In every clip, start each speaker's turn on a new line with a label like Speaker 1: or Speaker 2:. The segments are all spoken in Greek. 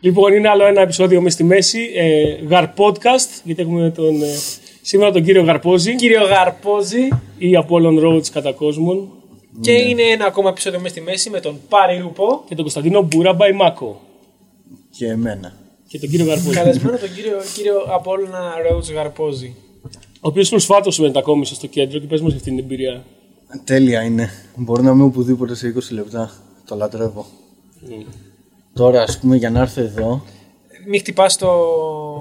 Speaker 1: Λοιπόν, είναι άλλο ένα επεισόδιο μες στη μέση. Ε, Γαρ Podcast, γιατί έχουμε τον, ε, σήμερα τον κύριο Γαρπόζη
Speaker 2: Κύριο Γαρπόζη.
Speaker 1: ή Apollon Roads κατά κόσμων
Speaker 2: Και είναι ένα ακόμα επεισόδιο μες στη μέση με τον Πάρη Ρούπο.
Speaker 1: και τον Κωνσταντίνο Μπουράμπα Μάκο
Speaker 3: Και εμένα.
Speaker 1: και τον κύριο Γαρπόζη.
Speaker 2: Καλεσμένο τον κύριο, κύριο Απόλλωνα Ρόουτς Γαρπόζη.
Speaker 1: ο οποίο προσφάτω μετακόμισε στο κέντρο και πες μας για αυτή την εμπειρία.
Speaker 3: Τέλεια είναι. Μπορεί να είμαι οπουδήποτε σε 20 λεπτά. Το λατρεύω.
Speaker 1: Ναι.
Speaker 3: Τώρα, ας πούμε, για να έρθω εδώ,
Speaker 2: Μην χτυπάς το.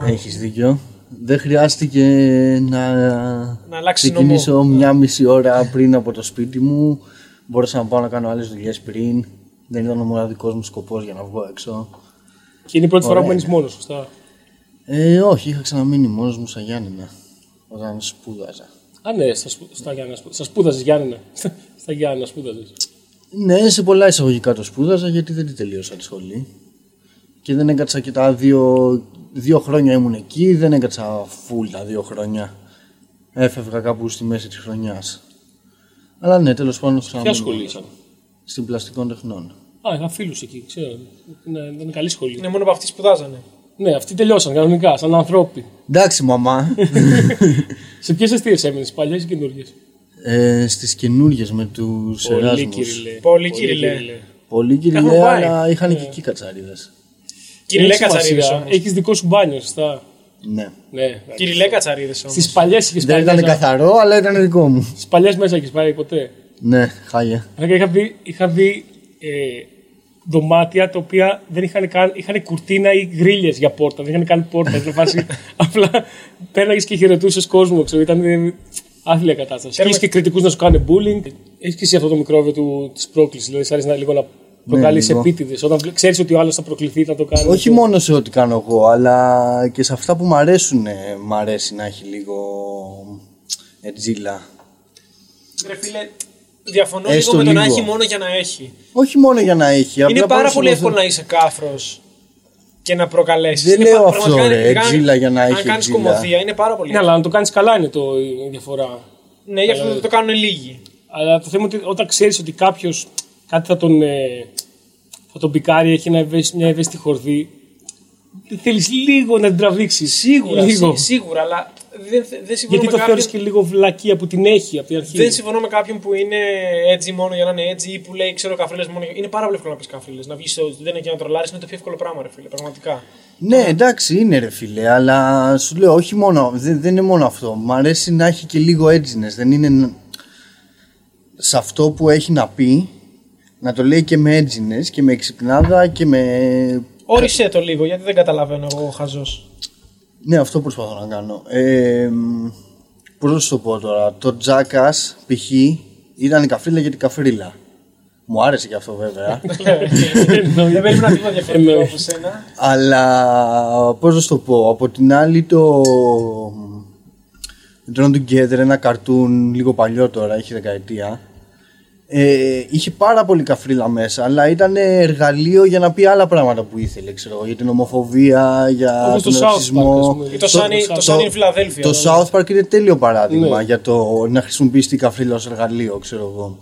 Speaker 3: έχεις δίκιο. Δεν χρειάστηκε να,
Speaker 2: Να αλλάξεις
Speaker 3: ξεκινήσω μια μισή ώρα πριν από το σπίτι μου. Μπορούσα να πάω να κάνω άλλες δουλειές πριν. Δεν ήταν ο μοναδικός μου σκοπός για να βγω έξω.
Speaker 1: Και είναι η πρώτη φορά που μένεις μόνος, σωστά.
Speaker 3: Ε, όχι, είχα ξαναμείνει μόνος μου στα Γιάννενα όταν σπούδαζα.
Speaker 1: Α, ναι, στα, σπου- στα Γιάννα. σπου- Στα σπούδαζες Γιάννενα. Στα- στα Γιάννενα σπούδαζες.
Speaker 3: Ναι, σε πολλά εισαγωγικά το σπούδαζα γιατί δεν τη τελείωσα τη σχολή. Και δεν έκατσα και τα δύο, δύο χρόνια ήμουν εκεί, δεν έκατσα full τα δύο χρόνια. Έφευγα κάπου στη μέση της χρονιάς. Αλλά ναι, τέλος πάντων
Speaker 1: Ποια
Speaker 3: ξαναμείνω
Speaker 1: σχολή ήσαν.
Speaker 3: στην πλαστικών τεχνών.
Speaker 1: Α, είχα φίλους εκεί, ξέρω. Ναι, ήταν καλή σχολή.
Speaker 2: Είναι μόνο από αυτοί που σπουδάζανε.
Speaker 1: Ναι, αυτοί τελειώσαν κανονικά, σαν ανθρώποι.
Speaker 3: Εντάξει μαμά,
Speaker 1: Σε ποιες αιστείες έμενε, παλιές ή καινούργιες.
Speaker 3: ε, στις καινούριε με τους Εράσμους.
Speaker 1: κυριλέ.
Speaker 2: Πολύ κυριλέ.
Speaker 3: Πολύ
Speaker 2: Έχουμε
Speaker 3: κυριλέ,
Speaker 2: πάει.
Speaker 3: αλλά είχαν
Speaker 1: Ναι.
Speaker 3: και εκεί κατσαρίδες.
Speaker 2: Κυριλέ Κατσαρίδες όμως.
Speaker 1: Έχεις δικό σου μπάνιο, σωστά.
Speaker 3: Ναι.
Speaker 1: Ναι.
Speaker 2: Κυριλέ Κατσαρίδες όμως.
Speaker 1: Στις παλιές είχες
Speaker 3: Δεν
Speaker 1: πάει.
Speaker 3: ήταν καθαρό, αλλά ήταν δικό μου.
Speaker 1: Στις παλιές μέσα έχεις πάει ποτέ.
Speaker 3: Ναι, χάλια.
Speaker 1: Ρε, Είχα δει, είχα δει ε, δωμάτια τα οποία δεν είχαν καν. είχαν κουρτίνα ή γκρίλε για πόρτα. Δεν είχαν καν πόρτα. Ήταν φάση. απλά πέρναγε και χαιρετούσες κόσμο. Ξέρω, ήταν ε, άθλια κατάσταση.
Speaker 2: Θέλουμε-
Speaker 1: Έχει και κριτικού να σου κάνουν bullying. Έχεις και εσύ αυτό το μικρόβιο της πρόκλησης. Δηλαδή, σ' αρέσει να, λίγο να προκαλεί
Speaker 3: Ναι, λίγο.
Speaker 1: επίτηδες. Όταν ξέρεις ότι ο άλλος θα προκληθεί να το κάνεις.
Speaker 3: Όχι μόνο σε ό,τι κάνω εγώ, αλλά και σε αυτά που μου αρέσουν, ε, μ' αρέσει να έχει λίγο ε, ετζίλα.
Speaker 2: Ρε φίλε, διαφωνώ
Speaker 3: Έστω
Speaker 2: λίγο με το να
Speaker 3: λίγο.
Speaker 2: έχει μόνο για να έχει.
Speaker 3: Όχι μόνο για να έχει.
Speaker 2: είναι
Speaker 3: απλά πάνω
Speaker 2: πάρα
Speaker 3: σε
Speaker 2: πολύ
Speaker 3: αυτό-
Speaker 2: εύκολο να είσαι κάφρος και να προκαλέσεις.
Speaker 3: Δεν λέω αυτό, ρε, τζίλα για να
Speaker 2: Αν
Speaker 3: έχει
Speaker 2: κάνεις
Speaker 3: τζίλα.
Speaker 2: κομμωδία είναι πάρα πολύ.
Speaker 1: Ναι, αλλά να το κάνεις καλά είναι το, η διαφορά.
Speaker 2: Ναι, γι' αυτό το κάνουν λίγοι.
Speaker 1: Αλλά το θέμα είναι ότι όταν ξέρεις ότι κάποιος κάτι θα τον, ε, θα τον πικάρει, έχει ένα ευαίσθη- μια ευαίσθητη χορδή. Θέλεις λίγο να την τραβήξεις.
Speaker 2: Σίγουρα,
Speaker 1: Λίγο.
Speaker 2: σί- σίγουρα, αλλά δεν, θε- δεν συμφωνώ
Speaker 1: Γιατί το
Speaker 2: με κάποιον.
Speaker 1: θεωρεί και λίγο βλακία που την έχει από την αρχή.
Speaker 2: Δεν συμφωνώ με κάποιον που είναι έτσι μόνο για να είναι έτσι ή που λέει ξέρω καφρίλες μόνο. για- Είναι πάρα πολύ εύκολο να πεις καφρίλες. Να βγεις στο δεν και να τρολάρεις είναι το πιο εύκολο πράγμα, ρε φίλε. Πραγματικά.
Speaker 3: Ναι, εντάξει, είναι ρε φίλε, αλλά σου λέω όχι μόνο. Δεν, δεν είναι μόνο αυτό. Μ' αρέσει να έχει και λίγο edginess. Δεν είναι. ν- Σε αυτό που έχει να πει, να το λέει και με edginess και με ξυπνάδα και με
Speaker 2: Όρισε το λίγο, γιατί δεν καταλαβαίνω εγώ, χαζός.
Speaker 3: Ναι, αυτό προσπαθώ να κάνω. Ε, μ, πώς να σου το πω τώρα. Το Jackass π.χ. ήταν η καφρίλα για την καφρίλα. Μου άρεσε και αυτό βέβαια.
Speaker 2: δεν περίμενα
Speaker 3: ε,
Speaker 2: τίποτα διαφορετικό από σένα.
Speaker 3: Αλλά πώς να σου το πω. Από την άλλη το... Drawn Together, ένα καρτούν λίγο παλιό τώρα, είχε δεκαετία. Ε, είχε πάρα πολύ καφρίλα μέσα, αλλά ήταν εργαλείο για να πει άλλα πράγματα που ήθελε, ξέρω, εγώ, για την ομοφοβία, για
Speaker 1: Όπως το
Speaker 3: τον
Speaker 1: South Park, ας
Speaker 3: ρατσισμό.
Speaker 1: πούμε.
Speaker 2: Και το Sunny- το Sunny in Philadelphia.
Speaker 3: Το South Park είναι τέλειο παράδειγμα
Speaker 1: Ναι.
Speaker 3: για το να χρησιμοποιήσει την καφρίλα ως εργαλείο, ξέρω εγώ.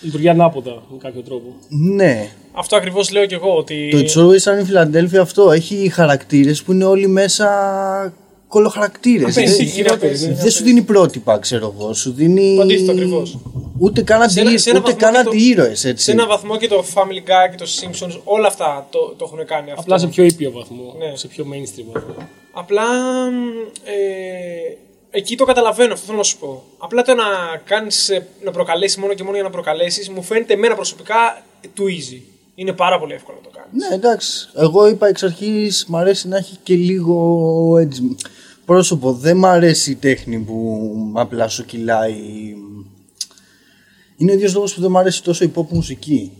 Speaker 1: Λειτουργεί ανάποδα με κάποιο τρόπο.
Speaker 3: Ναι,
Speaker 2: Αυτό ακριβώς λέω και εγώ. Ότι...
Speaker 3: το It's Always Sunny in Philadelphia αυτό έχει χαρακτήρες που είναι όλοι μέσα κολοχαρακτήρες.
Speaker 2: Απέσυ,
Speaker 3: Δεν-
Speaker 2: είναι απέσυ, είναι
Speaker 3: Δεν σου δίνει πρότυπα, ξέρω εγώ. Σου δίνει.
Speaker 2: Το αντίθετο ακριβώς.
Speaker 3: Ούτε καν
Speaker 2: Σε ένα- σε
Speaker 3: αντι-
Speaker 2: ένα
Speaker 3: ούτε
Speaker 2: βαθμό
Speaker 3: καν
Speaker 2: και το-
Speaker 3: αντιήρωες,
Speaker 2: Σε
Speaker 3: έτσι.
Speaker 2: έναν βαθμό και το Family Guy και το Simpsons, όλα αυτά το, το έχουν κάνει αυτό.
Speaker 1: Απλά σε πιο ήπιο βαθμό.
Speaker 2: Ναι.
Speaker 1: Σε πιο mainstream βαθμό.
Speaker 2: Απλά ε, εκεί το καταλαβαίνω, αυτό θέλω να σου πω. Απλά το να κάνεις, ε, να προκαλέσεις μόνο και μόνο για να προκαλέσεις, μου φαίνεται εμένα προσωπικά too easy. Είναι πάρα πολύ εύκολο να το κάνεις.
Speaker 3: Ναι, εντάξει. Εγώ είπα εξ αρχής, μ' αρέσει να έχει και λίγο έτσι, πρόσωπο. Δεν μ' αρέσει η τέχνη που απλά σου κυλάει. Είναι ο ίδιος λόγος που δεν μ' αρέσει τόσο η pop μουσική.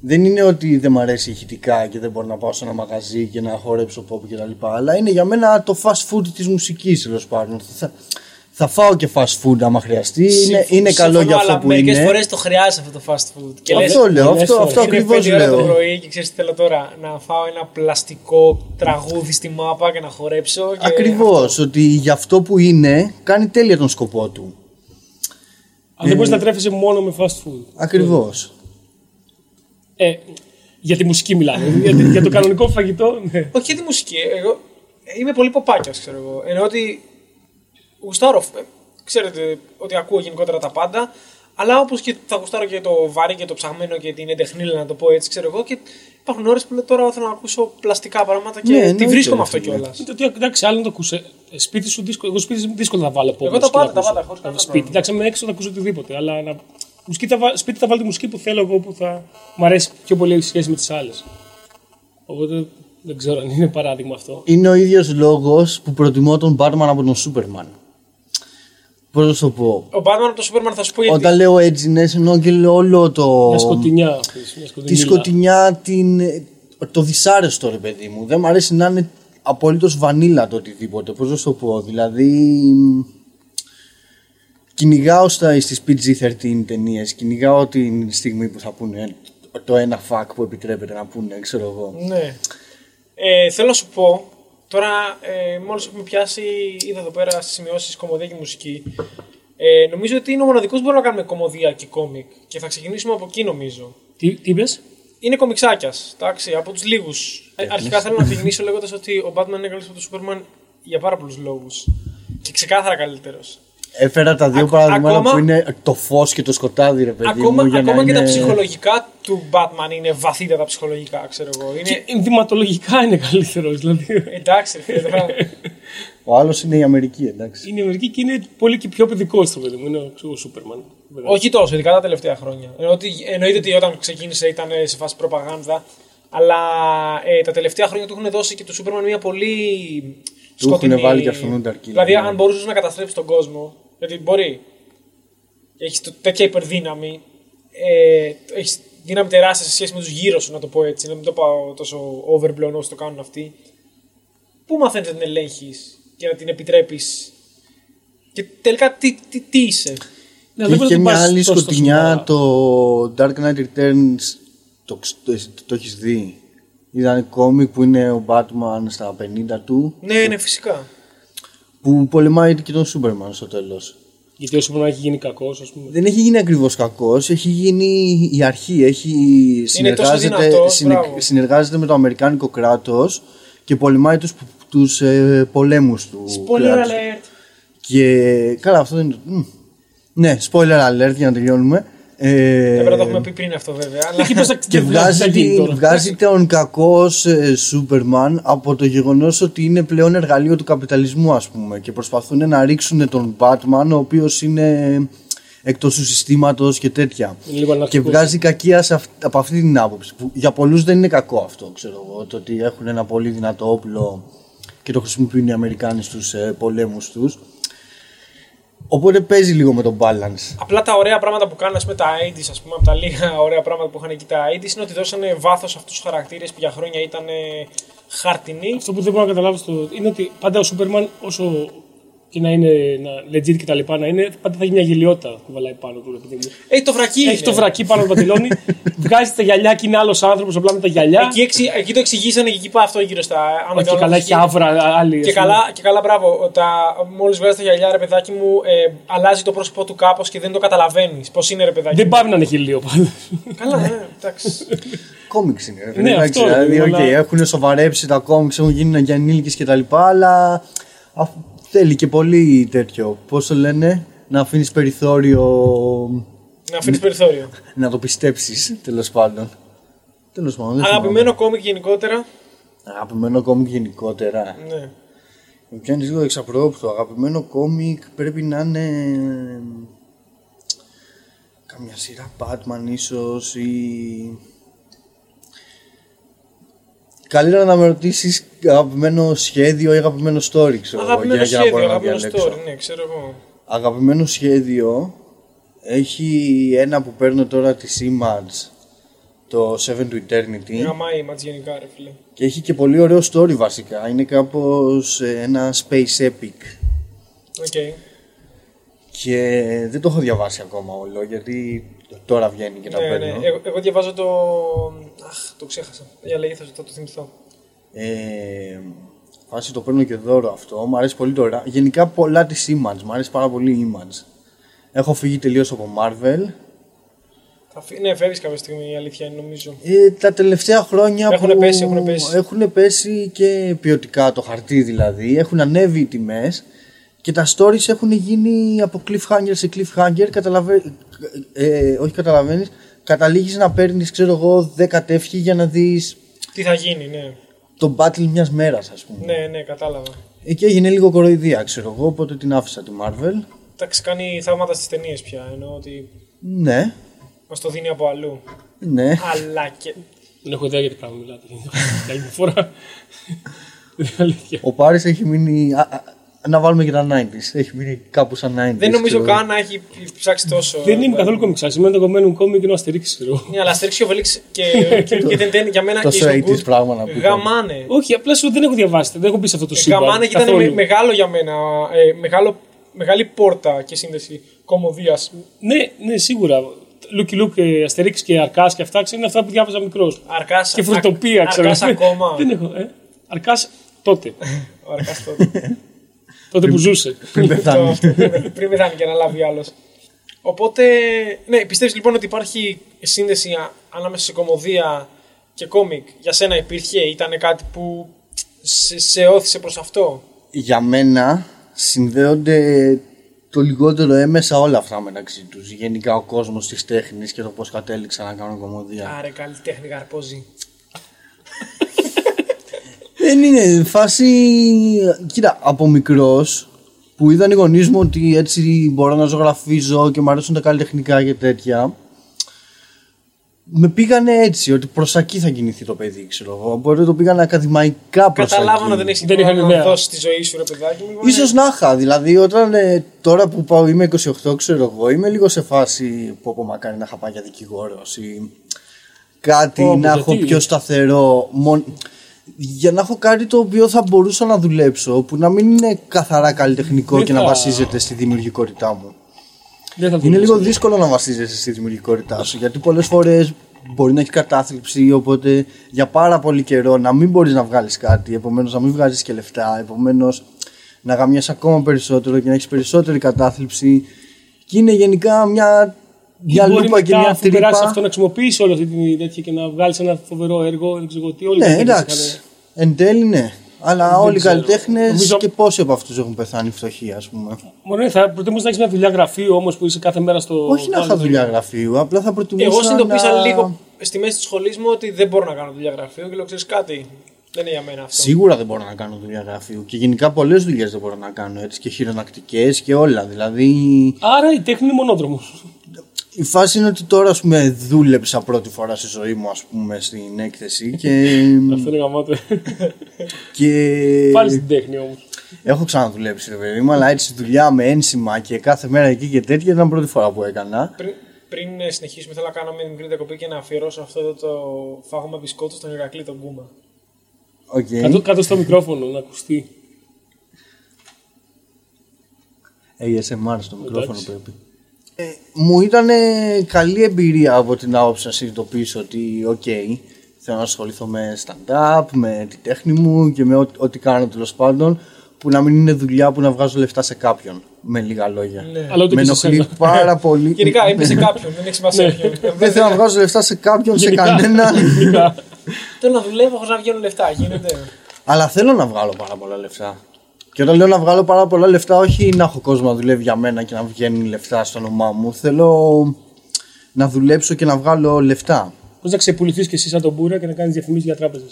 Speaker 3: Δεν είναι ότι δεν μ' αρέσει ηχητικά και δεν μπορώ να πάω σε ένα μαγαζί και να χορέψω pop κτλ. Αλλά είναι για μένα το fast food της μουσικής τέλος πάντων. Θα, θα φάω και fast food άμα χρειαστεί. Είναι, είναι καλό για αυτό που
Speaker 2: Μερικές
Speaker 3: είναι.
Speaker 2: φορές το χρειάζεσαι αυτό το fast food. Και λες,
Speaker 3: Αυτό λέω,
Speaker 1: λες
Speaker 3: αυτό,
Speaker 1: τώρα.
Speaker 3: αυτό
Speaker 2: είναι
Speaker 3: ακριβώς
Speaker 2: πέντε ώρα το
Speaker 3: λέω.
Speaker 2: πρωί και ξέρεις τι θέλω τώρα. Να φάω ένα πλαστικό τραγούδι στη μάπα και να χορέψω. Και...
Speaker 3: Ακριβώς. Ότι για αυτό που είναι, κάνει τέλεια τον σκοπό του.
Speaker 2: Ναι.
Speaker 1: Αν δεν μπορείς να τρέφεσαι μόνο με fast food.
Speaker 3: Ακριβώς.
Speaker 1: Ε, Για τη μουσική μιλάμε. για, για το κανονικό φαγητό. Ναι.
Speaker 2: Όχι για τη μουσική. ε, Εγώ είμαι πολύ ποπάκια, ξέρω εγώ. Εννοώ ότι γουστάρω. ε, Ξέρετε ότι ακούω γενικότερα τα πάντα. Αλλά όπως και θα γουστάρω και το βαρύ και το ψαγμένο και την εντεχνίλα, να το πω έτσι, ξέρω εγώ. Και υπάρχουν ώρες που λέω τώρα θέλω να ακούσω πλαστικά πράγματα και
Speaker 3: Ναι,
Speaker 2: τη
Speaker 3: εννοείται,
Speaker 2: βρίσκω με
Speaker 3: ρε
Speaker 2: αυτό
Speaker 3: φίλε.
Speaker 2: κιόλας.
Speaker 1: Ε, Εντάξει, άλλο να το ακούσε. Ε, Σπίτι σου δύσκολο. Εγώ σπίτι μου δύσκολο να βάλω
Speaker 2: τα
Speaker 1: πόδια.
Speaker 2: πάντα, τα πάντα, χωρίς κανένα
Speaker 1: Σπίτι.
Speaker 2: πρόβλημα.
Speaker 1: Εντάξει, με έξω θα ακούσω οτιδήποτε. Αλλά να... μουσική θα βα- σπίτι θα βάλω τη μουσική που θέλω εγώ που θα μου αρέσει πιο πολύ σε σχέση με τις άλλες. Οπότε δεν ξέρω αν είναι παράδειγμα αυτό.
Speaker 3: Είναι ο ίδιος λόγος που προτιμώ τον Batman από τον Superman. Πώς να σου το πω.
Speaker 2: Ο Batman από το Superman θα σου πω γιατί.
Speaker 3: Όταν λέω edginess εννοώ και λέω όλο το.
Speaker 1: Μια σκοτεινιά. αυτής, Μια
Speaker 3: τη
Speaker 1: σκοτεινή.
Speaker 3: σκοτεινιά, την, το δυσάρεστο ρε παιδί μου. Δεν μου αρέσει να είναι απολύτως βανίλα το οτιδήποτε. Πώς να σου το πω. Δηλαδή μ, κυνηγάω στα, στις PG-13 ταινίες, κυνηγάω την στιγμή που θα πούνε το ένα φακ που επιτρέπεται να πούνε, ξέρω εγώ.
Speaker 2: Ναι. Ε, θέλω να σου πω, τώρα ε, μόλις έχουμε πιάσει, είδα εδώ πέρα στις σημειώσεις κομμωδία και μουσική. Ε, νομίζω ότι είναι ο μοναδικός που μπορούμε να κάνουμε κομμωδία και κόμικ. Και θα ξεκινήσουμε από εκεί νομίζω.
Speaker 1: Τι, τι είπες,
Speaker 2: Είναι κομιξάκιας, εντάξει, από τους λίγους. αρχικά θέλω να ξεκινήσω λέγοντας ότι ο Batman είναι καλύτερος από τον Superman για πάρα πολλούς λόγους. Και ξεκάθαρα καλύτερος.
Speaker 3: Έφερα τα δύο
Speaker 2: Ακο-
Speaker 3: παραδείγματα
Speaker 2: ακόμα-
Speaker 3: που είναι το φως και το σκοτάδι ρε παιδί
Speaker 2: Ακόμα,
Speaker 3: μου. για να
Speaker 2: ακόμα και τα
Speaker 3: είναι-
Speaker 2: ψυχολογικά του Batman είναι βαθύτατα ψυχολογικά, ξέρω εγώ. Είναι...
Speaker 1: Ενδυματολογικά είναι καλύτερος. Δηλαδή.
Speaker 2: Εντάξει, ρε φίλε, τώρα.
Speaker 3: Ο άλλος είναι η Αμερική εντάξει.
Speaker 1: Είναι η Αμερική και είναι πολύ και πιο παιδικό στο παιδί μου. Είναι ο- ο Σούπερμαν.
Speaker 2: Όχι τόσο, ειδικά τα τελευταία χρόνια. Εννοώ ότι- εννοείται ότι όταν ξεκίνησε ήταν ε, σε φάση προπαγάνδα. Αλλά ε, τα τελευταία χρόνια του έχουν δώσει και του Σούπερμαν μια πολύ
Speaker 3: Του
Speaker 2: σκοτεινή...
Speaker 3: έχουν βάλει και αυτόν τον ταρκύλο,
Speaker 2: Δηλαδή,
Speaker 3: ναι.
Speaker 2: αν μπορούσες να καταστρέψεις τον κόσμο, γιατί μπορεί. Έχεις τέτοια υπερδύναμη. Ε, έχεις δύναμη τεράστια σε σχέση με τους γύρω σου, να το πω έτσι. Να μην το πάω τόσο overblown όσο το κάνουν αυτοί. Πού μαθαίνεις να την ελέγχεις και να την επιτρέπεις. Και τελικά τι, τι, τι είσαι.
Speaker 1: Ναι,
Speaker 3: και
Speaker 1: δεν μπορεί
Speaker 3: είχε
Speaker 1: να
Speaker 3: μια
Speaker 1: πας
Speaker 3: άλλη
Speaker 1: τόσο
Speaker 3: σκοτεινιά
Speaker 1: σοβαρά.
Speaker 3: το Dark Knight Returns. Το, το, το έχεις δει. Ήταν κόμικ που είναι ο Batman στα 50 του
Speaker 2: Ναι, ναι, φυσικά.
Speaker 3: που πολεμάει και τον Superman στο τέλος.
Speaker 1: Γιατί ο Σούπερμαν έχει γίνει κακός, ας πούμε.
Speaker 3: Δεν έχει γίνει ακριβώς κακός, έχει γίνει η αρχή. Έχει συνεργάζεται,
Speaker 2: δυνατός, μπράβο.
Speaker 3: συνεργάζεται με το Αμερικάνικο κράτος και πολεμάει τους, τους ε, πολέμους του
Speaker 2: Spoiler
Speaker 3: κράτους.
Speaker 2: alert.
Speaker 3: Και καλά, αυτό δεν είναι. Μμ. Ναι, spoiler alert για να τελειώνουμε. Ε,
Speaker 2: Πρέπει να το έχουμε πει πριν αυτό βέβαια. Αλλά...
Speaker 1: Εκεί πες,
Speaker 3: Και
Speaker 1: δεν βγάζει, δεν
Speaker 3: βγάζει,
Speaker 1: γίνει
Speaker 3: την-
Speaker 1: τώρα.
Speaker 3: βγάζει τον κακό ε, Σούπερμαν από το γεγονός ότι είναι πλέον εργαλείο του καπιταλισμού ας πούμε και προσπαθούν να ρίξουν τον Batman ο οποίος είναι εκτός του συστήματος και τέτοια
Speaker 1: Είναι λίγο
Speaker 3: και
Speaker 1: αναρχικός.
Speaker 3: βγάζει κακία σε αυ- από αυτή την άποψη που για πολλούς δεν είναι κακό αυτό ξέρω εγώ το ότι έχουν ένα πολύ δυνατό όπλο και το χρησιμοποιούν οι Αμερικάνοι στους ε, πολέμους τους οπότε παίζει λίγο με τον balance
Speaker 2: Απλά τα ωραία πράγματα που κάνουν ας πούμε, τα 80s, ας πούμε, από τα λίγα ωραία πράγματα που είχαν εκεί τα 80s, είναι ότι δώσανε βάθος σε αυτούς τους χαρακτήρες που για χρόνια ήταν ε, χαρτινοί.
Speaker 1: Αυτό που δεν μπορώ να καταλάβω στο... είναι ότι πάντα ο Σούπερμαν, όσο και να είναι να legit και τα λοιπά να είναι, πάντα θα έχει μια γελιότητα που βαλάει πάνω του. ρε παιδί μου.
Speaker 2: Έχει Ε, το βρακί.
Speaker 1: Έχει
Speaker 2: είναι.
Speaker 1: το βρακί πάνω από το παντελόνι, βγάζει τα γυαλιά και είναι άλλος άνθρωπος απλά με τα γυαλιά.
Speaker 2: Εκεί, εξι- εκεί το εξηγήσανε και εκεί πάει αυτό γύρω στα. Αν δεν
Speaker 1: Όχι,
Speaker 2: κάνω
Speaker 1: καλά,
Speaker 2: λάθος,
Speaker 1: έχει άβρα άλλη.
Speaker 2: Και
Speaker 1: ας πούμε.
Speaker 2: καλά, και καλά, μπράβο. Τα... Μόλις βγάζει τα γυαλιά, ρε παιδάκι μου, ε, αλλάζει το πρόσωπό του κάπως και δεν το καταλαβαίνεις. Πώς είναι, ρε παιδάκι.
Speaker 1: Δεν πάει να είναι γελίο πάντα.
Speaker 2: Καλά, ναι, εντάξει.
Speaker 3: Κόμιξ είναι. ρε φίλε,
Speaker 1: Ναι,
Speaker 3: εντάξει,
Speaker 1: αυτό,
Speaker 3: δηλαδή,
Speaker 1: αλλά-
Speaker 3: οκ, έχουν σοβαρέψει τα κόμιξ, έχουν γίνει για ενήλικες και τα λοιπά, αλλά αφ- θέλει και πολύ τέτοιο. Πώς το λένε, να αφήνεις περιθώριο
Speaker 2: να αφήνεις περιθώριο.
Speaker 3: να το πιστέψεις, τέλος πάντων. Τέλος πάντων. δεν θυμάμαι.
Speaker 2: Αγαπημένο κόμικ γενικότερα.
Speaker 3: Αγαπημένο κόμικ γενικότερα.
Speaker 2: Ναι.
Speaker 3: Με πιάνει λίγο εξαπρόπτω. Αγαπημένο κόμικ πρέπει να είναι. Καμιά σειρά Batman ίσως ή... Καλύτερα να με ρωτήσεις αγαπημένο σχέδιο ή αγαπημένο story, ξέρω εγώ,
Speaker 2: Αγαπημένο
Speaker 3: για- για να
Speaker 2: σχέδιο,
Speaker 3: μπορώ να
Speaker 2: αγαπημένο
Speaker 3: διαλέξω.
Speaker 2: story, ναι, ξέρω εγώ.
Speaker 3: Αγαπημένο σχέδιο έχει ένα που παίρνω τώρα της Image, το Seven to Eternity.
Speaker 2: Γαμάει η μάτς γενικά, ρε φίλε.
Speaker 3: Και έχει και πολύ ωραίο story βασικά. Είναι κάπως ε, ένα space epic.
Speaker 2: Οκ.
Speaker 3: Και δεν το έχω διαβάσει ακόμα όλο γιατί τώρα βγαίνει και τα
Speaker 2: Ναι,
Speaker 3: παίρνω.
Speaker 2: ναι. Εγώ, εγώ διαβάζω το. Αχ, το ξέχασα. Για λέγε, θα, θα το θυμηθώ.
Speaker 3: Ε, φάση το παίρνω και δώρο αυτό. Μου αρέσει πολύ τώρα. Γενικά πολλά της Image. Μου αρέσει πάρα πολύ η Image. Έχω φύγει τελείως από Marvel.
Speaker 2: Θα Θα φύ- Ναι, φεύγεις κάποια στιγμή η αλήθεια είναι, νομίζω.
Speaker 3: Ε, τα τελευταία χρόνια
Speaker 2: Έχουνε
Speaker 3: που
Speaker 2: πέσει, έχουνε πέσει.
Speaker 3: έχουνε πέσει και ποιοτικά το χαρτί δηλαδή, έχουν ανέβει οι τιμές και τα stories έχουν γίνει από cliffhanger σε cliffhanger, καταλαβα... ε, όχι καταλαβαίνεις, καταλήγεις να παίρνεις ξέρω εγώ 10 τεύχη για να δεις
Speaker 2: Τι θα γίνει, ναι.
Speaker 3: το battle μιας μέρας ας πούμε.
Speaker 2: Ναι, ναι, κατάλαβα.
Speaker 3: Εκεί έγινε λίγο κοροϊδία ξέρω εγώ, οπότε την άφησα τη Marvel.
Speaker 2: Εντάξει, κάνει θαύματα στις ταινίες πια. Εννοώ ότι
Speaker 3: Ναι,
Speaker 2: μας το δίνει από αλλού.
Speaker 3: ναι.
Speaker 2: Αλλά και.
Speaker 1: Δεν έχω ιδέα για τι πράγμα μιλάτε. Τα άλλη φορά. Δεν είναι αλήθεια.
Speaker 3: Ο Πάρης έχει μείνει... α, α, να βάλουμε και τα 90s. Έχει μείνει κάπου σαν 90s.
Speaker 2: Δεν νομίζω
Speaker 3: ξέρω.
Speaker 2: καν να έχει ψάξει τόσο. ε,
Speaker 1: Δεν είμαι καθόλου κομιξά. Είμαι το κομμένο μου κόμικ είναι ο Αστερίξ, ξέρω εγώ.
Speaker 2: Ναι, αλλά Asterix και ο Obelix και, και, και δεν για μένα
Speaker 3: Τόσο
Speaker 2: και στον
Speaker 3: 80s
Speaker 2: Good
Speaker 3: πράγμα να πούμε.
Speaker 2: Γαμάνε.
Speaker 1: Όχι, απλά σου δεν έχω διαβάσει. Δεν έχω μπει σε αυτό το σύμπαν.
Speaker 2: Γαμάνε Ε, και ήταν
Speaker 1: καθόλου.
Speaker 2: με- μεγάλο για μένα. ε, μεγάλο, μεγάλη πόρτα και σύνδεση κομμωδίας.
Speaker 1: Ναι, ναι, σίγουρα. Λουκι Λουκ, Αστερίξ και Αρκάς και αυτά είναι αυτά που διάβαζα μικρός.
Speaker 2: Αρκάς.
Speaker 1: Και φρουτοπία, ξέρω
Speaker 2: Αρκά ακόμα.
Speaker 1: Δεν έχω. Αρκάς τότε.
Speaker 2: Ο Αρκάς τότε.
Speaker 1: Τότε που ζούσε.
Speaker 3: Πριν πεθάνει.
Speaker 2: Το- πριν πεθάνει και να λάβει άλλο. Οπότε, ναι, πιστεύεις λοιπόν ότι υπάρχει σύνδεση α- ανάμεσα σε κομμωδία και κόμικ. Για σένα υπήρχε, ήταν κάτι που σε, σε όθησε προς αυτό.
Speaker 3: για μένα συνδέονται το λιγότερο έμεσα όλα αυτά μεταξύ τους. Γενικά ο κόσμος της τέχνης και το πώς κατέληξαν να κάνουν κομμωδία.
Speaker 2: Άρε, καλλιτέχνη γαρπόζει.
Speaker 3: Δεν είναι φάση. Κοίτα, από μικρός που είδαν οι γονείς μου ότι έτσι μπορώ να ζωγραφίζω και μου αρέσουν τα καλλιτεχνικά και τέτοια. Με πήγανε έτσι, ότι προς εκεί θα κινηθεί το παιδί, ξέρω εγώ. Μπορεί να το πήγανε ακαδημαϊκά προς
Speaker 2: Καταλάβω να δεν έχει
Speaker 1: Δεν
Speaker 2: τίποτα
Speaker 1: είχαν
Speaker 2: να
Speaker 1: ιδέα.
Speaker 2: δώσει τη ζωή σου, ρε παιδάκι μου. λοιπόν,
Speaker 3: σω να είχα. Δηλαδή, όταν ε, τώρα που πάω, είμαι 28, ξέρω εγώ, είμαι λίγο σε φάση που ακόμα κάνει να είχα πάει για δικηγόρος ή κάτι
Speaker 1: Ω,
Speaker 3: να
Speaker 1: γιατί?
Speaker 3: έχω πιο σταθερό. μον- Για να έχω κάτι το οποίο θα μπορούσα να δουλέψω, που να μην είναι καθαρά καλλιτεχνικό
Speaker 1: Δεν
Speaker 3: και να
Speaker 1: θα-
Speaker 3: βασίζεται στη δημιουργικότητά μου.
Speaker 1: Δεν θα το
Speaker 3: Είναι
Speaker 1: δεις.
Speaker 3: λίγο δύσκολο να βασίζεσαι στη δημιουργικότητά σου, γιατί πολλές φορές μπορεί να έχει κατάθλιψη, οπότε για πάρα πολύ καιρό να μην μπορείς να βγάλεις κάτι, επομένως να μην βγάζεις και λεφτά, επομένως να γαμιάς ακόμα περισσότερο και να έχεις περισσότερη κατάθλιψη. Και είναι γενικά μια, μια
Speaker 1: Ή μπορεί
Speaker 3: λούπα και
Speaker 1: μετά,
Speaker 3: μια
Speaker 1: αφού περάσεις
Speaker 3: τρύπα.
Speaker 1: αυτό να χρησιμοποιήσει όλη αυτή την τέτοια και να βγάλει ένα φοβερό έργο. Δεν ξέρω εγώ τι. Όλοι
Speaker 3: Ναι,
Speaker 1: τα τέτοια
Speaker 3: εντάξει. Εν τέλει, ναι. Αλλά όλοι οι
Speaker 1: ξέρω.
Speaker 3: καλλιτέχνες
Speaker 1: Νομίζω-
Speaker 3: και πόσοι από αυτούς έχουν πεθάνει φτωχοί, ας πούμε.
Speaker 1: Μόνο ναι, θα προτιμούσα να έχεις μια δουλειά γραφείου όμως που είσαι κάθε μέρα στο.
Speaker 3: Όχι να
Speaker 1: στο
Speaker 3: είχα
Speaker 1: άλλο
Speaker 3: δουλειά γραφείου, απλά θα προτιμούσα.
Speaker 2: Εγώ συνειδητοποίησα
Speaker 3: να-
Speaker 2: λίγο στη μέση της σχολής μου ότι δεν μπορώ να κάνω δουλειά γραφείου και λέω: Ξέρεις κάτι, δεν είναι για μένα αυτό.
Speaker 3: Σίγουρα δεν μπορώ να κάνω δουλειά γραφείου και γενικά πολλές δουλειές δεν μπορώ να κάνω έτσι και χειρονακτικές και όλα. Δηλαδή
Speaker 1: Άρα η τέχνη είναι μονόδρομος.
Speaker 3: η φάση είναι ότι τώρα ας πούμε, δούλεψα πρώτη φορά στη ζωή μου ας πούμε, στην έκθεση και.
Speaker 1: Αυτό είναι γαμάτο.
Speaker 3: και...
Speaker 1: Πάλι στην τέχνη όμως.
Speaker 3: Έχω ξαναδουλέψει ρε παιδί μου, αλλά έτσι δουλειά με ένσημα και κάθε μέρα εκεί και τέτοια ήταν πρώτη φορά που έκανα.
Speaker 2: Πριν, πριν ε, συνεχίσουμε, θέλω να κάνω μια μικρή διακοπή και να αφιερώσω αυτό εδώ το φάγωμα μπισκότου στον Ηρακλή τον Κούμα.
Speaker 3: Οκ.
Speaker 1: Κάτω, κάτω στο μικρόφωνο να ακουστεί.
Speaker 3: ASMR στο μικρόφωνο
Speaker 1: Εντάξει.
Speaker 3: πρέπει. Ε, μου ήταν καλή εμπειρία από την άποψη να συνειδητοποιήσω ότι, οκ, θέλω να ασχοληθώ με stand-up, με τη τέχνη μου και με ό,τι- ό,τι κάνω τέλος πάντων, που να μην είναι δουλειά που να βγάζω λεφτά σε κάποιον, με λίγα λόγια.
Speaker 1: Αλλά ούτε
Speaker 3: Με
Speaker 1: Ναι. και σε
Speaker 3: ενοχλεί
Speaker 1: σένα.
Speaker 3: πάρα πολύ.
Speaker 2: Γενικά, είπε σε κάποιον, δεν έχει
Speaker 1: Ναι.
Speaker 2: σημασία ποιον.
Speaker 3: Δεν
Speaker 2: Δεν-
Speaker 3: θέλω να βγάζω λεφτά σε κάποιον, σε
Speaker 1: Γενικά.
Speaker 3: κανέναν.
Speaker 1: Γενικά.
Speaker 2: Θέλω να δουλεύω χωρίς να βγαίνουν λεφτά. Γίνεται.
Speaker 3: Αλλά θέλω να βγάλω πάρα πολλά λεφτά. Και όταν λέω να βγάλω πάρα πολλά λεφτά, όχι να έχω κόσμο να δουλεύει για μένα και να βγαίνουν λεφτά στο όνομά μου. Θέλω να δουλέψω και να βγάλω λεφτά.
Speaker 1: Πώς να ξεπουληθείς και εσύ σαν τον Μπούρα και να κάνεις διαφημίσεις για τράπεζες.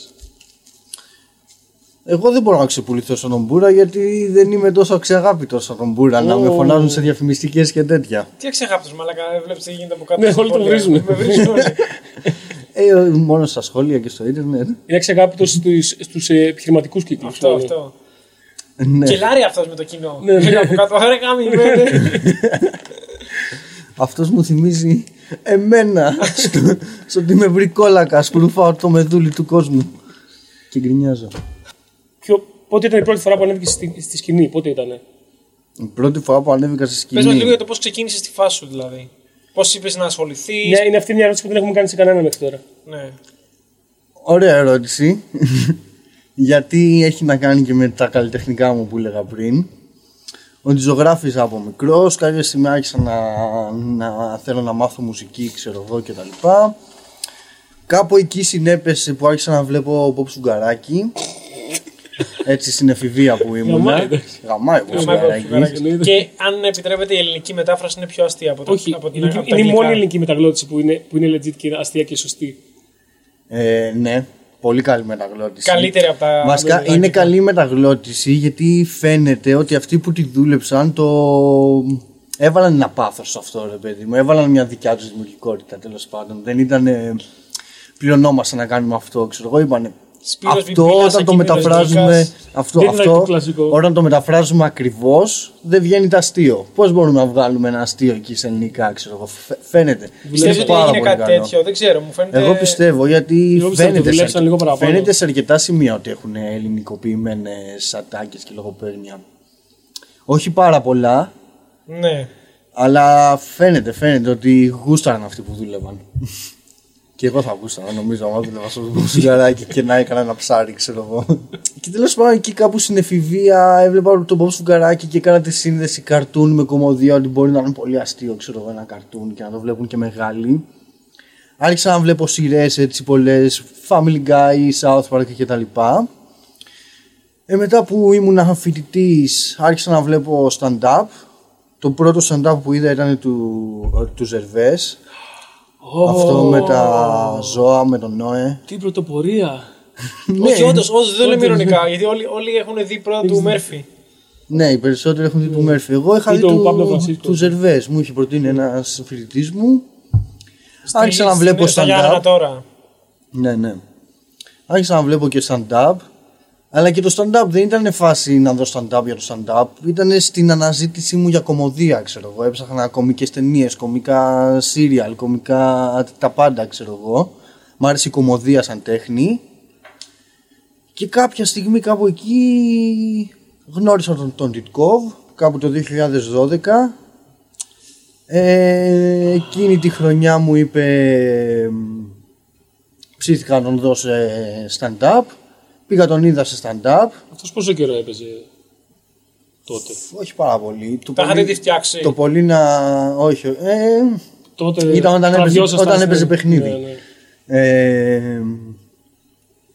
Speaker 3: Εγώ δεν μπορώ να ξεπουληθώ στον Ομπούρα γιατί δεν είμαι τόσο αξιαγάπητος στον Ομπούρα να με
Speaker 1: Ω.
Speaker 3: φωνάζουν σε διαφημιστικές και τέτοια.
Speaker 2: Τι εξεγάπτο, μαλακά, δεν βλέπεις τι γίνεται από κάτω.
Speaker 1: Ναι,
Speaker 2: στο
Speaker 1: όλοι τον Ναι.
Speaker 2: podcast.
Speaker 1: βρίζουνε.
Speaker 2: Με βρίζουν όλοι.
Speaker 3: Ε, μόνο στα σχόλια και στο ίντερνετ.
Speaker 1: Είναι αξιαγάπητος στους επιχειρηματικούς κύκλους.
Speaker 2: Αυτό, αυτό.
Speaker 3: Ναι.
Speaker 2: Κελάρει αυτός με το κοινό.
Speaker 1: Ναι, ναι.
Speaker 2: Λέει από κάτω, ωραία, κάμι, ναι, ναι.
Speaker 3: Αυτός μου θυμίζει εμένα στο, στο ότι είμαι βρικόλακα που ρουφάω το μεδούλι του κόσμου. Και γκρινιάζω.
Speaker 1: Ποιο, πότε ήταν η πρώτη φορά που ανέβηκες στη, στη σκηνή, πότε ήταν. ε?
Speaker 3: Η πρώτη φορά που ανέβηκα στη σκηνή.
Speaker 2: Πες μας λίγο για το πώς ξεκίνησες τη φάση σου, δηλαδή. Πώς είπες να ασχοληθείς.
Speaker 1: Μια, είναι αυτή μια ερώτηση που δεν έχουμε κάνει σε κανένα μέχρι τώρα.
Speaker 2: Ναι.
Speaker 3: Ωραία ερώτηση. Γιατί έχει να κάνει και με τα καλλιτεχνικά μου που έλεγα πριν. Ότι ζωγράφιζα από μικρός, κάποια στιγμή άρχισα να, να θέλω να μάθω μουσική, ξέρω εγώ κτλ. Κάπου εκεί συνέπεσε που άρχισα να βλέπω Bob Σουγκαράκη. Έτσι στην εφηβεία που ήμουν.
Speaker 1: Γαμάει, εντάξει.
Speaker 3: Γαμάει Bob
Speaker 2: Γαμάει Bob
Speaker 3: Σουγκαράκη.
Speaker 1: Σουγκαράκη.
Speaker 2: Και αν επιτρέπετε, η ελληνική μετάφραση είναι πιο αστεία από, τα,
Speaker 1: Όχι,
Speaker 2: από την
Speaker 1: είναι,
Speaker 2: από τα
Speaker 1: είναι η
Speaker 2: αγγλικά.
Speaker 1: μόνη ελληνική μεταγλώτηση που είναι, που είναι legit και είναι αστεία και σωστή.
Speaker 3: Ε, ναι, πολύ καλή μεταγλώτηση.
Speaker 2: Καλύτερη από τα.
Speaker 3: Βασικά
Speaker 2: αγγλικά.
Speaker 3: είναι καλή μεταγλώτηση γιατί φαίνεται ότι αυτοί που τη δούλεψαν το. Έβαλαν ένα πάθος σε αυτό, ρε παιδί μου. Έβαλαν μια δικιά τους δημιουργικότητα τέλος πάντων. Δεν ήταν. Πλειονόμασταν να κάνουμε αυτό, ξέρω εγώ. Είπανε.
Speaker 2: Σπύρος
Speaker 3: αυτό
Speaker 2: Βιμπίλας,
Speaker 3: όταν το
Speaker 2: Ακίνητος
Speaker 3: μεταφράζουμε.
Speaker 2: Λουκάς».
Speaker 3: Αυτό,
Speaker 1: Δεν ήταν το
Speaker 3: αυτό,
Speaker 1: κλασικό.
Speaker 3: όταν το μεταφράζουμε ακριβώς, δεν βγαίνει το αστείο. Πώς μπορούμε να βγάλουμε ένα αστείο εκεί σε ελληνικά, ξέρω εγώ. Φε- Φαίνεται.
Speaker 2: Πιστεύω ότι
Speaker 3: Πάρα
Speaker 2: έγινε
Speaker 3: πολύ
Speaker 2: κάτι
Speaker 3: καλό.
Speaker 2: τέτοιο. Δεν ξέρω, μου φαίνεται.
Speaker 3: Εγώ πιστεύω γιατί
Speaker 1: πιστεύω ότι
Speaker 3: φαίνεται σε,
Speaker 1: δουλέψαν λίγο παραπάνω.
Speaker 3: φαίνεται σε αρκετά σημεία ότι έχουν ελληνικοποιημένες ατάκες και λογοπαίγνια. Όχι πάρα πολλά,
Speaker 2: Ναι.
Speaker 3: αλλά φαίνεται, φαίνεται ότι γούσταραν αυτοί που δούλευαν. και εγώ θα γούσταρα, νομίζω, άμα δούλευα στο σουγγαράκι και να έκανα ένα ψάρι, ξέρω εγώ. και τέλος πάντων εκεί κάπου στην εφηβεία έβλεπα τον Μπομπ Σουγκαράκι και έκανα τη σύνδεση καρτούν με κομμωδία ότι μπορεί να είναι πολύ αστείο, ξέρω εγώ, ένα καρτούν και να το βλέπουν και μεγάλοι. Άρχισα να βλέπω σειρές έτσι πολλές, Family Guy, South Park κτλ. Ε, μετά που ήμουν φοιτητή, άρχισα να βλέπω stand-up. Το πρώτο stand-up που είδα ήταν του, του Ζερβέ. Αυτό με τα ζώα, με τον Νόε.
Speaker 1: Τι πρωτοπορία.
Speaker 3: Ναι,
Speaker 2: Όχι, όντως, όντως δεν το λέμε ηρωνικά. Γιατί όλοι, όλοι έχουν δει πρώτα του Μέρφυ.
Speaker 3: Ναι, οι περισσότεροι έχουν δει του Μέρφυ. Εγώ είχα
Speaker 1: Ή
Speaker 3: δει
Speaker 1: τον Παύλο
Speaker 3: του,
Speaker 1: Φρανσίσκο.
Speaker 3: του Ζερβές. Μου είχε προτείνει ένας φοιτητής μου.
Speaker 2: Στη-
Speaker 3: Άρχισα να
Speaker 2: στη-
Speaker 3: βλέπω
Speaker 2: στα Γιάννενα
Speaker 3: stand-up.
Speaker 2: τώρα.
Speaker 3: Ναι, ναι. Άρχισα να βλέπω και stand-up. Αλλά και το stand-up δεν ήταν φάση να δω stand-up για το stand-up. Ήταν στην αναζήτησή μου για κομμωδία, ξέρω εγώ. Έψαχνα κομικές ταινίες, κομικά serial, κομικά τα πάντα, ξέρω εγώ. Μ' άρεσε η κομμωδία σαν τέχνη. Και κάποια στιγμή κάπου εκεί γνώρισα τον, τον Τιτκόβ, κάπου το 2012. Ε, εκείνη τη χρονιά μου είπε μ, ψήθηκα να τον δω σε stand-up. Πήγα τον είδα σε stand-up.
Speaker 1: Αυτός πόσο καιρό έπαιζε τότε.
Speaker 3: Όχι πάρα πολύ. Το
Speaker 2: Τα είχατε
Speaker 3: πολύ-
Speaker 2: ήδη φτιάξει.
Speaker 3: Το πολύ να... Όχι. Ε,
Speaker 1: τότε
Speaker 3: Ήταν όταν έπαιζε-
Speaker 1: βραδιόσασταν
Speaker 3: όταν
Speaker 1: στην-
Speaker 3: έπαιζε παιχνίδι.
Speaker 1: Ναι, ναι.
Speaker 3: ε,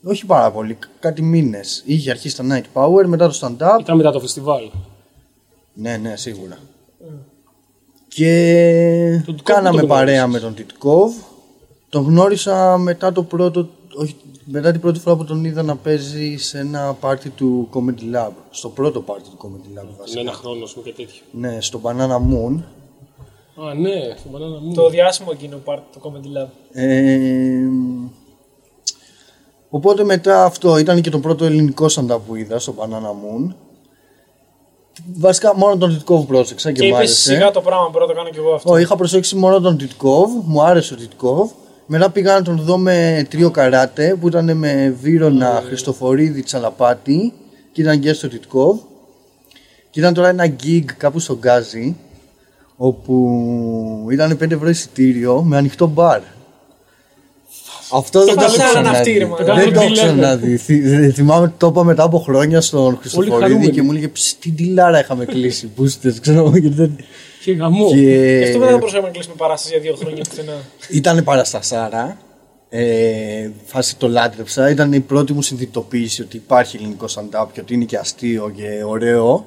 Speaker 3: όχι πάρα πολύ. Κάτι μήνες. Είχε αρχίσει τα Night Power, μετά το stand-up.
Speaker 1: Ήταν μετά το φεστιβάλ.
Speaker 3: Ναι, ναι, σίγουρα. Και
Speaker 1: Τον Τιτκόβ
Speaker 3: κάναμε
Speaker 1: Ε. δεν τον
Speaker 3: παρέα με
Speaker 1: γνώρισες.
Speaker 3: τον Τιτκόβ. Τον γνώρισα μετά το πρώτο, όχι, μετά την πρώτη φορά που τον είδα να παίζει σε ένα πάρτι του Comedy Lab. Στο πρώτο πάρτι του Comedy Lab βασικά.
Speaker 1: Με ένα χρόνο, ας πούμε και τέτοιο.
Speaker 3: Ναι, στο Banana Moon.
Speaker 1: Α, ναι, στον Banana Moon.
Speaker 2: Το διάσημο εκείνο πάρτι του Comedy Lab.
Speaker 3: Ε, οπότε μετά αυτό ήταν και το πρώτο ελληνικό stand-up που είδα στο Banana Moon. Βασικά μόνο τον Τιτκόβ πρόσεξα και, ε.
Speaker 2: Και
Speaker 3: μ'
Speaker 2: είπες
Speaker 3: άρεσε.
Speaker 2: σιγά το πράγμα, μπορώ να το κάνω κι εγώ αυτό.
Speaker 3: Ω, είχα προσέξει μόνο τον Τιτκόβ, μου άρεσε ο Τιτκόβ. Μετά πήγα να τον δω με τρίο καράτε που ήταν με Βύρονα,
Speaker 2: Ε.
Speaker 3: Χριστοφορίδη, Τσαλαπάτη και ήταν και στο Τιτκόβ. Και ήταν τώρα ένα gig κάπου στο Γκάζι όπου ήταν 5 ευρώ εισιτήριο με ανοιχτό μπαρ. Αυτό δεν το έχω
Speaker 2: πασάραν αυτοί, ρε
Speaker 3: ξαναδεί.
Speaker 2: μαλάκα.
Speaker 3: Δεν το έχω
Speaker 1: Τι λένε.
Speaker 3: ξαναδεί. Θυ- θυ- Θυμάμαι ότι το είπα μετά από χρόνια στον Χριστοφορίδη
Speaker 1: χαρούμενοι.
Speaker 3: και μου έλεγε «Ψ, τι τυλάρα είχαμε κλείσει. Μπούστε, ξέρω εγώ και δεν.
Speaker 1: Και γαμό.
Speaker 3: Και-
Speaker 2: Γι' αυτό δεν θα μπορούσαμε να κλείσουμε παράσταση για δύο χρόνια πουθενά.
Speaker 3: Ήταν παραστασάρα. Ε, φάση το λάτρεψα. Ήταν η πρώτη μου συνειδητοποίηση ότι υπάρχει ελληνικό stand-up και ότι είναι και αστείο και ωραίο.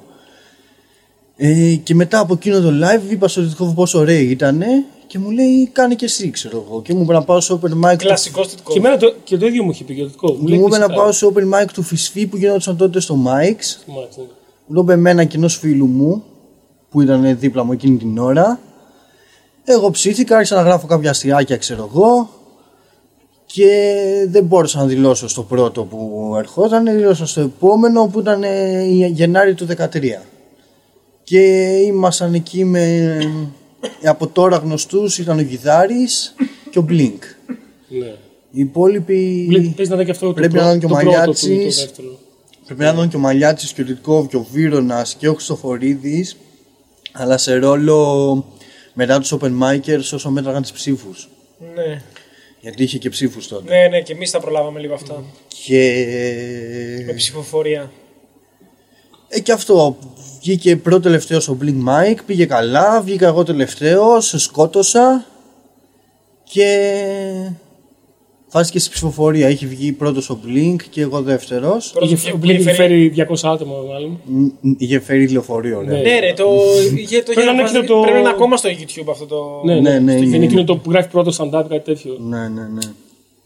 Speaker 3: Ε, και μετά από εκείνο το live είπα στο Τιτκόβ πόσο ωραίο ήταν και μου λέει κάνε και εσύ ξέρω εγώ και μου είπε να πάω σε open mic του,
Speaker 2: Κλασικό τιτικό.
Speaker 1: Και, εμένα το, και το ίδιο μου είχε πει και το δικό μου.
Speaker 3: μου είπε να
Speaker 1: φυσικά.
Speaker 3: πάω σε open mic του Φυσφή που γινόταν τότε στο Mike's
Speaker 1: Μάλιστα, ναι.
Speaker 3: Μου το είπε με έναν κοινός φίλου μου που ήταν δίπλα μου εκείνη την ώρα. Εγώ ψήθηκα, άρχισα να γράφω κάποια αστιάκια, ξέρω εγώ. Και δεν μπόρεσα να δηλώσω στο πρώτο που ερχόταν, δηλώσα στο επόμενο που ήταν ε, η Γενάρη του 13. Και ήμασταν εκεί με ε, από τώρα γνωστούς ήταν ο Γιδάρης και ο Μπλίνκ.
Speaker 1: ναι.
Speaker 3: Οι υπόλοιποι...
Speaker 1: Λέει, Πες να ήταν και αυτό το
Speaker 3: Πρέπει
Speaker 1: πρω-
Speaker 3: να ήταν και ο
Speaker 1: το πρώτο του,
Speaker 3: Μαγιάτσης.
Speaker 1: το δεύτερο.
Speaker 3: Πρέπει να ήταν και ο Μαλιάτσης και ο Τιτκόβ και ο Βύρονας και ο Χρυστοφορίδης αλλά σε ρόλο μετά τους open micers όσο μέτραγαν τις ψήφους
Speaker 2: Ναι.
Speaker 3: γιατί είχε και ψήφους τότε
Speaker 2: ναι, ναι, και εμείς τα προλάβαμε λίγο αυτά.
Speaker 3: και
Speaker 2: Με ψηφοφορία.
Speaker 3: Ε, και αυτό. Βγήκε πρώτο τελευταίος ο Blink Mike, πήγε καλά. Βγήκα εγώ τελευταίος, σκότωσα. Και. Φάστηκε στη ψηφοφορία. Είχε βγει πρώτος ο Blink και εγώ δεύτερος.
Speaker 1: Είχε- Ο Blink είχε φέρει 200 άτομα, μάλλον.
Speaker 3: Είχε φέρει λεωφορείο, ρε.
Speaker 1: Ναι.
Speaker 2: Ναι, ρε, το. είχε- το
Speaker 1: Πρέπει
Speaker 2: είχε
Speaker 1: να είναι
Speaker 2: ανεβάσει-
Speaker 1: εκείνο το-
Speaker 2: Πρέπει να είναι ακόμα στο YouTube αυτό το.
Speaker 1: Ναι,
Speaker 3: ναι, ναι,
Speaker 1: Είναι
Speaker 3: ναι.
Speaker 1: εκείνο το που γράφει πρώτο stand-up, κάτι τέτοιο.
Speaker 3: Ναι, ναι, ναι.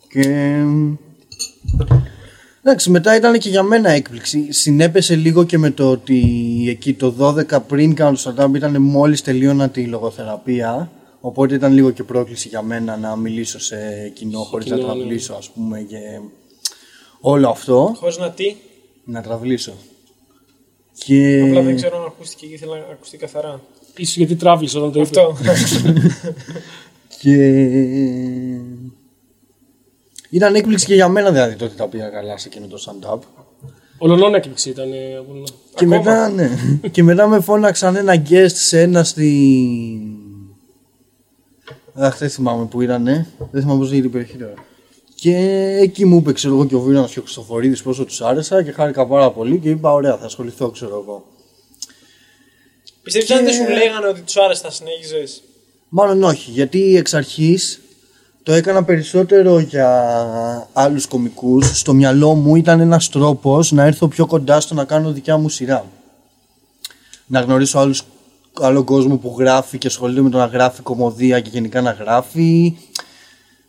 Speaker 3: Και. μ, Εντάξει, μετά ήταν και για μένα έκπληξη. Συνέπεσε λίγο και με το ότι εκεί το 12 πριν κάνω το stand-up ήταν μόλις τελείωνα τη λογοθεραπεία. Οπότε ήταν λίγο και πρόκληση για μένα να μιλήσω σε κοινό χωρίς να
Speaker 1: κοινό, ναι.
Speaker 3: τραβλήσω ας πούμε και όλο αυτό.
Speaker 2: Χωρίς να τι.
Speaker 3: Να τραβλήσω. Και...
Speaker 2: Απλά δεν ξέρω αν ακούστηκε και ήθελα να ακουστεί καθαρά.
Speaker 1: Ίσως γιατί τράβλησε όταν το είπε.
Speaker 2: Αυτό.
Speaker 3: Και... Ήταν έκπληξη και για μένα δηλαδή το ότι τα πήγα καλά σε εκείνο το stand-up.
Speaker 1: Ολονών έκπληξη ήταν. ε, ολονών.
Speaker 3: Και
Speaker 2: Ακόμα.
Speaker 3: μετά, ναι. και μετά με φώναξαν ένα guest σε ένα στη. Αχ, δεν θυμάμαι που ήταν. ναι. Δεν θυμάμαι πώς έγινε η περιοχή τώρα. Και εκεί μου είπε, ξέρω εγώ και ο Βίνα και ο Χρυστοφορίδης πόσο τους άρεσα και χάρηκα πάρα πολύ και είπα: Ωραία, θα ασχοληθώ, ξέρω εγώ.
Speaker 2: Πιστεύεις αν δεν σου λέγανε ότι τους άρεσε θα συνέχιζες.
Speaker 3: Μάλλον όχι, γιατί εξ αρχής το έκανα περισσότερο για άλλους κομικούς. Στο μυαλό μου ήταν ένας τρόπος να έρθω πιο κοντά στο να κάνω δικιά μου σειρά. Να γνωρίσω άλλους, άλλο κόσμο που γράφει και ασχολείται με το να γράφει κομμωδία και γενικά να γράφει.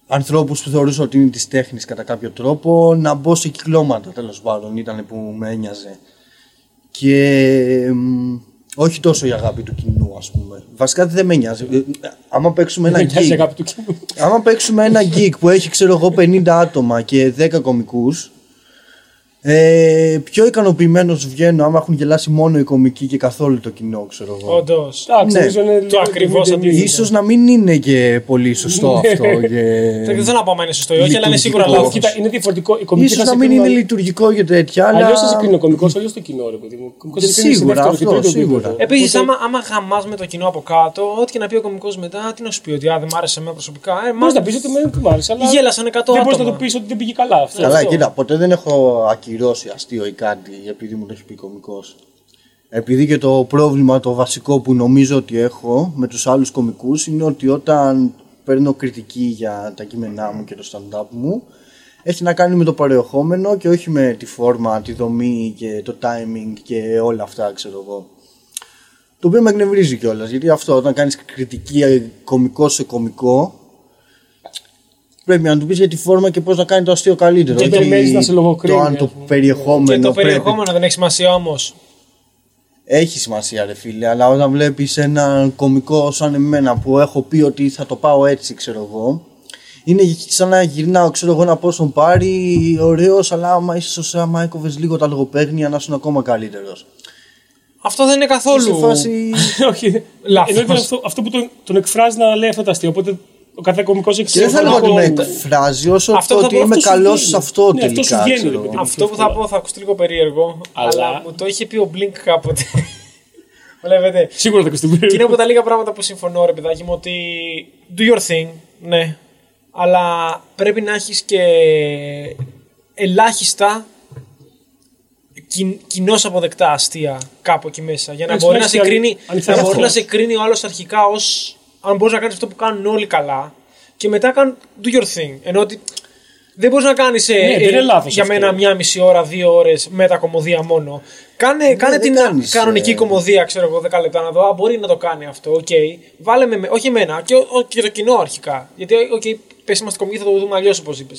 Speaker 3: Ανθρώπους που θεωρούσα ότι είναι της τέχνης κατά κάποιο τρόπο. Να μπω σε κυκλώματα τέλος πάντων ήταν που με ένοιαζε και μ, όχι τόσο η αγάπη του κοινού, ας πούμε. Βασικά δεν με νοιάζει. Ε, ε, Άμα παίξουμε ένα
Speaker 1: Δεν νοιάζει η
Speaker 3: gig,
Speaker 1: αγάπη του κοινού.
Speaker 3: άμα παίξουμε ένα gig που έχει, ξέρω εγώ, 50 άτομα και 10 κομικούς, ε, πιο ικανοποιημένος βγαίνω άμα έχουν γελάσει μόνο οι κομικοί και καθόλου το κοινό, ξέρω εγώ.
Speaker 2: Όντως.
Speaker 1: Εντάξει,
Speaker 3: Ναι.
Speaker 1: νομίζω είναι. λίγο
Speaker 2: ακριβώς
Speaker 1: DVD.
Speaker 2: αντίθετο.
Speaker 3: Ίσως να μην είναι και πολύ σωστό αυτό.
Speaker 2: Δεν
Speaker 3: και...
Speaker 2: θέλω να πω αν είναι σωστό ή όχι, αλλά είναι σίγουρα
Speaker 3: Λειτουργικό.
Speaker 2: λάθο.
Speaker 1: Αλλά Κοίτα, είναι διαφορετικό. Οι κομικοί
Speaker 3: Ίσως
Speaker 1: θα
Speaker 3: να
Speaker 1: σε
Speaker 3: μην είναι
Speaker 1: κρίνουν.
Speaker 3: λειτουργικό και τέτοια, αλλά...
Speaker 1: Αλλιώς θα σε κρίνει ο κωμικό, αλλιώς το κοινό ρε παιδί μου. Ο κωμικός σε κρίνει σε
Speaker 3: Σίγουρα,
Speaker 1: δεύτερο και
Speaker 3: αυτό,
Speaker 1: τρίτο επίπεδο.
Speaker 3: σίγουρα.
Speaker 2: Επίση, άμα, άμα γαμά με το κοινό από κάτω, ό,τι και να πει ο κωμικό μετά, τι να σου πει ότι α, δεν μ' άρεσε εμένα προσωπικά. Ε,
Speaker 1: Μπορεί να
Speaker 2: μάλλον
Speaker 1: πεις ότι με δεν μ' άρεσε, αλλά
Speaker 2: γέλασαν 100
Speaker 1: δεν μπορείς
Speaker 2: άτομα.
Speaker 1: να το πεις ότι δεν πήγε καλά αυτό.
Speaker 3: Καλά,
Speaker 1: Αυτό.
Speaker 3: κοίτα, ποτέ δεν έχω ακυρώσει αστείο ή κάτι επειδή μου το έχεις πει κωμικός. Επειδή και το πρόβλημα το βασικό που νομίζω ότι έχω με τους άλλους κωμικούς είναι ότι όταν παίρνω κριτική για τα κείμενά μου και το stand-up μου έχει να κάνει με το περιεχόμενο και όχι με τη φόρμα, τη δομή και το timing και όλα αυτά ξέρω εγώ. Το οποίο με εκνευρίζει κιόλας. Γιατί αυτό, όταν κάνεις κριτική ε, κωμικό σε κωμικό, πρέπει να του πεις για τη φόρμα και πώς να κάνει το αστείο καλύτερο.
Speaker 1: Και
Speaker 3: όχι
Speaker 1: περιμένεις να σε λογοκρίνει,
Speaker 3: Το αν το
Speaker 1: ας πούμε.
Speaker 3: περιεχόμενο.
Speaker 2: Και το
Speaker 3: πρέπει-
Speaker 2: περιεχόμενο δεν έχει σημασία όμως.
Speaker 3: Έχει σημασία, ρε φίλε, αλλά όταν βλέπεις έναν κωμικό σαν εμένα που έχω πει ότι θα το πάω έτσι, ξέρω εγώ. Είναι σαν να γυρνάω, ξέρω εγώ, να πω στον πάρει ωραίος, αλλά άμα ίσω άμα έκοβες λίγο τα λογοπαίγνια να ήσουν ακόμα καλύτερος.
Speaker 2: Αυτό δεν είναι
Speaker 3: Σε
Speaker 2: καθόλου.
Speaker 3: φάση.
Speaker 1: Όχι.
Speaker 2: Λάθος.
Speaker 1: Ενώ ήταν αυτό, αυτό που τον, τον εκφράζει να λέει αυτά τα αστεία. Οπότε ο κάθε κωμικός έχει
Speaker 3: Και δεν θα
Speaker 1: ξεχωριστό
Speaker 3: λέω ότι με
Speaker 1: ρόλο.
Speaker 3: εκφράζει όσο
Speaker 2: Αυτό
Speaker 3: το
Speaker 2: θα
Speaker 3: ότι
Speaker 2: πω,
Speaker 3: είμαι
Speaker 1: αυτό σου
Speaker 3: καλός
Speaker 1: βγαίνει.
Speaker 3: σε αυτό
Speaker 1: Ναι, αυτό σου
Speaker 3: τελικά.
Speaker 1: βγαίνει,
Speaker 3: ξέρω
Speaker 1: ρε παιδί
Speaker 3: εγώ.
Speaker 1: μου.
Speaker 2: Αυτό που θα πω θα ακουστεί λίγο περίεργο,
Speaker 1: Αλλά-
Speaker 2: αλλά μου το είχε πει ο Blink κάποτε. Βλέπετε.
Speaker 1: Σίγουρα θα ακουστεί
Speaker 2: Και είναι
Speaker 1: περίεργο.
Speaker 2: από τα λίγα πράγματα που συμφωνώ, ρε παιδάκι μου, ότι do your thing, ναι. Αλλά πρέπει να έχεις και ελάχιστα κοινώς αποδεκτά αστεία κάπου εκεί μέσα. Για να
Speaker 1: Εντάξει,
Speaker 2: μπορεί να σε
Speaker 1: τουλάχιστον
Speaker 2: κρίνει,
Speaker 1: ανοιχτά
Speaker 2: να
Speaker 1: τα
Speaker 2: μπορεί
Speaker 1: χώρα.
Speaker 2: να σε κρίνει ο άλλος αρχικά ως αν μπορείς να κάνεις αυτό που κάνουν όλοι καλά. Και μετά κάν do your thing. Ενώ ότι δεν μπορείς να κάνεις
Speaker 1: Ναι, δεν είναι λάθος
Speaker 2: για
Speaker 1: αυτό.
Speaker 2: μένα μία μισή ώρα, δύο ώρες με τα κομμωδία μόνο. Κάνε,
Speaker 1: Ναι,
Speaker 2: κάνε
Speaker 3: δεν
Speaker 2: την
Speaker 3: κάνεις,
Speaker 2: κανονική
Speaker 3: ε.
Speaker 2: κομμωδία, ξέρω εγώ, 10 λεπτά να δω. Α, μπορεί να το κάνει αυτό, οκ. Βάλε με, με- όχι εμένα, και, ο- και το κοινό αρχικά. Γιατί, οκ, πες είμαστε κομμωδία, θα το δούμε αλλιώς όπως είπες.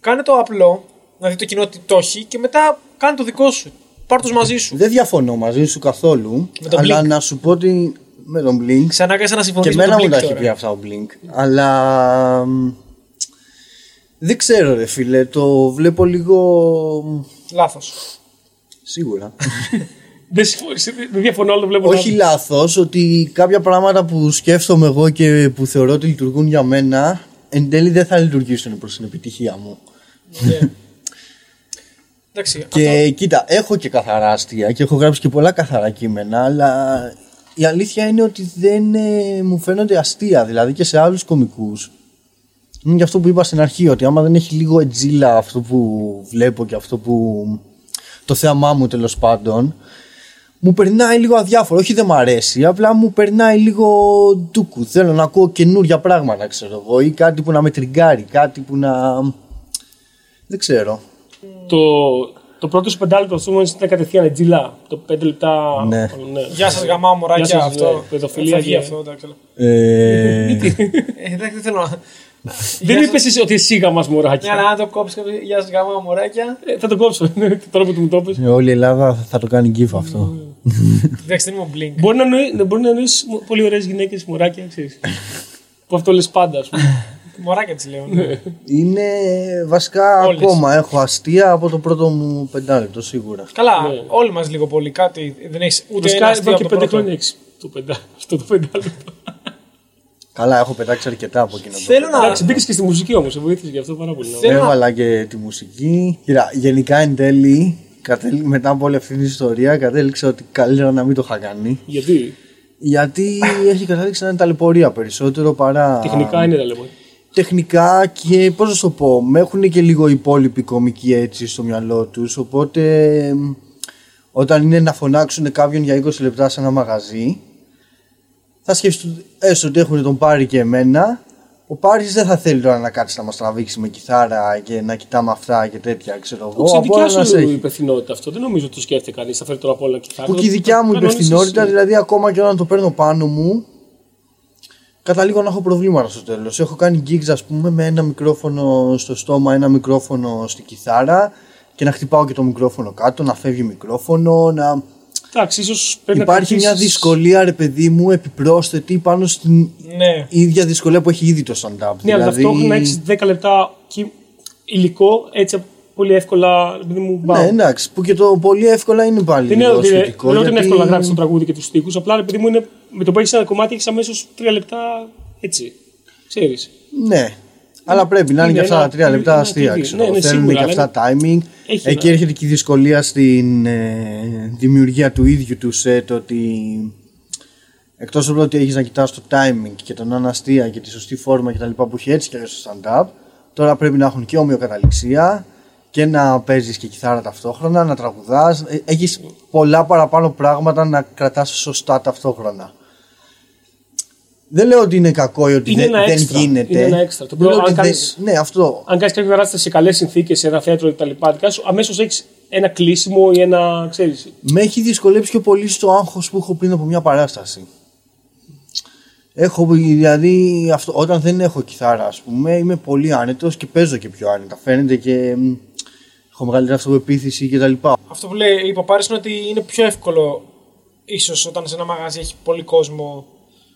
Speaker 2: Κάνε το απλό, να δει το κοινό τι το έχει και μετά κάνε το δικό σου. Πάρ τους μαζί σου.
Speaker 3: Δεν διαφωνώ μαζί σου καθόλου.
Speaker 2: Με τον
Speaker 3: Αλλά
Speaker 2: Blink.
Speaker 3: να σου πω ότι με τον Blink.
Speaker 2: Ξανά κάτσε να
Speaker 3: Και
Speaker 2: συμφωνήσει με
Speaker 3: εμένα
Speaker 2: τον
Speaker 3: μου τα
Speaker 2: Blink
Speaker 3: έχει πει
Speaker 2: τώρα.
Speaker 3: αυτά ο Blink. Αλλά. μ, Δεν ξέρω, ρε φίλε. Το βλέπω λίγο. μ,
Speaker 2: Λάθος.
Speaker 3: Σίγουρα.
Speaker 1: Δεν συμφωνείς, δεν- δεν διαφωνώ, αλλά το βλέπω.
Speaker 3: Όχι
Speaker 1: να-
Speaker 3: λάθος, ότι κάποια πράγματα που σκέφτομαι εγώ και που θεωρώ ότι λειτουργούν για μένα, εν τέλει δεν θα λειτουργήσουν προς την επιτυχία μου.
Speaker 2: Ε, Εντάξει.
Speaker 3: Ναι. Και
Speaker 2: αυτό.
Speaker 3: κοίτα, έχω και καθαρά αστεία και έχω γράψει και πολλά καθαρά κείμενα, αλλά η αλήθεια είναι ότι δεν ε, μου φαίνονται αστεία. Δηλαδή και σε άλλους κομικούς. Είναι και αυτό που είπα στην αρχή, ότι άμα δεν έχει λίγο ετζίλα αυτό που βλέπω και αυτό που. το θέαμά μου τέλος πάντων. μου περνάει λίγο αδιάφορο. Όχι δεν μ' αρέσει, απλά μου περνάει λίγο ντούκου. Θέλω να ακούω καινούργια πράγματα, ξέρω εγώ, ή κάτι που να με τριγκάρει, κάτι που να. Δεν ξέρω.
Speaker 1: Το, το πρώτο σου πεντάλεπτο του Women's ήταν κατευθείαν τζιλά. Το πέντε λεπτά.
Speaker 3: Ναι.
Speaker 2: Γεια σας, γαμάω μωράκια.
Speaker 1: Γεια σας,
Speaker 2: αυτό.
Speaker 1: ναι. Παιδοφιλία,
Speaker 2: Θα βγει
Speaker 1: γεια.
Speaker 2: αυτό, εντάξει. αλλά.
Speaker 3: Ε,
Speaker 2: Ε, εντάξει, δεν θέλω να.
Speaker 1: Δεν είπες εσύ ότι εσύ γαμάς μωράκι.
Speaker 2: Ναι, αλλά αν το κόψεις κάποιο. Γεια σας, γαμάω μωράκια.
Speaker 1: Ε, θα το κόψω. ναι, Τώρα που του μου το είπες.
Speaker 3: όλη η Ελλάδα θα το κάνει γκίφ αυτό.
Speaker 2: Εντάξει, δεν είμαι ο Blink.
Speaker 1: Μπορεί να, εννοεί, μπορεί να εννοείς μο- πολύ ωραίες γυναίκες, μωράκια, ξέρεις. που αυτό λες πάντα, ας
Speaker 3: Ναι,
Speaker 1: πούμε.
Speaker 2: Μωράκια τη λέω.
Speaker 3: Είναι βασικά
Speaker 2: Όλες.
Speaker 3: ακόμα. Έχω αστεία από το πρώτο μου πεντάλεπτο σίγουρα.
Speaker 2: Καλά,
Speaker 1: Ναι.
Speaker 2: όλοι μας λίγο πολύ κάτι. Δεν έχεις ούτε
Speaker 1: Βασικά
Speaker 2: ένα αστείο
Speaker 1: εδώ
Speaker 2: από
Speaker 1: και
Speaker 2: το
Speaker 1: πέντε
Speaker 2: πρώτο.
Speaker 1: χρόνια έχεις το πεντά, αυτό το πεντάλεπτο.
Speaker 3: Καλά, έχω πετάξει αρκετά από εκείνο. το
Speaker 2: Θέλω να.
Speaker 1: Εντάξει, μπήκες και στη μουσική όμως, σε βοήθησε γι' αυτό πάρα πολύ.
Speaker 2: Θε- Θέλω να-
Speaker 3: Έβαλα και τη μουσική. Κοίτα, γενικά εν τέλει, κατέλη- μετά από όλη αυτή την ιστορία, κατέληξα ότι καλύτερα να μην το είχα κάνει.
Speaker 1: Γιατί
Speaker 3: Γιατί έχει καταλήξει να είναι ταλαιπωρία περισσότερο παρά.
Speaker 1: τεχνικά είναι τα λέμε.
Speaker 3: Τεχνικά και πώς να σου το πω, με έχουν και λίγο οι υπόλοιποι κομικοί έτσι στο μυαλό τους. Οπότε μ, όταν είναι να φωνάξουν κάποιον για 20 λεπτά σε ένα μαγαζί, θα σκεφτούν έστω ότι έχουν τον Πάρη και εμένα. Ο Πάρης δεν θα θέλει τώρα να κάτσει να μας τραβήξει με κιθάρα και να κοιτάμε αυτά και τέτοια, ξέρω εγώ.
Speaker 1: Ξέρετε,
Speaker 3: Απ' όλα
Speaker 1: δικιά
Speaker 3: να σε
Speaker 1: σου
Speaker 3: έχει.
Speaker 1: υπευθυνότητα αυτό. Δεν νομίζω ότι το σκέφτεται κανείς. Θα φέρει τώρα απ' όλα και θα.
Speaker 3: Που και η δικιά μου υπευθυνότητα, δηλαδή ακόμα και όταν το παίρνω πάνω μου, καταλήγω να έχω προβλήματα στο τέλος. Έχω κάνει gigs, ας πούμε, με ένα μικρόφωνο στο στόμα, ένα μικρόφωνο στη κιθάρα και να χτυπάω και το μικρόφωνο κάτω, να φεύγει μικρόφωνο, να.
Speaker 1: Εντάξει, ίσως πρέπει να
Speaker 3: Υπάρχει μια
Speaker 1: κρατήσεις-
Speaker 3: δυσκολία, ρε παιδί μου, επιπρόσθετη πάνω στην
Speaker 2: Ναι.
Speaker 3: ίδια δυσκολία που έχει ήδη το stand-up. Δηλαδή,
Speaker 1: Ναι, αλλά ταυτόχρονα έχεις 10 λεπτά κι- υλικό έτσι πολύ εύκολα. επειδή μου μπαμ.
Speaker 3: Ναι, εντάξει, που και το πολύ εύκολα είναι πάλι.
Speaker 1: Δεν είναι
Speaker 3: λίγο
Speaker 1: ότι είναι,
Speaker 3: σχετικό,
Speaker 1: δεν είναι ότι είναι
Speaker 3: γιατί-
Speaker 1: εύκολο να γράψεις το τραγούδι και του στίχους, απλά επειδή μου είναι, με το που έχεις ένα κομμάτι έχεις αμέσως τρία λεπτά έτσι. Ξέρεις.
Speaker 3: Ναι. Αλλά πρέπει να είναι
Speaker 1: Είναι
Speaker 3: και αυτά
Speaker 1: ένα-
Speaker 3: τα τρία λεπτά
Speaker 1: είναι
Speaker 3: αστεία.
Speaker 1: ακριβή.
Speaker 3: ξέρω.
Speaker 1: Ναι, ναι,
Speaker 3: Θέλουν
Speaker 1: σίγουρα,
Speaker 3: και αυτά timing.
Speaker 1: Έχει
Speaker 3: Εκεί
Speaker 1: ένα-
Speaker 3: έρχεται και η δυσκολία στην ε, δημιουργία του ίδιου του σετ ότι εκτός από το ότι έχεις να κοιτάς το timing και τον αν αστεία και τη σωστή φόρμα κτλ. που έχει έτσι και αλλιώς στο stand-up, τώρα πρέπει να έχουν και ομοιοκαταληξία και να παίζεις και κιθάρα ταυτόχρονα, να τραγουδάς. Έχεις πολλά παραπάνω πράγματα να κρατάς σωστά ταυτόχρονα. Δεν λέω ότι είναι κακό ή ότι
Speaker 1: Είναι
Speaker 3: δεν,
Speaker 1: ένα
Speaker 3: δεν
Speaker 1: έξτρα.
Speaker 3: γίνεται.
Speaker 1: Είναι ένα έξτρα. Το
Speaker 3: Δεν λέω
Speaker 1: πρώτο, αν
Speaker 3: ότι δεν-
Speaker 1: κάνεις-
Speaker 3: Ναι, αυτό.
Speaker 1: Αν κάνεις κάποια παράσταση σε καλές συνθήκες, σε ένα θέατρο κτλ. Αμέσως έχεις ένα κλείσιμο ή ένα. ξέρεις,
Speaker 3: Με έχει δυσκολέψει πιο πολύ στο άγχος που έχω πριν από μια παράσταση. Έχω, δηλαδή, αυτό, όταν δεν έχω κιθάρα, ας πούμε, είμαι πολύ άνετος και παίζω και πιο άνετα. Φαίνεται και μ, έχω μεγαλύτερη αυτοπεποίθηση κτλ.
Speaker 2: Αυτό που λέει η Παπάρης είναι ότι είναι πιο εύκολο ίσως όταν σε ένα μαγαζί έχει πολύ κόσμο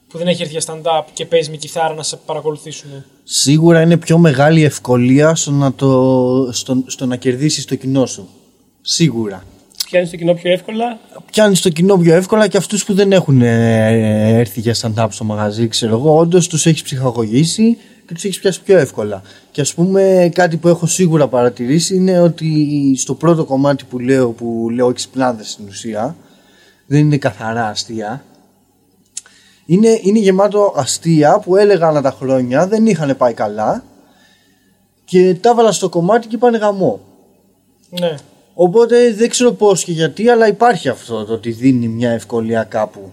Speaker 2: που δεν έχει έρθει για stand-up και παίζει με κιθάρα να σε παρακολουθήσουν.
Speaker 3: Σίγουρα είναι πιο μεγάλη ευκολία στο να, το, στο, στο να κερδίσεις το κοινό σου. Σίγουρα.
Speaker 1: Πιάνεις το κοινό πιο εύκολα.
Speaker 3: πιάνεις το κοινό πιο εύκολα και αυτούς που δεν έχουν ε, έρθει για stand-up στο μαγαζί, ξέρω εγώ, όντως τους έχεις ψυχαγωγήσει και τους έχεις πιάσει πιο εύκολα. Και ας πούμε, κάτι που έχω σίγουρα παρατηρήσει είναι ότι στο πρώτο κομμάτι που λέω, που λέω εξυπνάδε στην ουσία, δεν είναι καθαρά αστεία. Είναι, είναι γεμάτο αστεία που έλεγα ανά τα χρόνια δεν είχαν πάει καλά και τα έβαλα στο κομμάτι και είπαν γαμό.
Speaker 2: Ναι.
Speaker 3: Οπότε δεν ξέρω πώς και γιατί, αλλά υπάρχει αυτό το ότι δίνει μια ευκολία κάπου.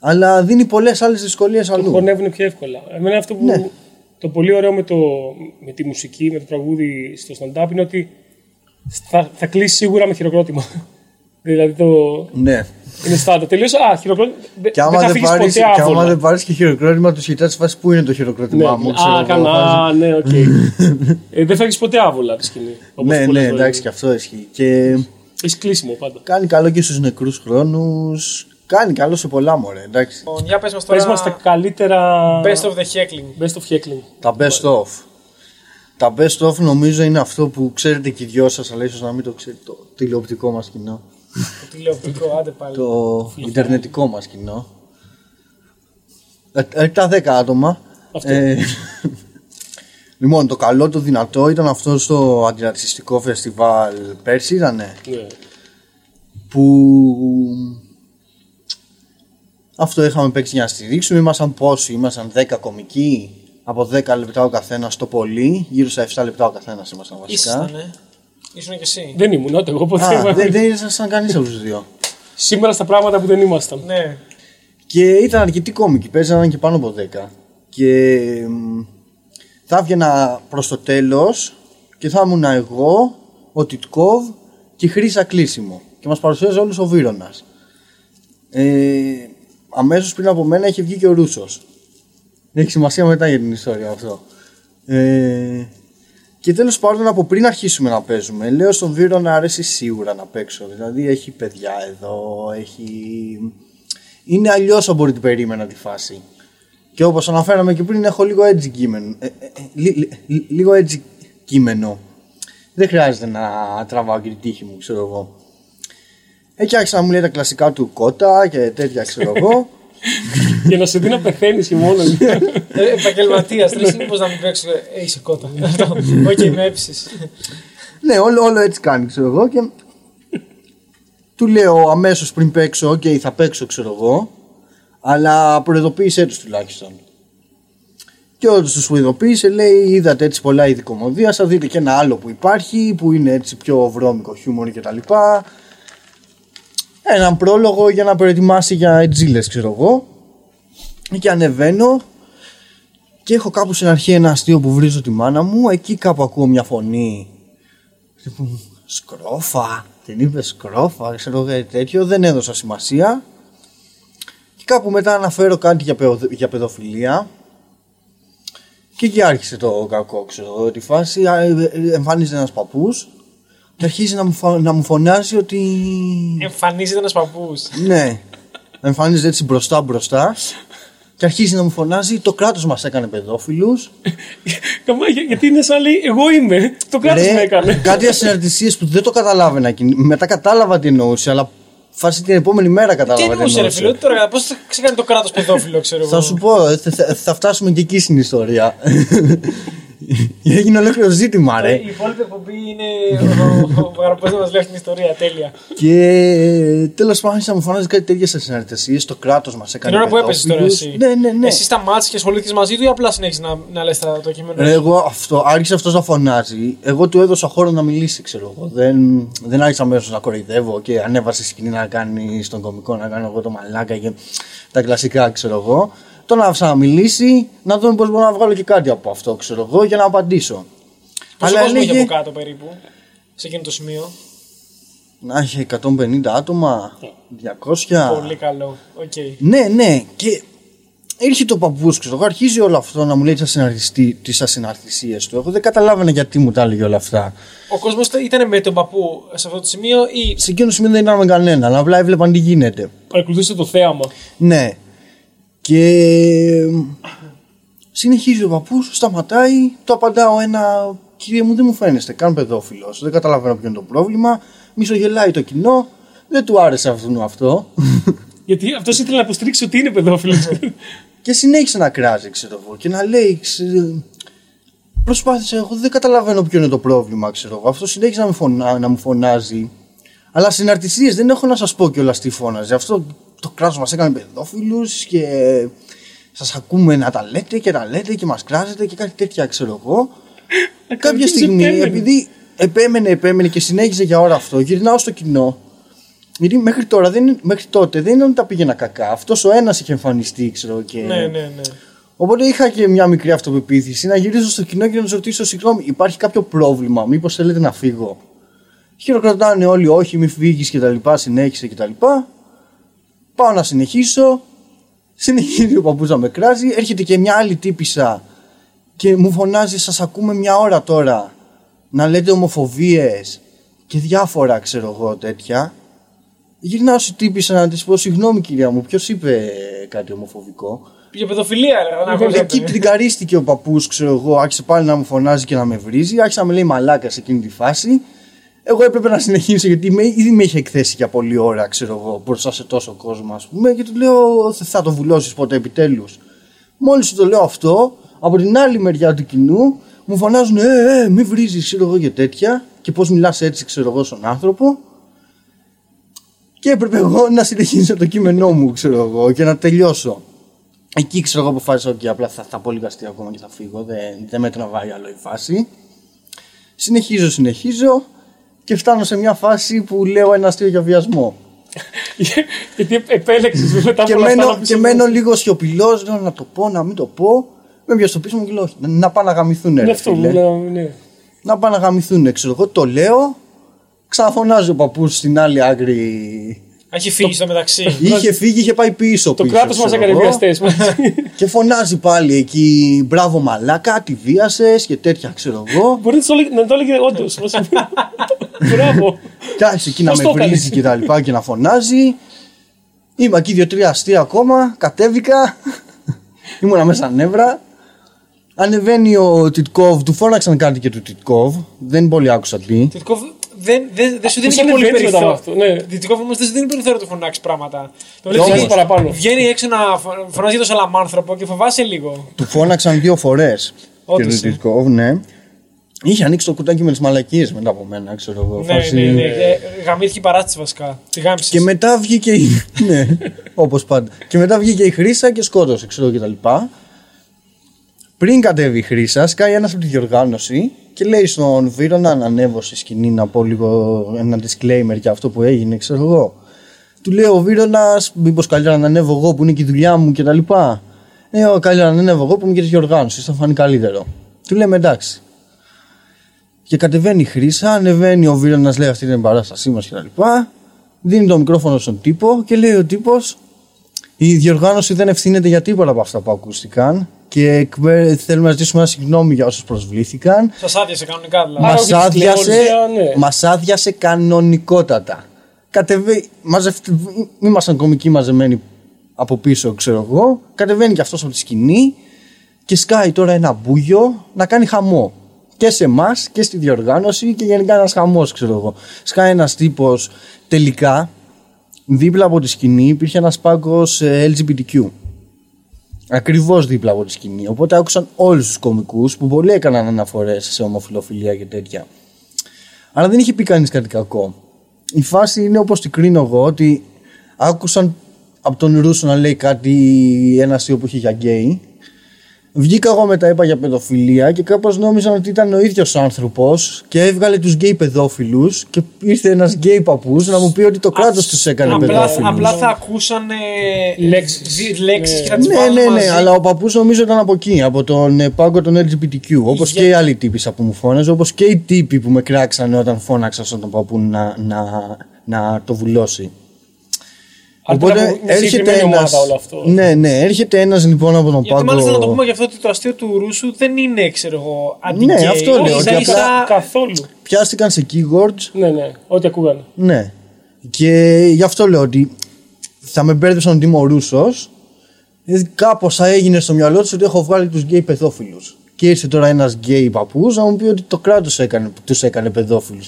Speaker 3: Αλλά δίνει πολλές άλλες δυσκολίες αλλού.
Speaker 1: Χωνεύουν πιο εύκολα. Εμένα αυτό που.
Speaker 3: Ναι.
Speaker 1: Το πολύ ωραίο με, το, με τη μουσική, με το τραγούδι στο stand-up είναι ότι θα, θα κλείσει σίγουρα με χειροκρότημα. δηλαδή το.
Speaker 3: Ναι.
Speaker 1: Είναι στάνταρ. Τελείωσε. Α, χειροκρότημα. Δε-
Speaker 3: Και
Speaker 1: δεν
Speaker 3: άμα
Speaker 1: θα
Speaker 3: δεν
Speaker 1: φύγεις
Speaker 3: πάρεις
Speaker 1: ποτέ
Speaker 3: και, άμα
Speaker 1: άβολα.
Speaker 3: δεν πάρεις και χειροκρότημα, του κοιτά φάση που είναι το
Speaker 1: Ναι,
Speaker 3: χειροκρότημά μου. ξέρω
Speaker 1: α,
Speaker 3: εγώ,
Speaker 1: καλά,
Speaker 3: βάζεις-
Speaker 1: α, ναι, οκ. ε, δεν φεύγεις ποτέ άβολα από τη σκηνή. όπως
Speaker 3: Ναι,
Speaker 1: πολλές
Speaker 3: ναι,
Speaker 1: φορές.
Speaker 3: εντάξει, και αυτό ισχύει. Και
Speaker 1: Έχει κλείσιμο πάντα.
Speaker 3: κάνει καλό και στους νεκρούς χρόνους. Κάνει καλό σε πολλά μωρέ, εντάξει.
Speaker 2: Λοιπόν, για πες μας
Speaker 1: Πες
Speaker 2: τώρα.
Speaker 1: μας τα καλύτερα.
Speaker 2: Best of the heckling.
Speaker 1: Best of heckling.
Speaker 3: Τα best of. Τα best of νομίζω είναι αυτό που ξέρετε και οι δυο σας, αλλά ίσως να μην το ξέρετε το τηλεοπτικό μας κοινό.
Speaker 2: Το τηλεοπτικό, άντε πάλι.
Speaker 3: το ιντερνετικό μας κοινό. Ε, ε, τα 10 άτομα.
Speaker 1: Αυτό.
Speaker 3: Ε, λοιπόν, το καλό, το δυνατό ήταν αυτό στο αντιρατσιστικό φεστιβάλ πέρσι, ήτανε.
Speaker 1: Ναι.
Speaker 3: Που αυτό είχαμε παίξει για να στηρίξουμε. Ήμασταν πόσοι, ήμασταν 10 κομικοί. Από 10 λεπτά ο καθένας το πολύ. Γύρω στα 7 λεπτά ο καθένας ήμασταν βασικά.
Speaker 2: Ήσασταν, ε. Ήσουν και εσύ.
Speaker 1: Δεν ήμουν ούτε εγώ ποτέ.
Speaker 3: Α,
Speaker 1: μα-
Speaker 3: δεν δεν ήσασταν κανείς από τους δύο.
Speaker 1: σήμερα στα πράγματα που δεν ήμασταν.
Speaker 2: Ναι.
Speaker 3: Και ήταν αρκετοί κόμικοι, παίζανε και πάνω από 10. Και μ, θα έβγαινα προς το τέλος και θα ήμουν εγώ, ο Τιτκόβ και η Χρύσα Κλείσιμο. Και μας παρουσίαζε όλους ο Βίρονας. Ε, Αμέσως πριν από μένα είχε βγει και ο Ρούσος. Έχει σημασία μετά για την ιστορία αυτό. Ε, και τέλος πάντων από πριν αρχίσουμε να παίζουμε, λέω στον Βίρο να αρέσει σίγουρα να παίξω. Δηλαδή έχει παιδιά εδώ, έχει. Είναι αλλιώς από ό,τι περίμενα τη φάση. Και όπως αναφέραμε και πριν, έχω λίγο έτσι κείμενο. ε, ε, ε, λι- λι- λι- λίγο έτσι κείμενο. Δεν χρειάζεται να τραβάω και την τύχη μου, ξέρω εγώ. Ε, και άρχισε να μου λέει τα κλασικά του κότα και τέτοια, ξέρω εγώ.
Speaker 1: Για να σε δει να πεθαίνεις και μόνο.
Speaker 2: Ε, Επαγγελματίας, τρεις πώ να μην παίξω. Ε, είσαι κότα.
Speaker 1: Ναι.
Speaker 2: Όχι, με έψησε.
Speaker 3: Ναι, όλο, όλο έτσι κάνει, ξέρω εγώ. Και του λέω αμέσως πριν παίξω, οκ, θα παίξω, ξέρω εγώ. Αλλά προειδοποίησέ τους τουλάχιστον. Και όντως τους προειδοποίησε, λέει: Είδατε έτσι πολλά είδη κομμωδίας. Θα δείτε και ένα άλλο που υπάρχει, που είναι έτσι πιο βρώμικο χιούμορ κτλ. Έναν πρόλογο για να προετοιμάσει για ετζίλε, ξέρω εγώ. Και ανεβαίνω και έχω κάπου στην αρχή ένα αστείο που βρίζω τη μάνα μου. Εκεί κάπου ακούω μια φωνή σκρόφα, την είπε σκρόφα, ξέρω εγώ κάτι τέτοιο, δεν έδωσα σημασία. Και κάπου μετά αναφέρω κάτι για, παιδο- για παιδοφιλία. Και εκεί άρχισε το κακό, ξέρω εγώ, τη φάση. Α, ε, ε, Εμφανίζεται ένας παππούς και αρχίζει να μου, φα- να μου φωνάζει ότι.
Speaker 2: Εμφανίζεται ένας παππούς.
Speaker 3: ναι, εμφανίζεται έτσι μπροστά μπροστά. Και αρχίζει να μου φωνάζει το κράτος μας έκανε παιδόφιλους
Speaker 1: Καμά, για- γιατί είναι σαν λέει, εγώ είμαι. Το κράτος
Speaker 3: Ρε,
Speaker 1: με έκανε.
Speaker 3: Κάτι ασυναρτησίες που δεν το καταλάβαινα. και Μετά κατάλαβα τι εννοούσε, αλλά φάση την επόμενη μέρα
Speaker 2: Τι
Speaker 3: κατάλαβα τι
Speaker 2: εννοούσε, ρε φίλε,
Speaker 3: εννοούσε.
Speaker 2: τώρα πώς ξεκάνε το κράτος παιδόφιλο, ξέρω εγώ.
Speaker 3: Θα σου πω, ε, θε- θα, θα φτάσουμε και εκεί στην ιστορία. Έγινε ολόκληρο ζήτημα, ρε.
Speaker 2: Ε, Η υπόλοιπη εκπομπή είναι ο- ο Γαραπέζο να μα λέει αυτή την ιστορία. Τέλεια.
Speaker 3: και τέλος πάντων, άρχισε να μου φωνάζεις κάτι τέτοιε ασυναρτησίε. Το κράτος μας
Speaker 2: Την
Speaker 3: έκανε.
Speaker 2: ώρα που έπαιζες τώρα
Speaker 3: παιδόφιλους.
Speaker 2: εσύ.
Speaker 3: Ναι, ναι, ναι.
Speaker 2: Εσύ τα μάτια και ασχολήθηκες μαζί του ή απλά συνέχισε να, να λες το κείμενο.
Speaker 3: Ρε, εγώ αυτό, άρχισε αυτός να φωνάζει. Εγώ του έδωσα χώρο να μιλήσει, ξέρω εγώ. Δεν, δεν άρχισα αμέσως να κοροϊδεύω και ανέβασε σκηνή να κάνει στον κωμικό να κάνω εγώ το μαλάκα και τα κλασικά, ξέρω εγώ. Τον άφησα να μιλήσει, να δούμε πώ μπορώ να βγάλω και κάτι από αυτό, ξέρω εγώ, για να απαντήσω.
Speaker 2: Πόσο
Speaker 3: Αλλά
Speaker 2: κόσμο είχε
Speaker 3: έλεγε-
Speaker 2: από κάτω περίπου σε εκείνο το σημείο.
Speaker 3: Να έχει 150 άτομα, 200.
Speaker 2: Πολύ καλό. Οκ.
Speaker 3: Ναι, ναι. Και ήρθε το παππούς, ξέρω εγώ, αρχίζει όλο αυτό να μου λέει τις ασυναρτησίες του. Εγώ δεν καταλάβαινα γιατί μου τα έλεγε όλα αυτά.
Speaker 2: Ο κόσμος ήταν με τον παππού σε αυτό το σημείο ή.
Speaker 3: σε εκείνο το σημείο δεν ήταν με κανέναν, απλά έβλεπαν τι γίνεται.
Speaker 1: Παρακολουθούσε το θέαμα.
Speaker 3: Ναι. Και συνεχίζει ο παππούς, σταματάει, το απαντάω ένα. Κύριε μου, δεν μου φαίνεστε καν παιδόφιλος. Δεν καταλαβαίνω ποιο είναι το πρόβλημα. Μισογελάει το κοινό. Δεν του άρεσε αυτού αυτό.
Speaker 1: Γιατί αυτός ήθελε να υποστηρίξει ότι είναι παιδόφιλος.
Speaker 3: Και συνέχισε να κράζει, ξέρω εγώ, και να λέει. ξε- Προσπάθησε, εγώ δεν καταλαβαίνω ποιο είναι το πρόβλημα, ξέρω εγώ. Αυτό συνέχισε να, με φωνά, να μου φωνάζει. Αλλά συναρτησίες δεν έχω να σας πω κιόλας τι φώναζε. Αυτό το κράτος μας έκανε παιδόφιλους και σας ακούμε να τα λέτε και τα λέτε και μας κράζετε και κάτι τέτοια, ξέρω εγώ.
Speaker 2: Ε,
Speaker 3: Κάποια στιγμή, επειδή επέμενε, επέμενε και συνέχιζε για ώρα αυτό, γυρνάω στο κοινό. Γιατί μέχρι, τώρα, δεν, μέχρι τότε δεν είναι ότι τα πήγαινα κακά. Αυτός ο ένας είχε εμφανιστεί, ξέρω και.
Speaker 2: Ναι, ναι, ναι.
Speaker 3: Οπότε είχα και μια μικρή αυτοπεποίθηση να γυρίσω στο κοινό και να τους ρωτήσω: Συγγνώμη, υπάρχει κάποιο πρόβλημα. Μήπως θέλετε να φύγω. Χειροκροτάνε όλοι, όχι, μη φύγεις και τα λοιπά, συνέχισε και τα λοιπά. Πάω να συνεχίσω. Συνεχίζει ο παππούς να με κράζει. Έρχεται και μια άλλη τύπησα και μου φωνάζει: Σας ακούμε μια ώρα τώρα να λέτε ομοφοβίες και διάφορα ξέρω εγώ τέτοια. Γυρνάω στη τύπησα να της πω: Συγγνώμη κυρία μου, ποιος είπε κάτι ομοφοβικό.
Speaker 2: Για παιδοφιλία, ρε. να ακούω
Speaker 3: Ε, Εκεί
Speaker 2: κάτι.
Speaker 3: τριγκαρίστηκε ο παππούς, ξέρω εγώ, άρχισε πάλι να μου φωνάζει και να με βρίζει, άρχισε να με λέει μαλάκα σε εκείνη τη φάση. Εγώ έπρεπε να συνεχίσω γιατί με, ήδη με είχε εκθέσει για πολλή ώρα, ξέρω εγώ, μπροστά σε τόσο κόσμο, ας πούμε, και του λέω «Θε- θα το βουλώσεις ποτέ επιτέλους. Μόλις του το λέω αυτό, από την άλλη μεριά του κοινού μου φωνάζουν Ε, ε, μη βρίζεις, ξέρω εγώ και τέτοια, και πώς μιλάς έτσι, ξέρω εγώ, στον άνθρωπο. Και έπρεπε εγώ να συνεχίσω το κείμενό μου, ξέρω εγώ, και να τελειώσω. Εκεί ξέρω εγώ αποφάσισα ότι απλά θα, θα πω λίγα αστεία ακόμα και θα φύγω. Δεν, δεν με τραβάει άλλο η φάση. Συνεχίζω, συνεχίζω και φτάνω σε μια φάση που λέω ένα αστείο για βιασμό.
Speaker 1: Γιατί επέλεξες μετά από
Speaker 3: και,
Speaker 1: όλα αυτά
Speaker 3: μένω,
Speaker 1: να πεις
Speaker 3: και
Speaker 1: ότι-
Speaker 3: μένω λίγο σιωπηλός, λέω να το πω, να μην το πω. Με πιάσει το πίσω μου και λέω, «Όχι, να, να πάνε να γαμηθούν.
Speaker 1: Είναι αυτό που λέω. ναι.
Speaker 3: να πάνε να γαμηθούν, ξέρω εγώ. Το λέω, ξαναφωνάζει ο παππούς στην άλλη άκρη.
Speaker 2: Έχει φύγει στο μεταξύ.
Speaker 3: είχε φύγει, είχε πάει πίσω.
Speaker 1: Το
Speaker 3: πίσω,
Speaker 1: κράτος μας
Speaker 3: ξέρω
Speaker 1: έκανε
Speaker 3: εγώ.
Speaker 1: βιαστές.
Speaker 3: Και φωνάζει πάλι εκεί, μπράβο μαλάκα, τη βίασες και τέτοια, ξέρω εγώ.
Speaker 1: Μπορεί να το λέγε- να το έλεγε όντως. Μπράβο.
Speaker 3: Κάτσε εκεί να
Speaker 1: Πώς
Speaker 3: με
Speaker 1: το έκανες?
Speaker 3: βρίζει και τα λοιπά και να φωνάζει. Είμαι εκεί δύο-τρία αστεία ακόμα, κατέβηκα. Ήμουνα μέσα νεύρα. Ανεβαίνει ο Τιτκόβ, του φώναξαν κάτι και του Τιτκόβ. Δεν πολύ άκουσα τι.
Speaker 2: Δυτικό δεν, δεν, δεν σου δίνει
Speaker 1: Πώς
Speaker 2: και πολύ
Speaker 1: ανεβαίνεις μετά από
Speaker 2: περιθώριο.
Speaker 1: αυτό, ναι.
Speaker 2: Δυτικό όμως δεν σου δίνει περιθώριο να του φωνάξεις πράγματα. Το
Speaker 1: Όμως-
Speaker 2: βγαίνει-
Speaker 1: παραπάνω.
Speaker 2: Βγαίνει έξω να φω- φωνάζει για το σαλαμάνθρωπο και φοβάσαι λίγο.
Speaker 3: του φώναξαν δύο φορές. Και
Speaker 2: Όντως,
Speaker 3: του
Speaker 2: ε.
Speaker 3: Τιτκόβ, ναι. Είχε ανοίξει το κουτάκι με τις μαλακίες μετά από μένα, ξέρω εγώ.
Speaker 2: Ναι,
Speaker 3: φάση-
Speaker 2: ναι, ναι. Ε, Γαμήθηκε η παράσταση βασικά. Τη γάμισε.
Speaker 3: Και μετά βγήκε η. ναι, όπως πάντα. Και μετά βγήκε η Χρύσα και σκότωσε, ξέρω και τα λοιπά. Πριν κατέβει η Χρύσα, σκάει ένας από τη διοργάνωση και λέει στον Βίρονα να ανέβω στη σκηνή να πω λίγο ένα disclaimer για αυτό που έγινε, ξέρω εγώ. Του λέει ο Βίρονα, μήπως καλύτερα να ανέβω εγώ που είναι και η δουλειά μου και τα λοιπά. Ε, «Ω, καλύτερα να ανέβω εγώ που είμαι και τη διοργάνωση, θα φανεί καλύτερο. Του λέμε εντάξει. Και κατεβαίνει η Χρύσα, ανεβαίνει ο Βίρονα, λέει αυτή είναι η παράστασή μας κτλ. Δίνει το μικρόφωνο στον τύπο και λέει ο τύπος: Η διοργάνωση δεν ευθύνεται για τίποτα από αυτά που ακούστηκαν και εκμε- θέλουμε να ζητήσουμε ένα συγγνώμη για όσους προσβλήθηκαν.
Speaker 2: Σας άδειασε κανονικά δηλαδή.
Speaker 1: Μα-
Speaker 3: Μας
Speaker 1: όχι,
Speaker 3: άδειασε,
Speaker 1: τηλεόραση, ναι.
Speaker 3: μας άδειασε κανονικότατα. Κατεβαίνει, μαζευτε- ήμασταν κομικοί μαζεμένοι από πίσω, ξέρω εγώ. Κατεβαίνει και αυτός από τη σκηνή και σκάει τώρα ένα μπούγιο να κάνει χαμό. Και σε εμάς και στη διοργάνωση και γενικά ένας χαμός, ξέρω εγώ. Σκάει ένας τύπος τελικά δίπλα από τη σκηνή υπήρχε ε, ένα πάγκο LGBTQ. Ακριβώς δίπλα από τη σκηνή. Οπότε άκουσαν όλους τους κωμικού που πολλοί έκαναν αναφορές σε ομοφιλοφιλία και τέτοια. Αλλά δεν είχε πει κανείς κάτι κακό. Η φάση είναι όπως την κρίνω εγώ, ότι άκουσαν από τον Ρούσο να λέει κάτι ένας αστείο που είχε για γκέι. Βγήκα εγώ μετά, είπα για παιδοφιλία και κάπως νόμιζαν ότι ήταν ο ίδιος άνθρωπος και έβγαλε τους γκέι παιδόφιλους και ήρθε ένας γκέι παππούς να μου πει ότι το κράτος τους έκανε
Speaker 2: απλά,
Speaker 3: παιδόφιλους.
Speaker 2: απλά θα ακούσαν
Speaker 1: Λέξεις.
Speaker 2: λέξει
Speaker 1: Ναι.
Speaker 2: και θα τις
Speaker 3: Ναι,
Speaker 2: βάλουν
Speaker 3: ναι,
Speaker 2: μαζί.
Speaker 3: ναι, αλλά ο παππούς νομίζω ήταν από εκεί, από τον ε, πάγκο των LGBTQ. Όπως
Speaker 2: Για-
Speaker 3: και οι άλλοι τύποι σαν που μου φώναζε, όπως και οι τύποι που με κράξανε όταν φώναξα στον τον παππού να, να, να το βουλώσει.
Speaker 1: Αν ήταν από μια συγκεκριμένη ομάδα όλο αυτό.
Speaker 3: Ναι, ναι, έρχεται ένας λοιπόν από τον
Speaker 2: Γιατί
Speaker 3: πάγκο.
Speaker 2: μάλιστα να το πούμε γι' αυτό ότι το αστείο του Ρούσου δεν είναι, ξέρω εγώ, αντικέι.
Speaker 3: Ναι, αυτό λέω,
Speaker 2: Ίσα-
Speaker 3: ότι απλά-
Speaker 2: ίσα-
Speaker 1: Καθόλου.
Speaker 3: Πιάστηκαν σε keywords.
Speaker 1: Ναι, ναι. Ό,τι ακούγανε.
Speaker 3: Ναι. Και γι' αυτό λέω ότι θα με μπέρδεψαν τον Τίμο Ρούσο. Κάπω Ε, θα έγινε στο μυαλό τους ότι έχω βγάλει τους γκέι παιδόφιλους. Και ήρθε τώρα ένας γκέι παππούς να μου πει ότι το κράτος έκανε, τους έκανε παιδόφιλους.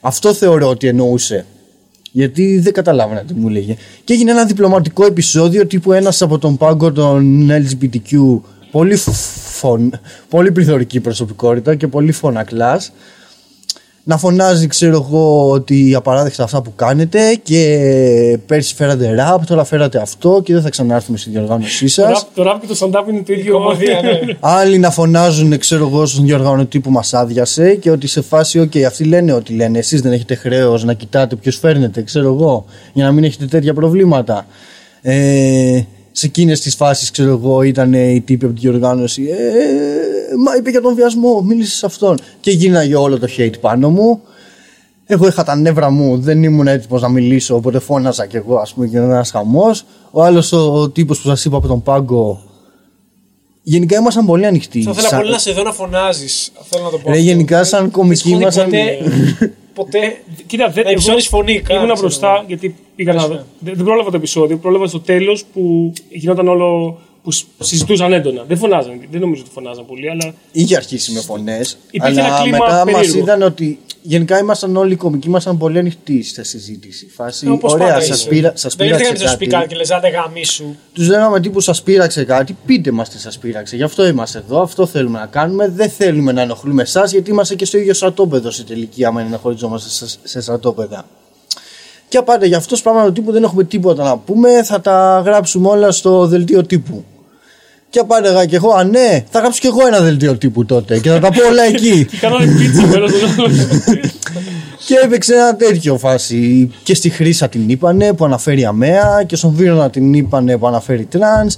Speaker 3: Αυτό θεωρώ ότι εννοούσε. Γιατί δεν καταλάβαινα τι μου λέγε. Και έγινε ένα διπλωματικό επεισόδιο τύπου ένας από τον πάγκο των LGBTQ. Πολύ, φων, πολύ πληθωρική προσωπικότητα και πολύ φωνακλάς να φωνάζει, ξέρω εγώ, ότι απαράδεκτα αυτά που κάνετε και πέρσι φέρατε ραπ, τώρα φέρατε αυτό και δεν θα ξανάρθουμε στη διοργάνωσή
Speaker 1: Το
Speaker 3: σα.
Speaker 1: ραπ- Το ραπ και το stand-up είναι το ίδιο.
Speaker 2: κομμωδία, ναι.
Speaker 3: Άλλοι να φωνάζουν, ξέρω εγώ, στον διοργανωτή που μας άδειασε και ότι σε φάση, οκ, αυτοί λένε ό,τι λένε. Εσείς δεν έχετε χρέος να κοιτάτε ποιος φέρνετε, ξέρω εγώ, για να μην έχετε τέτοια προβλήματα. Ε, σε εκείνες τις φάσεις, ξέρω εγώ, ήταν οι τύποι από την διοργάνωση. Ε, μα είπε για τον βιασμό, μίλησες σε αυτόν. Και γίναγε όλο το hate πάνω μου. Εγώ είχα τα νεύρα μου, δεν ήμουν έτοιμος να μιλήσω, οπότε φώναζα κι εγώ, ας πούμε, και ένας χαμός. Ο άλλος ο, ο τύπος που σας είπα από τον πάγκο. Γενικά ήμασταν πολύ ανοιχτοί.
Speaker 2: Θα ήθελα
Speaker 3: Σαν-
Speaker 2: πολύ να σε δω να φωνάζεις. Θέλω να το πω.
Speaker 3: Ρε,
Speaker 2: αυτό.
Speaker 3: γενικά σαν κομική
Speaker 2: Δεν σου έχω
Speaker 3: ήμασταν.
Speaker 2: δει Ποτέ, ποτέ
Speaker 1: Κοίτα, δεν
Speaker 2: να
Speaker 1: εγώ-
Speaker 2: υψώνεις φωνή. καν,
Speaker 1: Ήμουνα
Speaker 2: ξέρω
Speaker 1: μπροστά
Speaker 2: εγώ.
Speaker 1: γιατί πήγα να
Speaker 2: Πες,
Speaker 1: δω.
Speaker 2: ναι.
Speaker 1: Δεν, δεν πρόλαβα το επεισόδιο. Πρόλαβα στο τέλος που γινόταν όλο. που σ- συζητούσαν έντονα. Δεν φωνάζαν. Δεν νομίζω ότι φωνάζαν πολύ, αλλά.
Speaker 3: Είχε αρχίσει με φωνές.
Speaker 1: Υπήρχε ένα
Speaker 3: Αλλά
Speaker 1: κλίμα
Speaker 3: μετά μας
Speaker 1: περίεργο.
Speaker 3: είδαν ότι. Γενικά ήμασταν όλοι οι κομικοί, ήμασταν πολύ ανοιχτοί στη συζήτηση. Φάση,
Speaker 2: Ε, όπως
Speaker 3: ωραία,
Speaker 2: πάντα
Speaker 3: σας
Speaker 2: είσαι.
Speaker 3: πήρα, σας
Speaker 2: Δεν ήρθε
Speaker 3: πήραξε
Speaker 2: κανείς να σου πει
Speaker 3: κάτι.
Speaker 2: κάτι και λες άντε γαμίσου.
Speaker 3: Τους λέγαμε τύπους σας πείραξε κάτι, πείτε μας τι σας πείραξε. Γι' αυτό είμαστε εδώ, αυτό θέλουμε να κάνουμε. Δεν θέλουμε να ενοχλούμε εσάς, γιατί είμαστε και στο ίδιο στρατόπεδο σε τελική, άμα είναι να χωριζόμαστε σε, σε στρατόπεδα. Και απάντα γι' αυτό πράγματα τύπου δεν έχουμε τίποτα να πούμε, θα τα γράψουμε όλα στο δελτίο τύπου. Και απάνταγα κι εγώ, Α, ναι, θα γράψω κι εγώ ένα δελτίο τύπου τότε και θα τα πω όλα εκεί.
Speaker 1: Και κάνω πίτσα πέρα στον άλλο.
Speaker 3: και έπαιξε ένα τέτοιο φάση. Και στη Χρύσα την είπανε που αναφέρει αμαία, και στον Βίρονα την είπανε που αναφέρει τραν.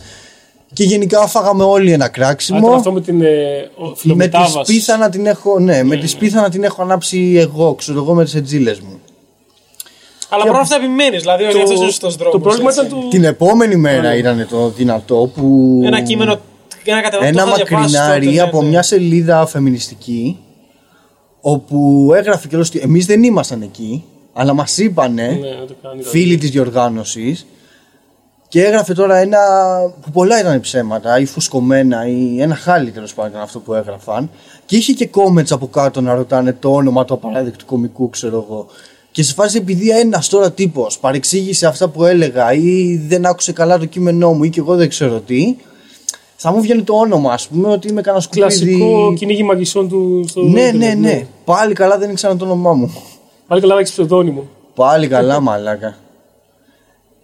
Speaker 3: Και γενικά φάγαμε όλοι ένα
Speaker 1: Α, ήταν
Speaker 3: κράξιμο.
Speaker 1: αυτό με την ε, ο-
Speaker 3: Με τη
Speaker 1: φιλομετάβαση.
Speaker 3: σπίθα να την έχω, ναι, με τη σπίθα να την έχω ανάψει εγώ, ξέρω εγώ με τις ετζίλες μου.
Speaker 2: Αλλά παρόλα αυτά επιμένει. Δηλαδή,
Speaker 1: Ε,
Speaker 2: ότι αυτό είναι ο σωστό
Speaker 1: Το,
Speaker 2: δρόμο.
Speaker 1: το πρόβλημα ήταν του.
Speaker 3: Την επόμενη μέρα ήταν το δυνατό που.
Speaker 2: Ένα κείμενο. Ένα κατεβατό θα
Speaker 3: ένα
Speaker 2: διαβάσεις
Speaker 3: μακρινάρι
Speaker 2: τότε, ναι,
Speaker 3: από
Speaker 2: ναι.
Speaker 3: μια σελίδα φεμινιστική όπου έγραφε και ότι εμείς δεν ήμασταν εκεί αλλά μας είπανε
Speaker 1: Ναι, να το κάνει.
Speaker 3: φίλοι της διοργάνωσης και έγραφε τώρα ένα που πολλά ήταν ψέματα ή φουσκωμένα ή ένα χάλι τέλος πάντων αυτό που έγραφαν και είχε και comments από κάτω να ρωτάνε το όνομα του απαράδεκτου κομικού ξέρω εγώ και σε φάση επειδή ένας τώρα τύπος παρεξήγησε αυτά που έλεγα ή δεν άκουσε καλά το κείμενό μου ή και εγώ δεν ξέρω τι, θα μου βγαίνει το όνομα, ας πούμε, ότι είμαι κανένα σκουπίδι.
Speaker 1: Κλασικό κυνήγι μαγισσών του. Στο
Speaker 3: Ναι, ναι,
Speaker 1: ίντερνετ,
Speaker 3: ναι. Πάλι καλά δεν ήξερα το όνομά μου.
Speaker 1: Πάλι καλά, έχεις ψευδόνυμο.
Speaker 3: Πάλι καλά, μαλάκα.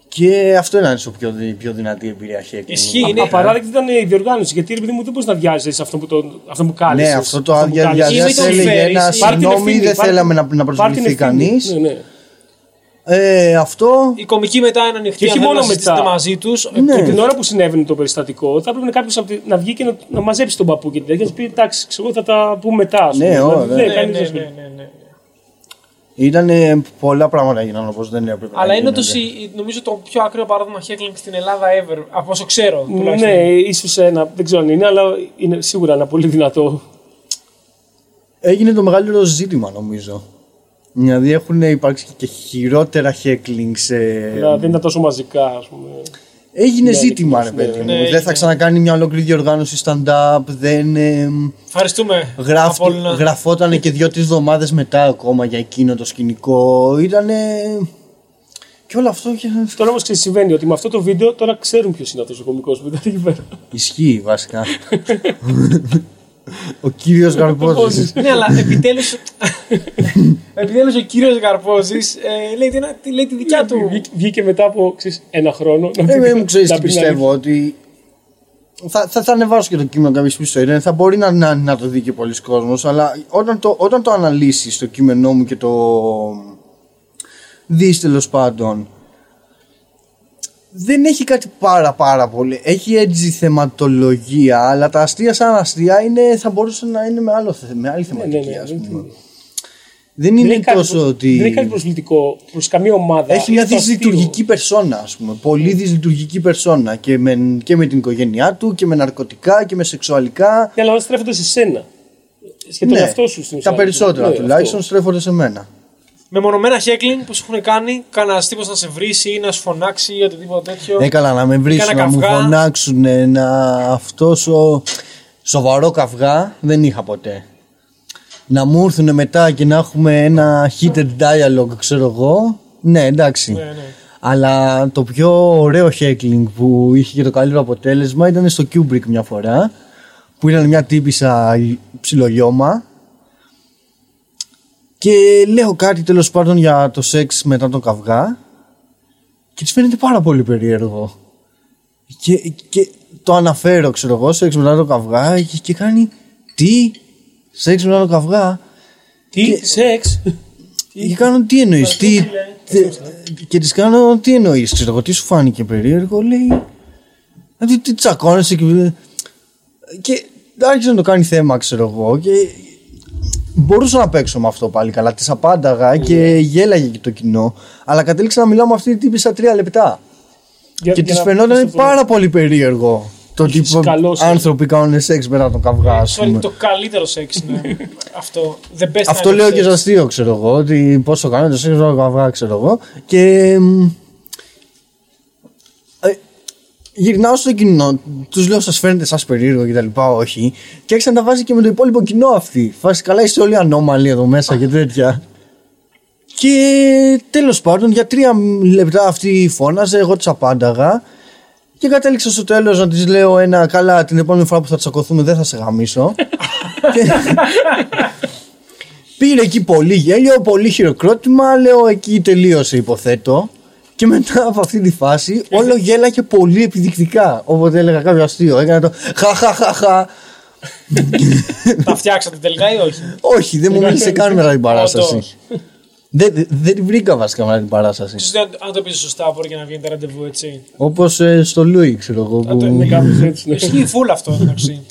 Speaker 3: Και αυτό είναι ίσως η πιο, δυ- πιο δυνατή εμπειρία έχει έκανε.
Speaker 2: Ισχύει,
Speaker 1: Ναι,
Speaker 2: είναι.
Speaker 1: Απαράδεκτη ήταν η διοργάνωση. Γιατί ρε παιδί μου δεν μπορείς να βιάζει αυτό που, τον, αυτό που κάλεσες,
Speaker 3: Ναι, αυτό το
Speaker 1: που
Speaker 3: άδεια
Speaker 1: κάνεις.
Speaker 2: διαβιά-
Speaker 3: διαβιά
Speaker 2: Ή με τον
Speaker 3: έλεγε
Speaker 2: φέρεις,
Speaker 3: ένα
Speaker 2: ή-
Speaker 1: Πάρ' την
Speaker 3: συγγνώμη,
Speaker 1: ευθύνη, πάρ'
Speaker 3: δεν
Speaker 1: την-
Speaker 3: θέλαμε να, να
Speaker 1: πάρ' την
Speaker 3: προσβληθεί
Speaker 1: ευθύνη.
Speaker 3: κανείς.
Speaker 1: Ναι, ναι.
Speaker 3: Ε, αυτό.
Speaker 2: Η κομική μετά είναι ανοιχτή.
Speaker 1: Και όχι
Speaker 2: αν θέλουν
Speaker 1: μόνο
Speaker 2: να συζητήσετε
Speaker 1: μετά.
Speaker 2: μαζί Ε, του.
Speaker 3: Ναι.
Speaker 1: Και την ώρα που συνέβαινε το περιστατικό, θα έπρεπε κάποιος να βγει και να, να μαζέψει τον παππού και την τέτοια. και να του πει: Εντάξει, ξέρω, θα τα πούμε μετά. ας
Speaker 3: Ναι,
Speaker 1: πούμε.
Speaker 3: ωραία.
Speaker 1: Δηλαδή, δεν
Speaker 2: Ναι,
Speaker 1: κάνει
Speaker 2: ναι,
Speaker 1: τόσο.
Speaker 2: ναι, ναι, ναι.
Speaker 3: Ήταν ε, πολλά πράγματα έγιναν όπως δεν έπρεπε. να
Speaker 2: Αλλά είναι
Speaker 3: γίνονται.
Speaker 2: όντω νομίζω το πιο ακραίο παράδειγμα heckling στην Ελλάδα ever. Από όσο ξέρω τουλάχιστον.
Speaker 1: Ναι, ίσως ένα, δεν ξέρω αν είναι, αλλά είναι σίγουρα ένα πολύ δυνατό.
Speaker 3: Έγινε το μεγαλύτερο ζήτημα νομίζω. Δηλαδή έχουν υπάρξει και χειρότερα heckling σε...
Speaker 1: Ε, Να, δεν ήταν τόσο μαζικά, ας πούμε.
Speaker 3: Έγινε
Speaker 1: Ναι,
Speaker 3: ζήτημα ρε
Speaker 1: ναι,
Speaker 3: παιδί μου.
Speaker 2: ναι,
Speaker 3: δεν
Speaker 2: έγινε.
Speaker 3: θα ξανακάνει μια ολόκληρη διοργάνωση stand-up. Δεν, εμ,
Speaker 2: Ευχαριστούμε.
Speaker 3: Γράφ,
Speaker 2: από όλους.
Speaker 3: γραφότανε και δύο-τρει εβδομάδες μετά ακόμα για εκείνο το σκηνικό. Ήτανε. Και όλο αυτό και...
Speaker 1: Τώρα όμως συμβαίνει ότι με αυτό το βίντεο τώρα ξέρουν ποιος είναι αυτός ο κωμικός που ήταν εκεί πέρα.
Speaker 3: ισχύει βασικά. Ο κύριος Γαρμπόζη.
Speaker 2: Ναι, αλλά επιτέλους. επιτέλου ο κύριος Γαρπόζη λέει, την- τη- λέει τη δικιά του.
Speaker 1: Βγήκε- Βγήκε μετά από ξέρεις, ένα χρόνο. να πει-
Speaker 3: Ε, μου ξέρεις
Speaker 1: να
Speaker 3: τι
Speaker 1: πει την
Speaker 3: πιστεύω ότι. Θα, θα, θα ανεβάσω και το κείμενο κάποια στιγμή στο Ειρήνη. Θα μπορεί να, να, να το δει και πολλοί κόσμος, αλλά όταν το, όταν το αναλύσεις το κείμενό μου και το δεις τέλος πάντων. Δεν έχει κάτι πάρα πάρα πολύ. Έχει έτσι θεματολογία, αλλά τα αστεία σαν αστεία είναι, θα μπορούσαν να είναι με, άλλο, θε- με άλλη
Speaker 1: αλήθεια. Ναι,
Speaker 3: θεματική,
Speaker 1: ναι, ναι,
Speaker 3: ε, ας
Speaker 1: δεν-
Speaker 3: πούμε. Δεν
Speaker 1: δεν
Speaker 3: είναι
Speaker 1: έχει κάτι
Speaker 3: τόσο
Speaker 1: προ-
Speaker 3: ότι.
Speaker 1: Δεν έχει κάτι προσβλητικό προς καμία ομάδα.
Speaker 3: Έχει μια
Speaker 1: Είναι το αστείο.
Speaker 3: δυσλειτουργική περσόνα, ας πούμε. Πολύ δυσλειτουργική περσόνα. Και με, και με την οικογένειά του και με ναρκωτικά και με σεξουαλικά.
Speaker 1: Ναι, αλλά όλα στρέφονται σε σένα. Σχεδόν
Speaker 3: Ναι,
Speaker 1: αυτό σου στην ουσία.
Speaker 3: τα περισσότερα
Speaker 1: Ναι,
Speaker 3: τουλάχιστον
Speaker 1: αυτό.
Speaker 3: στρέφονται σε μένα.
Speaker 2: Με μονομένα heckling που σου έχουν κάνει, κανένα τύπος να σε βρήσει ή να σου φωνάξει ή οτιδήποτε τέτοιο.
Speaker 3: Έκανα Ε, να με βρίσουν, να
Speaker 2: Κάνα
Speaker 3: μου
Speaker 2: καυγά.
Speaker 3: φωνάξουν, να αυτός ο σοβαρό καυγά δεν είχα ποτέ. Να μου έρθουν μετά και να έχουμε ένα heated dialogue, ξέρω εγώ. Ναι, εντάξει.
Speaker 2: ναι.
Speaker 3: Αλλά το πιο ωραίο heckling που είχε και το καλύτερο αποτέλεσμα ήταν στο Kubrick μια φορά. Που ήταν μια τύπησα ψιλογιώμα. Και λέω κάτι τέλος πάντων για το σεξ μετά τον καυγά. Και της φαίνεται πάρα πολύ περίεργο. Και, και το αναφέρω, ξέρω εγώ, σεξ μετά τον καυγά. Και, και κάνει. Τι, σεξ μετά τον καυγά.
Speaker 1: Τι, σεξ.
Speaker 3: Και κάνω τι εννοείς. Τι,
Speaker 1: ε?
Speaker 3: τι- και της κάνω τι εννοείς. Ξέρω εγώ, τι σου φάνηκε περίεργο. Λέει. «Α, Τι, τι τσακώνεσαι. Και, και άρχισε να το κάνει θέμα, ξέρω εγώ. Και μπορούσα να παίξω με αυτό πάλι καλά. Της απάνταγα
Speaker 1: Ναι.
Speaker 3: και γέλαγε και το κοινό. Αλλά κατέληξα να μιλάω με αυτή την τύπησα τρία λεπτά.
Speaker 1: Για-
Speaker 3: Και
Speaker 1: για
Speaker 3: της
Speaker 1: να-
Speaker 3: φαινόταν
Speaker 1: στο-
Speaker 3: πάρα πολύ περίεργο το ότι
Speaker 1: Έχεις καλώσει. Ε,
Speaker 3: άνθρωποι κάνουν σεξ μετά τον καυγά, ας
Speaker 2: Sorry,
Speaker 3: πούμε.
Speaker 2: το καλύτερο σεξ είναι αυτό. The best
Speaker 3: Αυτό
Speaker 2: kind of
Speaker 3: λέω
Speaker 2: sex.
Speaker 3: και σε αστείο, ξέρω εγώ. Ότι πόσο κάνω το σεξ, πόσο καυγά, ξέρω εγώ. Και. μ, ε, Γυρνάω στο κοινό, τους λέω: Σας φαίνεται σας περίεργο και τα λοιπά, όχι. Και άρχισε να τα βάζει και με το υπόλοιπο κοινό αυτή. Φάση καλά, είστε όλοι ανώμαλοι εδώ μέσα και τέτοια. Και τέλος πάντων, για τρία λεπτά αυτή φώναζε, εγώ τη απάνταγα. Και κατέληξα στο τέλος να της λέω ένα καλά. Την επόμενη φορά που θα τσακωθούμε, δεν θα σε γαμίσω. και... Πήρε εκεί πολύ γέλιο, πολύ χειροκρότημα. Λέω εκεί τελείωσε, υποθέτω. Και μετά από αυτή τη φάση, όλο γέλαγε πολύ επιδεικτικά. Όποτε έλεγα κάποιο αστείο, έκανα το χαχαχαχα.
Speaker 2: Τα φτιάξατε τελικά ή όχι.
Speaker 3: Όχι, δεν μου μίλησε καν μετά την παράσταση.
Speaker 2: Όντως.
Speaker 3: Δεν δεν- δεν την βρήκα βασικά μετά την παράσταση.
Speaker 2: Ίσως δεν- αν το πεις σωστά, μπορεί και να βγαίνει τα ραντεβού έτσι.
Speaker 3: Όπως ε, στο Λούι, ξέρω εγώ.
Speaker 2: το-
Speaker 3: Που...
Speaker 1: Είναι κάπως έτσι. ναι.
Speaker 2: Ισχύει φούλα αυτό εντάξει.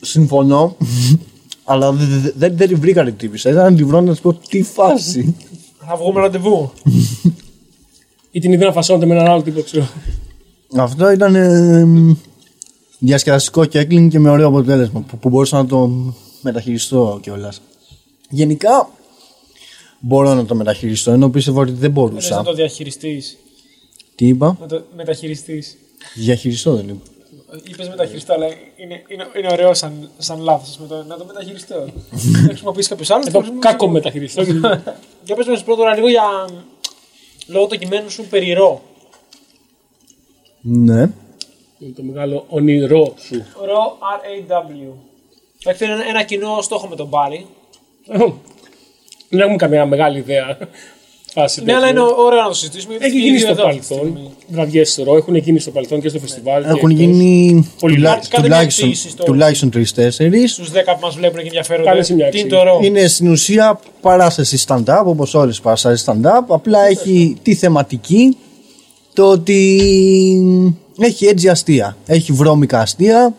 Speaker 3: Συμφωνώ. Αλλά δε- δε- δεν δεν την βρήκα την τύπησα. Ήταν λιβρό να σου πω τι φάση.
Speaker 2: Να βγούμε ραντεβού.
Speaker 1: Ή την ιδέα να φασώνεται με έναν άλλο τύπο, ξέρω.
Speaker 3: Αυτό ήταν ε, μ, διασκεδαστικό και έκλεινε και με ωραίο αποτέλεσμα που, που μπορούσα να το μεταχειριστώ κιόλας. Γενικά μπορώ να το μεταχειριστώ ενώ πίστευα ότι δεν
Speaker 2: Θες να
Speaker 3: μπορούσα.
Speaker 2: το διαχειριστείς.
Speaker 3: Τι είπα,
Speaker 2: Να το μεταχειριστείς.
Speaker 3: διαχειριστώ δεν είπα.
Speaker 2: Είπες μεταχειριστώ, αλλά είναι, είναι, είναι ωραίο σαν, σαν λάθος. Να το μεταχειριστώ. Να χρησιμοποιήσεις κάποιο
Speaker 3: Ε,
Speaker 2: άλλο.
Speaker 1: Εδώ κάκο μεταχειριστώ.
Speaker 2: Για πες μας πρώτα λίγο για. λόγω του κειμένου σου περιρό.
Speaker 3: Ναι.
Speaker 1: Είναι το μεγάλο ονειρό σου.
Speaker 2: Ρο R-A-W. Εντάξει, είναι ένα κοινό στόχο με τον Μπάρι.
Speaker 1: Δεν έχουμε καμιά μεγάλη ιδέα. Φάση
Speaker 2: Ναι, αλλά
Speaker 1: τέτοια.
Speaker 2: είναι ωραίο να το συζητήσουμε. γιατί
Speaker 1: Έχει
Speaker 2: είναι
Speaker 1: γίνει
Speaker 2: ήδη
Speaker 1: στο
Speaker 2: εδώ αυτή τη
Speaker 1: παρελθόν.
Speaker 2: στιγμή.
Speaker 1: Βραδιές ρο έχουν γίνει στο παρελθόν και στο φεστιβάλ. και
Speaker 3: Έχουν
Speaker 1: εκτός.
Speaker 3: γίνει
Speaker 1: Πολύ
Speaker 3: τουλά-
Speaker 1: κάτι-
Speaker 2: κάτι
Speaker 3: τουλάχιστον,
Speaker 2: εξήγηση στο-
Speaker 3: τουλάχιστον τρει-τέσσερι.
Speaker 2: Στου 10 που μας βλέπουν και ενδιαφέρονται.
Speaker 1: Κάνε εσύ μια
Speaker 2: Τι είναι
Speaker 1: εξήγηση.
Speaker 2: το ρο.
Speaker 3: Είναι στην ουσία παράσταση stand-up, όπως όλες οι παραστάσεις stand-up. Απλά έχει τη θεματική το ότι έχει έτσι αστεία. Έχει βρώμικα αστεία.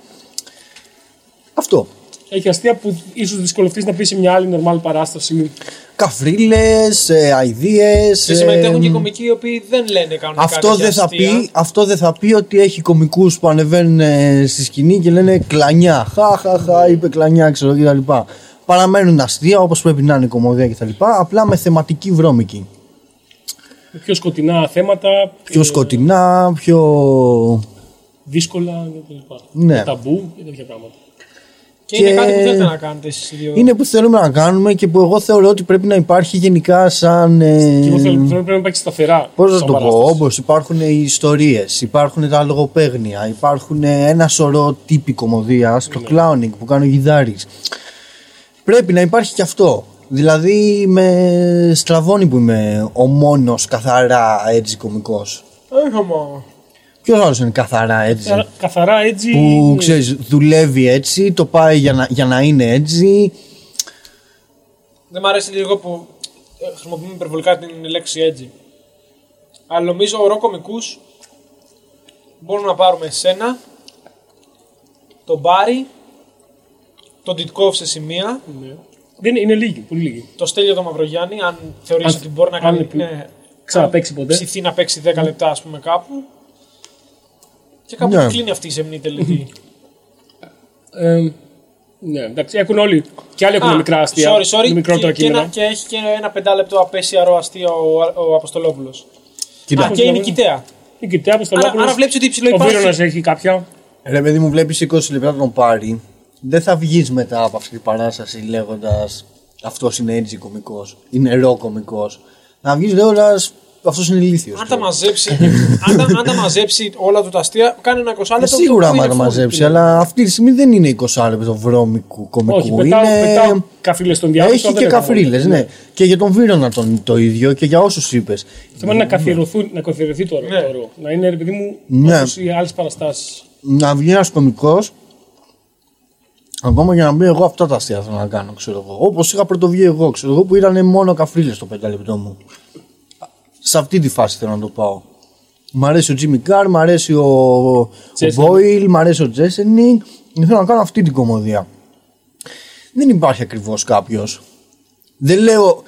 Speaker 3: Αυτό.
Speaker 1: Έχει αστεία που ίσως δυσκολευτείς να πεις σε μια άλλη νορμάλ παράσταση.
Speaker 3: Καφρίλε, ε, αειδίε.
Speaker 2: Και συμμετέχουν και κομικοί οι οποίοι δεν λένε κανονικά.
Speaker 3: Αυτό
Speaker 2: τέτοια
Speaker 3: δεν, θα
Speaker 2: αστεία.
Speaker 3: πει, αυτό δεν θα πει ότι έχει κομικούς που ανεβαίνουν ε, στη σκηνή και λένε κλανιά. Χα, χα, χα, είπε κλανιά, ξέρω και τα λοιπά. Παραμένουν αστεία όπως πρέπει να είναι η κομμωδία και τα λοιπά, απλά με θεματική βρώμικη.
Speaker 1: με Πιο σκοτεινά θέματα,
Speaker 3: Πιο
Speaker 1: ε,
Speaker 3: σκοτεινά, πιο...
Speaker 1: δύσκολα κτλ.
Speaker 3: Ναι.
Speaker 1: Με Ταμπού και τέτοια πράγματα.
Speaker 2: Και, είναι
Speaker 3: και-
Speaker 2: κάτι που θέλετε να κάνετε εσείς οι δύο.
Speaker 3: Είναι που θέλουμε να κάνουμε και που εγώ θεωρώ ότι πρέπει να υπάρχει γενικά σαν... ε,
Speaker 1: Και εγώ θέλω, θέλω- πρέπει να υπάρχει σταθερά.
Speaker 3: Πώς να
Speaker 1: σαν
Speaker 3: το πω,
Speaker 1: παράσταση.
Speaker 3: όπως υπάρχουν οι ιστορίες, υπάρχουν τα λογοπαίγνια, υπάρχουν ε, ένα σωρό τύποι κομμωδία,
Speaker 1: Ναι.
Speaker 3: το clowning που κάνει ο Γιδάρης. Πρέπει να υπάρχει και αυτό. Δηλαδή με στραβώνει που είμαι ο μόνος καθαρά έτσι κωμικός.
Speaker 2: Όχι μόνο.
Speaker 3: Ποιο άλλος είναι καθαρά έτσι.
Speaker 1: Καθαρά- Ε, Καθαρά έτσι.
Speaker 3: Που
Speaker 1: ναι.
Speaker 3: ξέρεις, δουλεύει έτσι, το πάει για να, για να είναι έτσι.
Speaker 2: Δεν μ' αρέσει λίγο που ε, χρησιμοποιούμε υπερβολικά την λέξη έτσι. Αλλά νομίζω ρο κομικού μπορούμε να πάρουμε εσένα, τον Μπάρι, τον Τιτκόφ σε σημεία,
Speaker 1: Ναι. Δεν είναι, είναι λίγοι, πολύ λίγοι.
Speaker 2: το Στέλιο τον Μαυρογιάννη, αν θεωρείς
Speaker 1: Αν-
Speaker 2: ότι μπορεί να
Speaker 1: αν
Speaker 2: κάνει.
Speaker 1: επι- Ναι.
Speaker 2: Ναι,
Speaker 1: Ξαναπέξει ποτέ.
Speaker 2: ψηθεί να παίξει 10 λεπτά, ας πούμε, κάπου. Και κάπου
Speaker 3: Ναι.
Speaker 2: κλείνει αυτή η σεμνή τελετή.
Speaker 1: Ε, ναι, εντάξει, έχουν όλοι. Και άλλοι έχουν
Speaker 2: Α,
Speaker 1: μικρά αστεία.
Speaker 2: Sorry, sorry.
Speaker 1: με Μικρότερα
Speaker 2: και, και,
Speaker 1: κείμενα.
Speaker 2: ένα, και έχει και ένα πεντάλεπτο απέσιαρο αστείο ο, ο Αποστολόπουλος.
Speaker 3: Κοίτα.
Speaker 2: Α, και η νικητέα.
Speaker 1: Νικητέα, Αποστολόπουλος.
Speaker 2: άρα βλέπεις ότι υψηλό
Speaker 1: Ο
Speaker 2: υπάρχει.
Speaker 1: Βίρονας έχει κάποια.
Speaker 3: Ρε παιδί μου βλέπεις 20 λεπτά να τον πάρει Δεν θα βγεις μετά από αυτή την παράσταση λέγοντας Αυτός είναι έτσι κωμικός Είναι ρο κωμικός Να βγεις λέγοντας Αυτός είναι ηλίθιος
Speaker 2: Αν τα μαζέψει, αν τα, αν τα μαζέψει όλα του τα αστεία, κάνει ένα 20 λεπτό.
Speaker 3: Ε, Σίγουρα άμα τα
Speaker 2: Ναι.
Speaker 3: μαζέψει Αλλά αυτή τη στιγμή δεν είναι 20 λεπτό βρώμικου κωμικού
Speaker 1: Όχι, πετάω,
Speaker 3: είναι...
Speaker 1: πετάω καφρίλες στον διάβολο.
Speaker 3: Έχει και καφρίλες ναι. Και για τον Βύρονα τον, το ίδιο Και για όσους είπες
Speaker 1: Θέλω να καθιερωθούν- να καθιερωθεί το ρο-
Speaker 2: Ναι.
Speaker 1: το ρο. Να είναι, ρε παιδί μου,
Speaker 3: Ναι.
Speaker 1: όπως οι άλλες παραστάσεις.
Speaker 3: Να βγει ένας κωμικός Ακόμα για να μπει εγώ αυτά τα αστεία θέλω να κάνω, ξέρω εγώ. Όπως είχα πρωτοβγεί εγώ, ξέρω εγώ, που ήταν μόνο καφρίλες το πεντάλεπτό μου. Σε αυτή τη φάση θέλω να το πάω. Μ' αρέσει ο Τζίμι Κάρ, μ' αρέσει ο, ο
Speaker 1: Τζέσενι.
Speaker 3: Μπόιλ, μ' αρέσει ο Τζέσενι. Θέλω να κάνω αυτή την κομμωδία. Δεν υπάρχει ακριβώς κάποιος. Δεν λέω.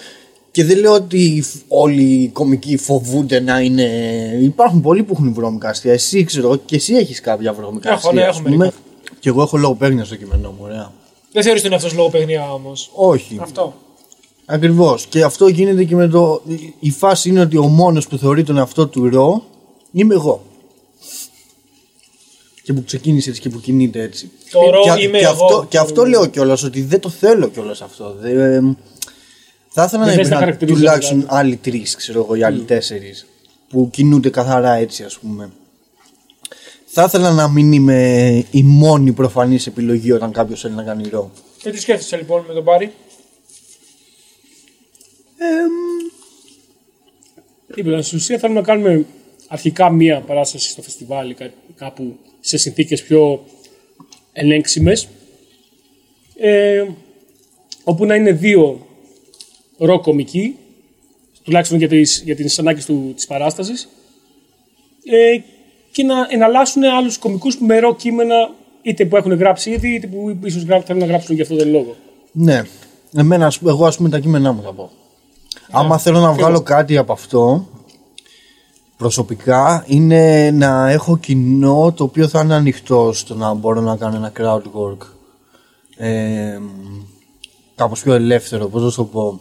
Speaker 3: Και δεν λέω ότι φ- όλοι οι κομικοί φοβούνται να είναι. Υπάρχουν πολλοί που έχουν βρώμικα αστεία. Εσύ ξέρω εγώ και εσύ έχεις κάποια βρώμικα
Speaker 2: Έχω,
Speaker 3: αστεία.
Speaker 2: ναι,
Speaker 3: ας
Speaker 2: έχω
Speaker 3: πούμε.
Speaker 2: μερικά.
Speaker 3: Και εγώ έχω λογοπαίγνια στο κείμενό μου, ωραία.
Speaker 2: Δεν θεωρείς τον εαυτό σου λόγο παιχνιά όμως.
Speaker 3: Όχι.
Speaker 2: Αυτό.
Speaker 3: Ακριβώς. Και αυτό γίνεται και με το. Η φάση είναι ότι ο μόνος που θεωρεί τον εαυτό του ρο είμαι εγώ. Και που ξεκίνησε έτσι και που κινείται έτσι.
Speaker 2: Το ρο
Speaker 3: και,
Speaker 2: είμαι
Speaker 3: και
Speaker 2: εγώ.
Speaker 3: Αυτό, και αυτό λέω κιόλας ότι δεν το θέλω κιόλας αυτό. Δεν- θα ήθελα
Speaker 1: Δεν θες
Speaker 3: να
Speaker 1: να
Speaker 3: υπήρχαν
Speaker 1: χαρακτηρίζεσαι,
Speaker 3: τουλάχιστον
Speaker 1: δηλαδή.
Speaker 3: άλλοι τρεις, ξέρω εγώ, ή άλλοι τέσσερις που κινούνται καθαρά έτσι, ας πούμε. Θα ήθελα να μην είμαι η μόνη προφανής επιλογή όταν κάποιος θέλει να κάνει ρο.
Speaker 2: Και τι σκέφτεσαι λοιπόν με τον Πάρη.
Speaker 3: Εμ,
Speaker 1: Τίποτα. Στην ουσία θέλουμε να κάνουμε αρχικά μία παράσταση στο φεστιβάλ ή κά- κάπου σε συνθήκες πιο ελέγξιμες. Ε, όπου να είναι δύο ροκ κομικοί, τουλάχιστον για τις, για τις ανάγκες του, της παράστασης, ε, και να εναλλάσσουν άλλους κομικούς με ροκ κείμενα, είτε που έχουν γράψει ήδη, είτε που ίσως γρά- θέλουν να γράψουν για αυτόν τον λόγο.
Speaker 3: Ναι. Εμένα, ας πούμε, εγώ ας πούμε τα κείμενά μου θα πω.
Speaker 2: Ναι.
Speaker 3: Άμα θέλω να βγάλω κάτι από αυτό, προσωπικά είναι να έχω κοινό το οποίο θα είναι ανοιχτό στο να μπορώ να κάνω ένα crowd work. Ε, κάπως πιο ελεύθερο, πώς να σου το πω.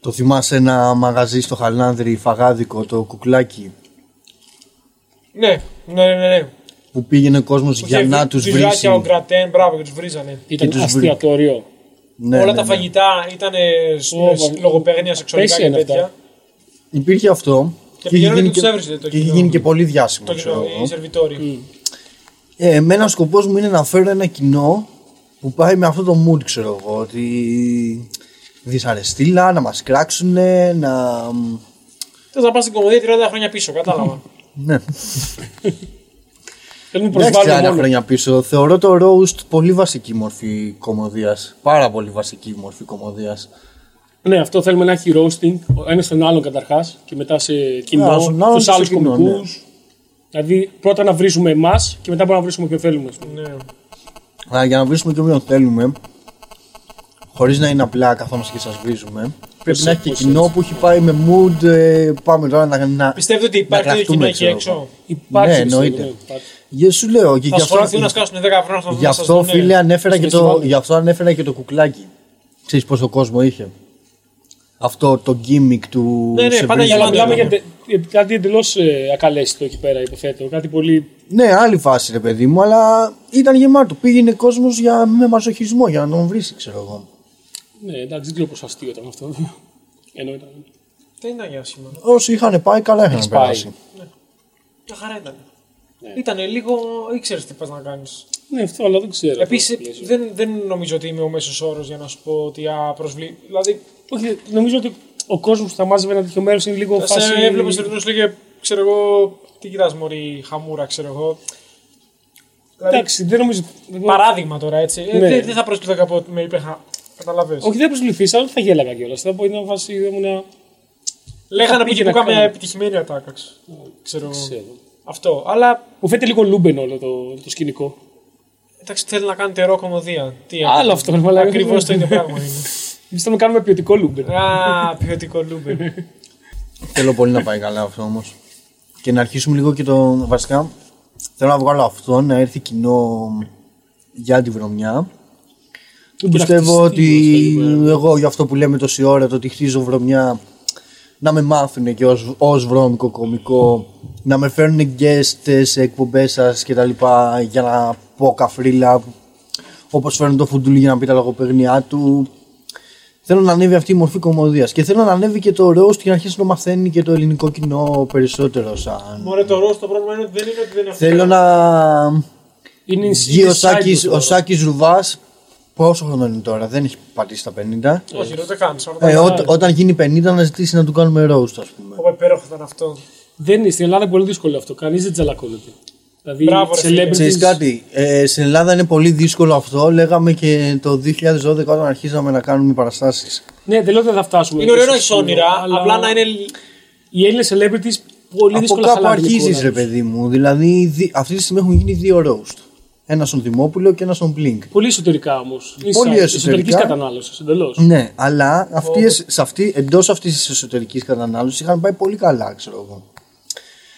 Speaker 3: Το θυμάσαι ένα μαγαζί στο Χαλάνδρη, φαγάδικο, το κουκλάκι,
Speaker 2: Ναι, ναι, ναι. ναι.
Speaker 3: που πήγαινε κόσμος
Speaker 2: Που
Speaker 3: για
Speaker 2: είχε
Speaker 3: να
Speaker 2: βι-
Speaker 3: τους
Speaker 2: βυζάκια
Speaker 3: βρει.
Speaker 2: ο Γκρατέν, μπράβο, και τους βρίζανε.
Speaker 1: Ήταν
Speaker 3: τους βρει.
Speaker 1: αστιατόριο.
Speaker 3: Ναι,
Speaker 2: Όλα τα φαγητά ήταν
Speaker 1: Ω, μα-
Speaker 2: λογοπαίγνια σεξουαλικά
Speaker 1: Πέσει
Speaker 2: και
Speaker 1: είναι αυτά.
Speaker 2: τέτοια.
Speaker 3: Υπήρχε αυτό.
Speaker 2: Και
Speaker 3: είχε
Speaker 2: πηγαίνανε
Speaker 3: γίνει
Speaker 2: και τους έβριζε το
Speaker 3: και είχε
Speaker 2: κοινό.
Speaker 3: γίνει και πολύ διάσημο.
Speaker 2: Το
Speaker 3: ξέρω
Speaker 2: κοινό,
Speaker 3: εγώ.
Speaker 2: οι σερβιτόροι.
Speaker 3: Ε, εμένα ο σκοπός μου είναι να φέρω ένα κοινό που πάει με αυτό το mood, ξέρω εγώ. Ότι δυσαρεστήλα, να μας κράξουν, να...
Speaker 2: Θε να πας στην κομμωδία 30 χρόνια πίσω, κατάλαβα.
Speaker 3: Ναι,
Speaker 1: Θέλουμε να
Speaker 3: δεν
Speaker 1: προσβάλλουμε
Speaker 3: ξέρω
Speaker 1: μόνο.
Speaker 3: χρόνια πίσω. Θεωρώ το roast πολύ βασική μορφή κομμωδίας. Πάρα πολύ βασική μορφή κομμωδίας.
Speaker 1: Ναι, αυτό θέλουμε να έχει roasting, ένα στον άλλον καταρχάς και μετά σε
Speaker 3: Α,
Speaker 1: κοινό,
Speaker 3: στον άλλον και
Speaker 1: στους
Speaker 3: σε
Speaker 1: άλλους
Speaker 3: κοινό,
Speaker 1: κομικούς.
Speaker 3: ναι.
Speaker 1: Δηλαδή, πρώτα να βρίζουμε εμάς και μετά μπορούμε να βρίσουμε ποιον θέλουμε. ας πούμε.
Speaker 2: ναι.
Speaker 3: Αλλά για να βρίσκουμε και όποιον θέλουμε, χωρίς να είναι απλά καθόμαστε και σας βρίζουμε, πρέπει να έχει και
Speaker 1: πώς
Speaker 3: κοινό που έχει πάει με mood. ε, πάμε τώρα να. να...
Speaker 2: Πιστεύετε ότι υπάρχει τέτοιο
Speaker 3: κραχτούμε,
Speaker 2: κοινό εκεί
Speaker 3: ξέρω
Speaker 2: έξω.
Speaker 3: εγώ.
Speaker 1: Υπάρχει.
Speaker 3: Ναι,
Speaker 1: πιστεύω,
Speaker 3: εννοείται.
Speaker 1: υπάρχει.
Speaker 3: Για σου λέω, και
Speaker 2: Θα
Speaker 3: γι' αυτό,
Speaker 2: ασχοληθούν να σκάσουν 10 χρόνια στον
Speaker 3: γι' αυτό φίλε, ανέφερα και το,
Speaker 1: φεστιβάλ.
Speaker 3: γι' αυτό ανέφερα και το κουκλάκι. Ξέρεις πόσο κόσμο είχε. Αυτό το gimmick του.
Speaker 2: Ναι, ναι,
Speaker 3: σε
Speaker 2: πάντα για
Speaker 3: βρίσκω.
Speaker 1: Αλλά μιλάμε
Speaker 2: ναι.
Speaker 1: για τε- για κάτι εντελώς ακαλέστητο εκεί πέρα, υποθέτω. Κάτι πολύ.
Speaker 3: Ναι, άλλη φάση ρε παιδί μου, αλλά ήταν γεμάτο. Πήγαινε κόσμος για... με μασοχισμό για να τον βρεις, ξέρω εγώ.
Speaker 1: Ναι, εντάξει, δεν ξέρω πόσο αστείο ήταν αυτό. Ενώ ήταν.
Speaker 2: Δεν ήταν για άσχημα.
Speaker 3: Όσοι είχαν πάει, καλά είχαν
Speaker 1: πάει.
Speaker 3: περάσει.
Speaker 2: Μια χαρά ήταν. Ήτανε λίγο, ήξερε τι πας να κάνεις.
Speaker 1: Ναι, αυτό, αλλά δεν ξέρω.
Speaker 2: Επίσης,
Speaker 1: Αυτό το πλαίσιο.
Speaker 2: δεν, δεν νομίζω ότι είμαι ο μέσος όρος για να σου πω ότι α, προσβλή. Δηλαδή,
Speaker 1: Όχι, νομίζω ότι ο κόσμος που θα μάζευε ένα τέτοιο μέρος είναι λίγο φάση.
Speaker 2: σε έβλεπε σε ρωτούσε και ξέρω εγώ, τι κοιτάς Μωρή, χαμούρα, ξέρω εγώ. Δηλαδή,
Speaker 1: Εντάξει, δεν νομίζω.
Speaker 2: παράδειγμα τώρα έτσι. Ε,
Speaker 1: Ναι.
Speaker 2: δεν, δεν θα προσβλήθηκα από ότι με είπε. χα- Καταλαβες.
Speaker 1: Όχι, δεν προσβληθεί, αλλά δεν θα γέλαγα κιόλας. Θα πω ήταν φάση. ήμουνα-
Speaker 2: Λέγανε από
Speaker 1: πήγε
Speaker 2: εκεί που
Speaker 1: να
Speaker 2: κάμε
Speaker 1: κάνω.
Speaker 2: επιτυχημένη ατάκα. Ξέρω εγώ.
Speaker 1: ξέρω.
Speaker 2: Αυτό. Αλλά
Speaker 1: Μου φαίνεται λίγο λούμπεν όλο το, το σκηνικό.
Speaker 2: εντάξει, θέλει να κάνει τερό κομμωδία. Τι
Speaker 1: Άλλο αυτό, ρε μαλάκα.
Speaker 2: Ακριβώς το ίδιο πράγμα είναι.
Speaker 1: Εμείς θέλουμε να κάνουμε ποιοτικό
Speaker 3: Ε,
Speaker 1: λούμπεν.
Speaker 2: Α, ποιοτικό Λούμπεν.
Speaker 3: Θέλω πολύ να πάει καλά αυτό όμως. Και να αρχίσουμε λίγο και το. Βασικά, θέλω να βγάλω αυτό, να έρθει κοινό για τη βρωμιά. Πιστεύω ότι
Speaker 1: δηλαδή.
Speaker 3: εγώ για αυτό που λέμε τόση ώρα, το ότι χτίζω βρωμιά, να με μάθουν και ως, ως βρώμικο κωμικό, να με φέρουν guest σε εκπομπές σας και τα λοιπά για να πω καφρίλα, όπως φέρνουν το φουντούλι για να πει τα λογοπαιγνιά του. Θέλω να ανέβει αυτή η μορφή κομμωδίας και θέλω να ανέβει και το roast και να αρχίσει να μαθαίνει και το ελληνικό κοινό περισσότερο σαν...
Speaker 2: Μωρέ το ροζ το πρόβλημα είναι ότι δεν είναι ότι δεν είναι αυτό.
Speaker 3: Θέλω να
Speaker 1: Είναι
Speaker 3: βγει ο
Speaker 1: είναι δηλαδή.
Speaker 3: Σάκης,
Speaker 1: side
Speaker 3: ο
Speaker 1: τώρα.
Speaker 3: Σάκης Ρουβάς, πόσο χρόνο είναι τώρα, δεν έχει πατήσει τα 50.
Speaker 2: Όχι, ρε, ούτε καν.
Speaker 3: Ε, ό, όταν γίνει 50 να ζητήσει να του κάνουμε roast, ας πούμε.
Speaker 2: Όπω υπέροχο ήταν αυτό.
Speaker 1: Δεν είναι στην Ελλάδα είναι πολύ δύσκολο αυτό. Κανείς δεν τζαλακώνεται. Δηλαδή,
Speaker 2: Μπράβο, ρε, φίλε.
Speaker 1: celebrities-
Speaker 3: Ξέρεις κάτι, ε, στην Ελλάδα είναι πολύ δύσκολο αυτό. Λέγαμε και το 2012 όταν αρχίζαμε να κάνουμε παραστάσεις.
Speaker 1: Ναι, δεν λέω ότι δεν θα φτάσουμε.
Speaker 2: Είναι ωραίο να
Speaker 1: τόσο
Speaker 2: έχει
Speaker 1: σημείο,
Speaker 2: όνειρα,
Speaker 1: αλλά
Speaker 2: απλά να είναι.
Speaker 1: Οι Έλληνες celebrities πολύ
Speaker 3: Από
Speaker 1: δύσκολα
Speaker 3: κάπου
Speaker 1: χαλάνε,
Speaker 3: αρχίζεις,
Speaker 1: Νικόλα.
Speaker 3: ρε παιδί μου. Δηλαδή, δι- αυτή τη στιγμή έχουν γίνει δύο roast. Ένα στον Δημόπουλο και ένα στον Blink.
Speaker 1: Πολύ εσωτερικά όμως.
Speaker 3: Πολύ
Speaker 1: Εσωτερικής
Speaker 3: εσωτερικά.
Speaker 1: κατανάλωσης εντελώς.
Speaker 3: Ναι, αλλά αυτοί, εσ- σε αυτή, εντός αυτής της εσωτερικής κατανάλωσης είχαν πάει πολύ καλά, ξέρω εγώ.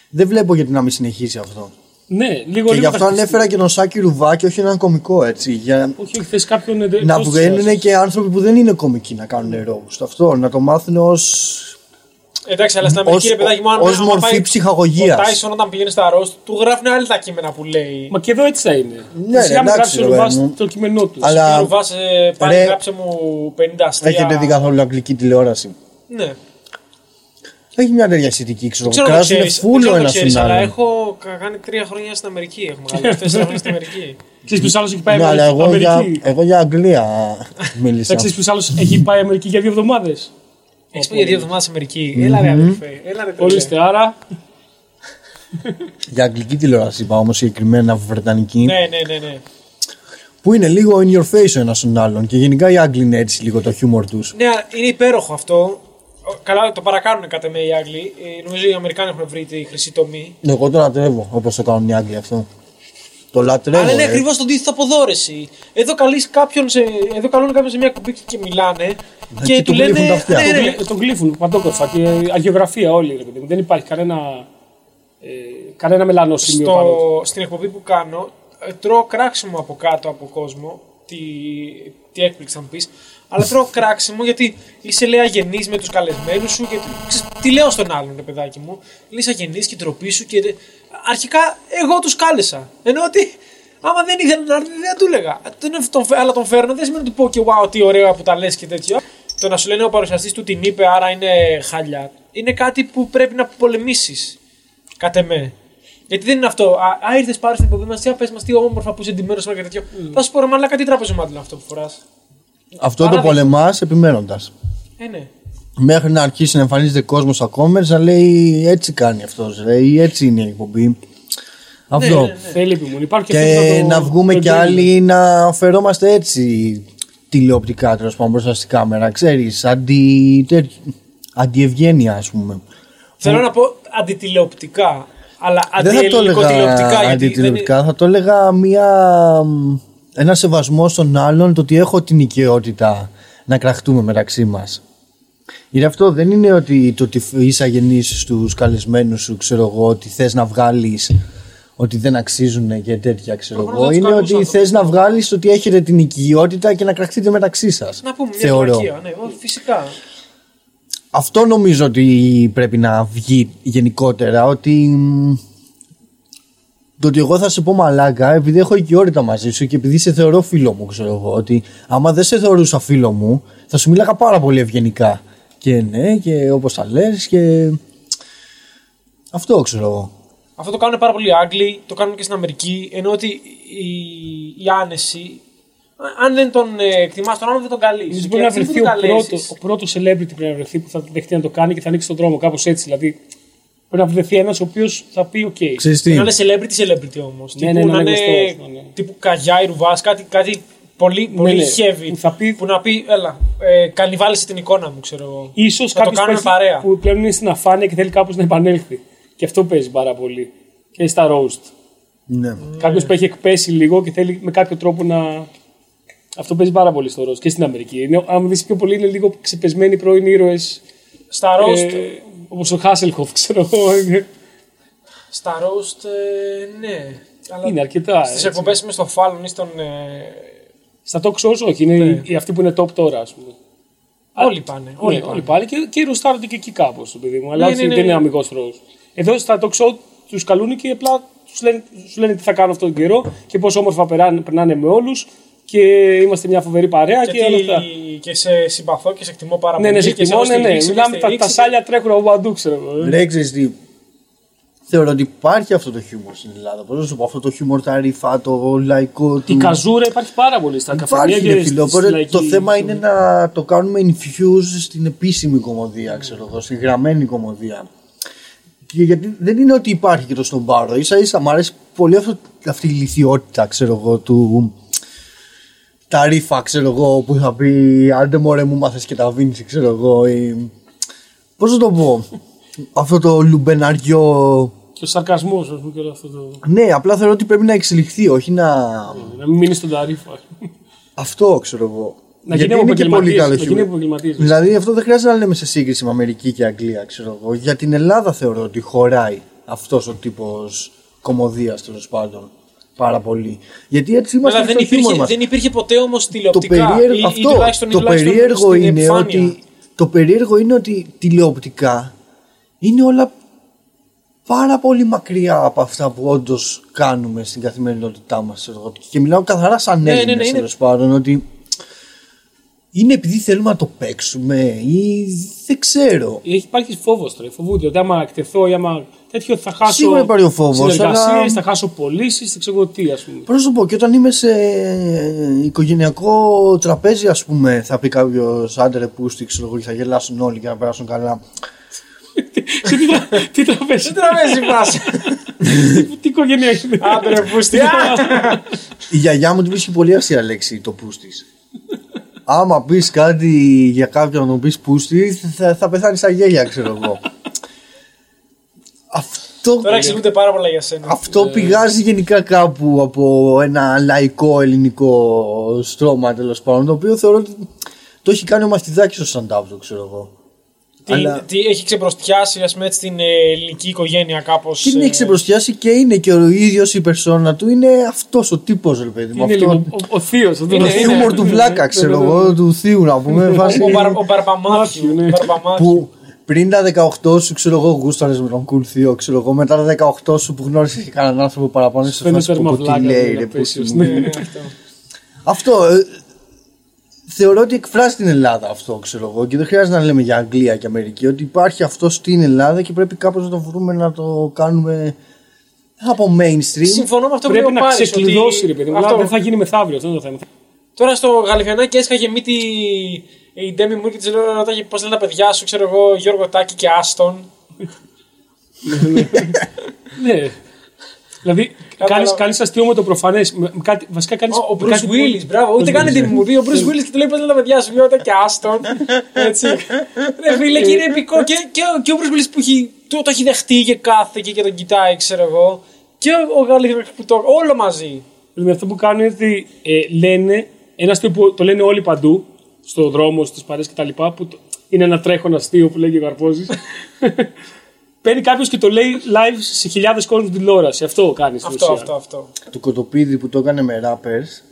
Speaker 3: Δεν βλέπω γιατί να μην συνεχίσει αυτό.
Speaker 1: Ναι, λίγο
Speaker 3: Και
Speaker 1: λίγο
Speaker 3: γι' αυτό
Speaker 1: θα χτιστεί.
Speaker 3: ανέφερα και τον Σάκη Ρουβά και όχι έναν κωμικό έτσι. Για,
Speaker 1: Όχι, όχι, θες κάποιον εντελώς
Speaker 3: να
Speaker 1: της
Speaker 3: βγαίνουν
Speaker 1: σειράς.
Speaker 3: και άνθρωποι που δεν είναι κομικοί να κάνουν roast. Αυτό, να το μάθουν ως.
Speaker 2: Εντάξει, αλλά στην
Speaker 3: Ως-
Speaker 2: Αμερική, ρε παιδάκι μου, αν
Speaker 3: ως
Speaker 2: άμα
Speaker 3: μορφή
Speaker 2: πάει
Speaker 3: ψυχαγωγίας.
Speaker 2: Ο Τάισον όταν πηγαίνει στα ροζ, του γράφουν άλλοι τα κείμενα που λέει.
Speaker 1: Μα και εδώ έτσι θα είναι.
Speaker 3: Ναι,
Speaker 1: Σιγά
Speaker 3: εντάξει,
Speaker 1: μην γράψει ο
Speaker 3: ρε
Speaker 1: Ρουβάς
Speaker 3: παιδί μου.
Speaker 1: το κείμενό τους.
Speaker 3: Αλλά-
Speaker 2: Κύριε Βάς, ε, πάει
Speaker 3: Ρε,
Speaker 2: γράψε μου 50 αστεία.
Speaker 3: Έχετε δει καθόλου αγγλική τηλεόραση.
Speaker 2: Ναι.
Speaker 3: Έχει μια τέτοια αισθητική, ξέρω
Speaker 2: Ξέρω
Speaker 3: εγώ.
Speaker 2: να το
Speaker 3: Κράζουν
Speaker 2: ξέρεις, δεν ξέρω
Speaker 3: φούλο
Speaker 2: αν το
Speaker 3: ένα
Speaker 2: ξέρεις,
Speaker 3: στον
Speaker 2: αλλά
Speaker 3: άλλον.
Speaker 2: έχω κα- κάνει τρία χρόνια στην Αμερική. Έχουμε κάνει τέσσερα χρόνια στην Αμερική.
Speaker 1: Ξέρεις ποιος άλλος έχει πάει
Speaker 3: Ναι, αλλά εγώ για,
Speaker 1: Αμερική.
Speaker 3: εγώ για Αγγλία
Speaker 1: Θα
Speaker 3: μίλησα.
Speaker 1: ξέρεις ποιος άλλος έχει πάει Αμερική για δύο εβδομάδες.
Speaker 2: Έχεις πάει για δύο εβδομάδες Αμερική. Έλα ρε, αδερφέ. Έλα ρε,
Speaker 1: Όλοι
Speaker 2: τρελέ.
Speaker 1: είστε άρα.
Speaker 3: Για αγγλική τηλεόραση είπα όμως συγκεκριμένα βρετανική.
Speaker 2: Ναι, ναι, ναι, ναι.
Speaker 3: Που είναι λίγο in your face ο ένας τον άλλον. Και γενικά οι Άγγλοι είναι έτσι λίγο το χιούμορ τους.
Speaker 2: Ναι, είναι υπέροχο αυτό. Ο- Καλά, το παρακάνουν κατά με οι Άγγλοι. Ε, νομίζω οι Αμερικάνοι έχουν βρει τη χρυσή τομή.
Speaker 3: Ναι, Εγώ το λατρεύω όπως το κάνουν οι Άγγλοι αυτό. Το λατρεύω. ε.
Speaker 2: Αλλά είναι
Speaker 3: ρε.
Speaker 2: ακριβώς το αντίθετο από δόρεση. Εδώ, καλείς κάποιον σε, εδώ καλούν κάποιον σε μια κουμπί και μιλάνε και, του
Speaker 3: και του
Speaker 2: λένε.
Speaker 3: γλύφουν τα αυτιά.
Speaker 2: Ναι,
Speaker 1: Τον
Speaker 2: ναι,
Speaker 1: γλυ- Τον γλύφουν παντόκορφα και αγιογραφία όλοι. ρε παιδί μου. Δεν υπάρχει κανένα, ε, κανένα μελανό σημείο πάνω. του.
Speaker 2: στο, στην εκπομπή που κάνω, ε, τρώω κράξιμο από κάτω από κόσμο. Τι, τι έκπληξη θα μου πεις. Αλλά τρώω κράξιμο γιατί είσαι λέει αγενής με τους καλεσμένους σου. Και, ξέρεις, τι λέω στον άλλον, ρε παιδάκι μου. Λύσα αγενής και ντροπή σου. Και, ε, αρχικά εγώ τους κάλεσα. Ενώ ότι άμα δεν ήθελα να έρθει, δεν του έλεγα. Ε, Τον- τον φε- Αλλά τον φέρνω, δεν σημαίνει ότι του πω και wow, τι ωραία που τα λες και τέτοια. Το να σου λένε ο παρουσιαστής του την είπε, άρα είναι χαλιά. Είναι κάτι που πρέπει να πολεμήσεις. Κατ' εμέ. Γιατί δεν είναι αυτό. Α, α ήρθες πάρει στην εκπομπή μα, τι απε μας, τι όμορφα που είσαι εντυμένος σήμερα και τέτοιο. Θα σου πω ρε μαλάκα τι τραπεζομάτι είναι αυτό που φοράς.
Speaker 3: Αυτό το
Speaker 2: Παράδειγμα.
Speaker 3: πολεμάς επιμένοντας.
Speaker 2: Ε, ναι.
Speaker 3: Μέχρι να αρχίσει να εμφανίζεται κόσμος ακόμα να λέει έτσι κάνει αυτός, ή έτσι είναι η εκπομπή. Αυτό.
Speaker 2: ναι, ναι.
Speaker 1: Θέλει επιμονή. Υπάρχει και, αυτό
Speaker 3: Και
Speaker 1: το-
Speaker 3: να βγούμε
Speaker 1: το
Speaker 3: κι
Speaker 1: εγκρίνει.
Speaker 3: άλλοι να φερόμαστε έτσι τηλεοπτικά τέλος πάντων μπροστά στη κάμερα. Ξέρεις, αντι, τέτοι- αντιευγένεια ας πούμε.
Speaker 2: Θέλω να πω αντιτηλεοπτικά. Αλλά
Speaker 3: Δεν θα το
Speaker 2: αντιελληνικό
Speaker 3: έλεγα
Speaker 2: τηλεοπτικά. γιατί
Speaker 3: αντιτηλεοπτικά, θα το έλεγα μια, μ, ένα σεβασμό στον άλλον το ότι έχω την οικειότητα να κραχτούμε μεταξύ μας. Είναι αυτό, δεν είναι ότι το ότι είσαι αγενής στους καλεσμένους σου, ξέρω εγώ, ότι θες να βγάλεις ότι δεν αξίζουν και τέτοια, ξέρω
Speaker 2: Προφανώς
Speaker 3: εγώ.
Speaker 2: δεν τους
Speaker 3: Είναι
Speaker 2: καλούσα το.
Speaker 3: ότι θες να βγάλεις ότι έχετε την οικειότητα και να κραχτείτε μεταξύ σας.
Speaker 2: Δεν... Να πούμε μια βλακεία, Ναι, ω, φυσικά.
Speaker 3: Αυτό νομίζω ότι πρέπει να βγει γενικότερα. Ότι. μ, Το ότι εγώ θα σε πω μαλάκα επειδή έχω οικειότητα μαζί σου και επειδή σε θεωρώ φίλο μου, ξέρω εγώ. Ότι άμα δεν σε θεωρούσα φίλο μου, θα σου μίλαγα πάρα πολύ ευγενικά. Και ναι, και όπως τα λες, και. Αυτό ξέρω εγώ.
Speaker 2: Αυτό το κάνουν πάρα πολλοί Άγγλοι, το κάνουν και στην Αμερική. Ενώ ότι η, η άνεση. α- Αν δεν τον ε, εκτιμάς τον άλλον, δεν τον καλείς.
Speaker 1: Ίσως μπορεί να βρεθεί ο πρώτο ο πρώτος celebrity που να βρεθεί που θα δεχτεί να το κάνει και θα ανοίξει τον δρόμο, κάπως έτσι. Δηλαδή πρέπει να βρεθεί ένας ο οποίος θα πει: Οκ.
Speaker 3: Ξέρεις τι.
Speaker 2: Να είναι celebrity celebrity όμως.
Speaker 1: Ναι, ναι,
Speaker 2: να
Speaker 1: να είναι
Speaker 2: είναι
Speaker 1: γνωστός, ναι, ναι.
Speaker 2: τύπου καγιά ή ρουβάς, κάτι, κάτι πολύ, πολύ
Speaker 1: ναι.
Speaker 2: heavy.
Speaker 1: Που θα πει-
Speaker 2: που να πει, έλα, ε, κανιβάλισε την εικόνα μου, ξέρω εγώ.
Speaker 1: Ίσως
Speaker 2: θα το
Speaker 1: κάποιος
Speaker 2: κάνουμε
Speaker 1: παίζει
Speaker 2: παρέα.
Speaker 1: που πλέον είναι στην αφάνεια και θέλει κάπως να επανέλθει. Και αυτό παίζει πάρα πολύ. Και στα roast.
Speaker 3: Ναι.
Speaker 1: Κάποιος που έχει εκπέσει λίγο και θέλει με κάποιο τρόπο να. Αυτό παίζει πάρα πολύ στο roast και στην Αμερική. Είναι, αν δεις πιο πολύ, είναι λίγο ξεπεσμένοι πρώην ήρωες. ε,
Speaker 2: Στα roast,
Speaker 1: Όπως ο Χάσελχοφ, ξέρω εγώ. Είναι,
Speaker 2: στα roast ε, ναι. Αλλά
Speaker 1: είναι αρκετά.
Speaker 2: στις
Speaker 1: έτσι.
Speaker 2: εκπομπές είμαι στο Fallon ή στον... Ε,
Speaker 1: Στα talk shows όχι.
Speaker 2: Ναι.
Speaker 1: Είναι οι- οι, αυτοί που είναι top τώρα, ας πούμε.
Speaker 2: όλοι πάνε, όλοι
Speaker 1: Ναι,
Speaker 2: πάνε.
Speaker 1: όλοι πάλι και, και ρουστάρονται και εκεί κάπως το παιδί μου. Αλλά
Speaker 2: Ναι,
Speaker 1: όχι,
Speaker 2: ναι, ναι,
Speaker 1: δεν είναι
Speaker 2: ναι.
Speaker 1: αμυγό ρόλο. Εδώ στα talk show τους καλούν και απλά τους λένε, τους λένε τι θα κάνω αυτόν τον καιρό και πόσο όμορφα περάνε- περνάνε με όλους και είμαστε μια φοβερή παρέα και,
Speaker 2: Και,
Speaker 1: όλα
Speaker 2: τι-
Speaker 1: αυτά.
Speaker 2: και σε συμπαθώ και σε εκτιμώ πάρα
Speaker 1: Ναι,
Speaker 2: πολύ.
Speaker 1: ναι, σε
Speaker 2: και
Speaker 1: εκτιμώ,
Speaker 2: έχω
Speaker 1: ναι, ναι.
Speaker 2: στηρίξει και
Speaker 1: Μιλάμε τα, τα
Speaker 2: στηρίξει.
Speaker 1: σάλια τρέχουν από παντού, ξέρω εγώ. ε.
Speaker 3: Ρε, ξέρεις τι. Θεωρώ ότι υπάρχει αυτό το χιούμορ στην Ελλάδα. Πώς να σου πω, αυτό το χιούμορ τα ρήφα, το λαϊκό.
Speaker 1: Η
Speaker 3: του-
Speaker 1: καζούρα υπάρχει πάρα πολύ στα καφενεία
Speaker 3: Υπάρχει
Speaker 1: και
Speaker 3: ρε
Speaker 1: στη-
Speaker 3: φίλε,
Speaker 1: στη
Speaker 3: οπότε
Speaker 1: λαϊκή
Speaker 3: το θέμα
Speaker 1: ζωή.
Speaker 3: είναι να το κάνουμε infuse στην επίσημη κομμωδία, ξέρω εγώ, στη γραμμένη κομμωδία. Και γιατί δεν είναι ότι υπάρχει και το στον πάρο, ίσα ίσα μου αρέσει πολύ αυτό, αυτή η λυθιότητα, ξέρω εγώ, του τα ρήφα, ξέρω εγώ, που θα πει άντε μωρέ μου μάθες και τα βίνεις, ξέρω εγώ, ή... πώς θα το πω, αυτό το λουμπεναριό...
Speaker 1: Και ο σαρκασμό, ας πούμε, και όλο αυτό το.
Speaker 3: Ναι, απλά θεωρώ ότι πρέπει να εξελιχθεί, όχι να...
Speaker 1: Να μην μείνει στον ταρίφα.
Speaker 3: Αυτό ξέρω εγώ.
Speaker 1: Να
Speaker 3: Γιατί
Speaker 1: γίνουμε
Speaker 3: είναι και πολύ
Speaker 1: επαγγελματίες,
Speaker 3: καλό
Speaker 1: να
Speaker 3: χιούμορ.
Speaker 1: γίνουμε επαγγελματίες.
Speaker 3: Δηλαδή αυτό δεν χρειάζεται να λέμε σε σύγκριση με Αμερική και Αγγλία, ξέρω εγώ. Για την Ελλάδα θεωρώ ότι χωράει αυτός ο τύπος κομμωδίας τέλος πάντων. Πάρα πολύ. Γιατί έτσι είμαστε
Speaker 2: Αλλά δεν
Speaker 3: στο χιούμορ
Speaker 2: υπήρχε,
Speaker 3: μας.
Speaker 2: δεν υπήρχε ποτέ όμως
Speaker 3: Το
Speaker 2: τηλεοπτικά.
Speaker 3: περίεργο,
Speaker 2: ή- ή
Speaker 3: αυτό,
Speaker 2: τουλάχιστον- ή
Speaker 3: το
Speaker 2: τουλάχιστον
Speaker 3: περίεργο
Speaker 2: στην
Speaker 3: είναι
Speaker 2: επιφάνεια.
Speaker 3: ότι, το περίεργο είναι ότι τηλεοπτικά είναι όλα πάρα πολύ μακριά από αυτά που όντως κάνουμε στην καθημερινότητά μας. Και μιλάω καθαρά σαν
Speaker 2: Ναι, ναι,
Speaker 3: Έλληνε
Speaker 2: ναι, είναι-
Speaker 3: τέλος πάντων. Ότι Είναι επειδή θέλουμε να το παίξουμε ή δεν ξέρω.
Speaker 1: Έχει- Υπάρχει φόβος τώρα. Φοβούνται ότι άμα εκτεθώ ή άμα τέτοιο θα χάσω.
Speaker 3: Σίγουρα υπάρχει ο φόβος,
Speaker 1: συνεργασίες,
Speaker 3: αλλά-
Speaker 1: θα χάσω πωλήσεις, δεν ξέρω εγώ τι, ας πούμε.
Speaker 3: Πώς να σου πω, και όταν είμαι σε οικογενειακό τραπέζι, ας πούμε, θα πει κάποιος άντρε που στη ξέρω εγώ και θα γελάσουν όλοι και να περάσουν καλά.
Speaker 1: Σε τι τρα- Τι τραπέζι,
Speaker 2: Τι τραπέζι πας.
Speaker 1: τι- τι οικογένεια έχεις.
Speaker 2: Άντρε, πούστη.
Speaker 3: Η γιαγιά μου την βρίσκει πολύ αστεία λέξη το πούστης. Άμα πεις κάτι για κάποιον να τον πεις πούστης, θα, θα πεθάνεις σαν γέλια, ξέρω εγώ. Αυτό.
Speaker 2: Τώρα εξηγούνται πάρα πολλά για σένα.
Speaker 1: Ε,
Speaker 3: Αυτό πηγάζει γενικά κάπου από ένα λαϊκό ελληνικό στρώμα τέλος πάντων, το οποίο θεωρώ ότι το έχει κάνει ο Μαστιδάκης στο stand-up του, ξέρω εγώ.
Speaker 2: Τι,
Speaker 3: Αλλά-
Speaker 2: τι έχει ξεπροστιάσει, ας πούμε, έτσι, την ε, ελληνική οικογένεια ε, κάπω.
Speaker 3: Και την έχει ξεπροστιάσει και είναι και ο ίδιος η περσόνα του, είναι αυτός ο τύπος, ρε παιδί μου.
Speaker 1: Είναι
Speaker 3: Αυτό,
Speaker 1: λίγο ο- ο θείος.
Speaker 3: το χιούμορ του βλάκα, ξέρω εγώ, του θείου να πούμε. βάσει-
Speaker 2: Ο, μπαρ, ο Μπαρμπαμάθιου.
Speaker 1: Ναι.
Speaker 2: ο Μπαρμπαμάθιου.
Speaker 3: που πριν τα 18 σου, ξέρω εγώ, γούσταρες με τον cool θείο, ξέρω εγώ. Μετά τα 18 σου που γνώρισες και κανέναν άνθρωπο παραπάνω, σε
Speaker 1: Φαίνεται
Speaker 3: φάση που,
Speaker 1: τέρμα
Speaker 3: πω, τι
Speaker 1: βλάκα,
Speaker 3: λέει,
Speaker 1: λέει,
Speaker 3: ρε,
Speaker 1: να πέσεις,
Speaker 3: πούστη μου.
Speaker 1: ναι.
Speaker 2: Ναι, αυτό.
Speaker 3: Αυτό. ε, θεωρώ ότι εκφράζει την Ελλάδα αυτό, ξέρω εγώ. Και δεν χρειάζεται να λέμε για Αγγλία και Αμερική. Ότι υπάρχει αυτό στην Ελλάδα και πρέπει κάπως να το βρούμε να το κάνουμε από mainstream.
Speaker 2: Συμφωνώ με αυτό που λέει ο
Speaker 1: Πρέπει να
Speaker 2: Πάρης,
Speaker 1: ξεκλειδώσει,
Speaker 2: ότι
Speaker 1: ρε παιδί μου.
Speaker 2: αυτό-
Speaker 1: αλλά Δεν θα γίνει μεθαύριο αυτό είναι το θέμα.
Speaker 2: Τώρα στο Γαλιφιανάκι έσκαγε μύτη η Ντέμι Μουρ και της λέω ρώταγε πώ λένε τα παιδιά σου, ξέρω εγώ, Γιώργο Τάκη και Άστον.
Speaker 1: Ναι. Δηλαδή,
Speaker 2: Κατάλαβα.
Speaker 1: κάνει αστείο με το προφανές. Βασικά κάνεις.
Speaker 2: Ο- Ο Bruce Willis, μπράβο, ούτε καν η Ντέμι Μουρ. Ο Bruce Willis και του λέει πώ λένε τα παιδιά σου, Γιώργο Τάκη και Άστον. Έτσι. Ρε φίλε, και
Speaker 3: Ε,
Speaker 2: είναι επικό. Και, και, ο- και ο Bruce Willis που έχει, το, το έχει δεχτεί και κάθεται και τον κοιτάει, ξέρω εγώ. Και ο- ο Γαλιφιανάκι που το. Όλο μαζί.
Speaker 1: Δηλαδή, αυτό που κάνουν είναι ότι ε, λένε ένα αστείο που το λένε όλοι παντού, στον δρόμο, στις παρέ κτλ. που το- είναι ένα τρέχον αστείο που λέει και ο Καρπόζη. Παίρνει κάποιος και το λέει live σε χιλιάδες κόσμους την τηλεόραση. Αυτό κάνει.
Speaker 2: Αυτό, αυτό, αυτό.
Speaker 3: Το κοτοπίδι που το έκανε με rappers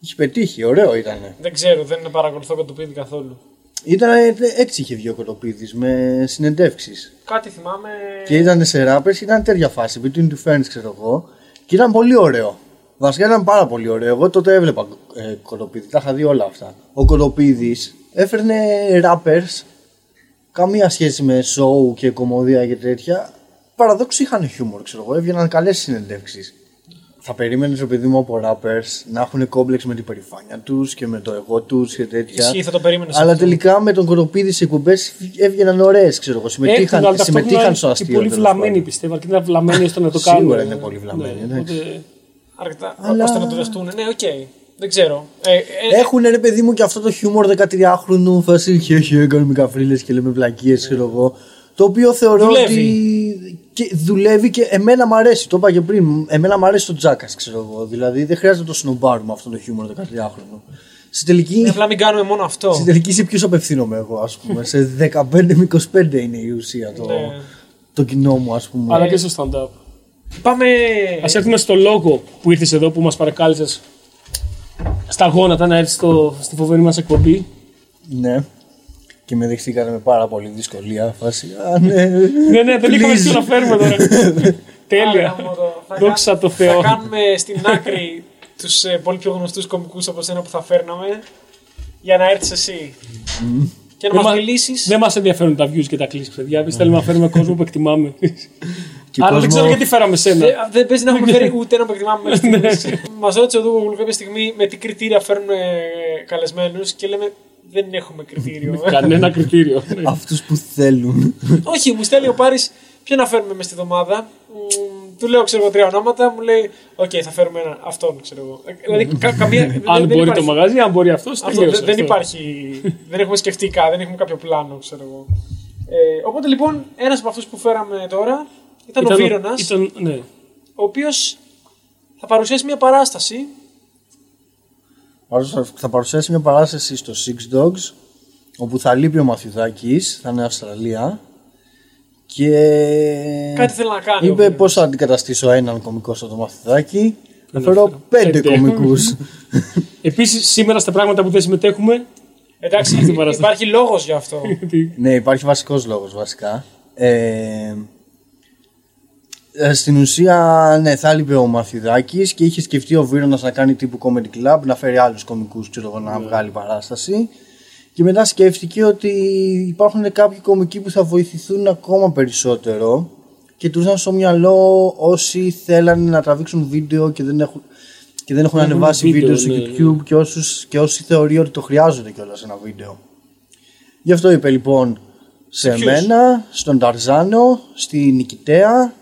Speaker 3: είχε πετύχει, ωραίο ήταν.
Speaker 2: Δεν ξέρω, δεν παρακολουθώ κοντοπίδι καθόλου.
Speaker 3: Ήταν έτσι είχε βγει ο κοτοπίδης με συνεντεύξεις.
Speaker 2: Κάτι θυμάμαι.
Speaker 3: Και ήταν σε rappers, ήταν τέτοια φάση. Between two friends, ξέρω εγώ. Και ήταν πολύ ωραίο. Βασικά ήταν πάρα πολύ ωραίο. Εγώ τότε έβλεπα ε, Κολοπίδη, τα είχα δει όλα αυτά. Ο Κολοπίδη έφερνε rappers, καμία σχέση με show και κομμωδία και τέτοια. Παραδόξως είχαν χιούμορ, ξέρω εγώ. Έβγαιναν καλές συνεντεύξεις. Θα περίμενες, ρε παιδί μου, από rappers να έχουν κόμπλεξ με την περηφάνεια τους και με το εγώ τους και τέτοια.
Speaker 2: Ισχύει, θα το περίμενες
Speaker 3: Αλλά
Speaker 2: αυτό.
Speaker 3: τελικά με τον Κολοπίδη σε εκπομπές έβγαιναν ωραίες, ξέρω εγώ.
Speaker 1: Ε,
Speaker 3: Συμμετείχαν,
Speaker 1: αλλά ταυτόχρονα
Speaker 3: συμμετείχαν στο
Speaker 1: και
Speaker 3: αστείο.
Speaker 1: Πολύ
Speaker 3: τέλος
Speaker 1: βλαμμένοι
Speaker 3: πάντων.
Speaker 1: πιστεύω, αρκετά βλαμμένοι ώστε να το κάνουν. Ναι,
Speaker 3: Σίγουρα είναι πολύ βλαμμένοι, εντάξει.
Speaker 1: οπότε-
Speaker 2: Αρκετά.
Speaker 3: Αλλά-
Speaker 2: ώστε να το δεχτούν. Ναι, οκ. Δεν ξέρω. Ε, ε, ε,
Speaker 3: Έχουν ρε παιδί μου και αυτό το χιούμορ 13χρονου φάση χεχε κάνουμε καφρίλες και λέμε βλακίες ξέρω εγώ το οποίο θεωρώ
Speaker 2: Δουλεύει.
Speaker 3: ότι και δουλεύει και εμένα μ' αρέσει το είπα και πριν εμένα μ' αρέσει το τζάκας ξέρω εγώ δηλαδή δεν χρειάζεται να το σνομπάρουμε αυτό το χιούμορ 13χρονου στην τελική,
Speaker 2: Απλά μην κάνουμε μόνο αυτό.
Speaker 3: στην τελική σε ποιους απευθύνομαι εγώ ας πούμε σε 15 με 25 είναι η ουσία το,
Speaker 2: Ναι.
Speaker 3: το κοινό μου ας πούμε
Speaker 1: Αλλά και στο stand-up.
Speaker 2: Πάμε.
Speaker 1: Ας έρθουμε στο λόγο που ήρθες εδώ που μας παρακάλεσες στα γόνατα να έρθεις στο, στη φοβερή μας εκπομπή.
Speaker 3: ναι και με δεχτήκανε με πάρα πολύ δυσκολία φάση α, ναι.
Speaker 1: ναι, ναι, δεν είχαμε
Speaker 3: Please.
Speaker 1: τι να φέρουμε τώρα. Τέλεια.
Speaker 2: Άρα, μόνο, θα
Speaker 1: Δόξα
Speaker 2: κάν-
Speaker 1: τω Θεώ.
Speaker 2: Θα κάνουμε στην άκρη τους πολύ πιο γνωστούς κομικούς από σένα που θα φέρναμε για να έρθεις εσύ. Και
Speaker 1: Δεν
Speaker 2: να μας
Speaker 1: μας-
Speaker 2: μιλήσεις.
Speaker 1: Δεν Ε, μα Ναι, ενδιαφέρουν τα views και τα κλείσει, παιδιά. Εμείς θέλουμε να φέρουμε κόσμο που εκτιμάμε.
Speaker 3: Και
Speaker 1: Άρα δεν
Speaker 3: κόσμο-
Speaker 1: ξέρω γιατί φέραμε σένα.
Speaker 2: Ε, Δεν παίζει να έχουμε
Speaker 1: Ναι.
Speaker 2: φέρει ούτε ένα που εκτιμάμε μέχρι στιγμή. Μας ρώτησε ο Δούγο κάποια στιγμή με τι κριτήρια φέρνουν καλεσμένους και λέμε δεν έχουμε κριτήριο.
Speaker 1: Κανένα κριτήριο. Ναι.
Speaker 3: αυτούς που θέλουν.
Speaker 2: Όχι, μου στέλνει ο Πάρης ποιο να φέρουμε μες στη βδομάδα. Μμμ, Του λέω, ξέρω εγώ, τρία ονόματα. Μου λέει, Οκ, θα φέρουμε ένα. Αυτόν, ξέρω εγώ. Ε, Δηλαδή, κα- καμία. δεν-
Speaker 1: Αν
Speaker 2: δεν
Speaker 1: μπορεί
Speaker 2: υπάρχει.
Speaker 1: το μαγαζί, αν μπορεί αυτός,
Speaker 2: Αυτό,
Speaker 1: τελείωσε
Speaker 2: δεν-
Speaker 1: αυτό.
Speaker 2: δεν υπάρχει. δεν έχουμε σκεφτεί κάτι, δεν έχουμε κάποιο πλάνο, ξέρω εγώ. Ε, οπότε λοιπόν, ένας από αυτούς που φέραμε τώρα ήταν, ο Βίρονας,
Speaker 1: ήταν- ναι.
Speaker 2: ο οποίος θα παρουσιάσει μια παράσταση.
Speaker 3: Παρουσ- Θα παρουσιάσει μια παράσταση στο Six Dogs όπου θα λείπει ο Μαθηδάκης, θα είναι Αυστραλία και
Speaker 2: Κάτι θέλει να κάνει. ο
Speaker 3: είπε
Speaker 2: Βίρονας.
Speaker 3: πως θα αντικαταστήσω έναν κομικό στο το Μαθηδάκη να
Speaker 1: φέρω
Speaker 3: φέρω πέντε
Speaker 1: πέντε.
Speaker 3: κομικούς.
Speaker 1: Επίσης, σήμερα στα πράγματα που δεν συμμετέχουμε.
Speaker 2: Εντάξει,
Speaker 1: Αυτή η παράσταση.
Speaker 2: υπάρχει λόγος γι' αυτό.
Speaker 1: τι-
Speaker 3: ναι υπάρχει βασικός λόγος βασικά. Ε, ε, στην ουσία, ναι, θα λείπει ο Μαθηδάκης και είχε
Speaker 1: Ναι.
Speaker 3: σκεφτεί ο Βίρονας να κάνει τύπου comedy club, να φέρει άλλους κομικούς, ξέρω εγώ, να βγάλει παράσταση. Και μετά σκέφτηκε ότι υπάρχουν κάποιοι κομικοί που θα βοηθηθούν ακόμα περισσότερο και τους ήταν στο μυαλό όσοι θέλανε να τραβήξουν βίντεο και δεν έχουν, και δεν έχουν
Speaker 1: Έχουν
Speaker 3: ανεβάσει
Speaker 1: βίντεο,
Speaker 3: βίντεο, στο
Speaker 1: ναι,
Speaker 3: YouTube Και, όσους, και όσοι θεωρεί ότι το χρειάζονται κιόλας ένα βίντεο. Γι' αυτό είπε λοιπόν σε
Speaker 2: Ποιους?
Speaker 3: μένα, στον Ταρζάνο, στη Νικητέα,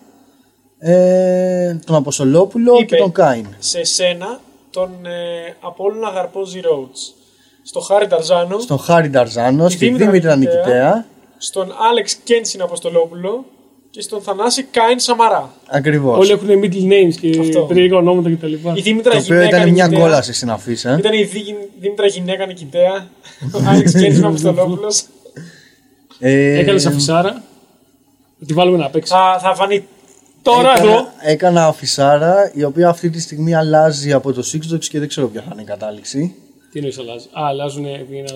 Speaker 3: ε, τον Αποστολόπουλο
Speaker 2: Είπε.
Speaker 3: και τον Κάιν.
Speaker 2: σε σένα τον ε, Απόλλωνα Γαρπόζη Ρόουτς, στο Χάρη Ταρζάνο,
Speaker 3: Στον Χάρη Ταρζάνο, στη
Speaker 2: Δήμητρα
Speaker 3: Δήμητρα
Speaker 2: Νικητέα.
Speaker 3: Νικητέα.
Speaker 2: στον Άλεξ Κένσιν Αποστολόπουλο και στον Θανάση Κάιν Σαμαρά.
Speaker 3: Ακριβώς.
Speaker 1: Όλοι έχουν middle names και
Speaker 2: Αυτό.
Speaker 1: περίεργα ονόματα κτλ.
Speaker 2: Η
Speaker 3: Το
Speaker 2: Δήμητρα
Speaker 3: οποίο
Speaker 2: γυναίκα
Speaker 3: ήταν μια
Speaker 2: νικητέα.
Speaker 3: κόλαση ε. στην αφήσα.
Speaker 2: Ήταν η Δή- Δήμητρα γυναίκα νικητέα, ο Άλεξ Κένσιν Αποστολόπουλος.
Speaker 3: Ε,
Speaker 1: Έκανε αφισάρα. Να τη βάλουμε να παίξει.
Speaker 2: θα, θα φανεί
Speaker 1: Ε,
Speaker 2: τώρα
Speaker 3: έκανα-
Speaker 2: εδώ.
Speaker 3: Έκανα αφισάρα η οποία αυτή τη στιγμή αλλάζει από το Six Dogs και δεν ξέρω ποια θα είναι η κατάληξη.
Speaker 1: Τι εννοείς αλλάζει. Α, αλλάζουν.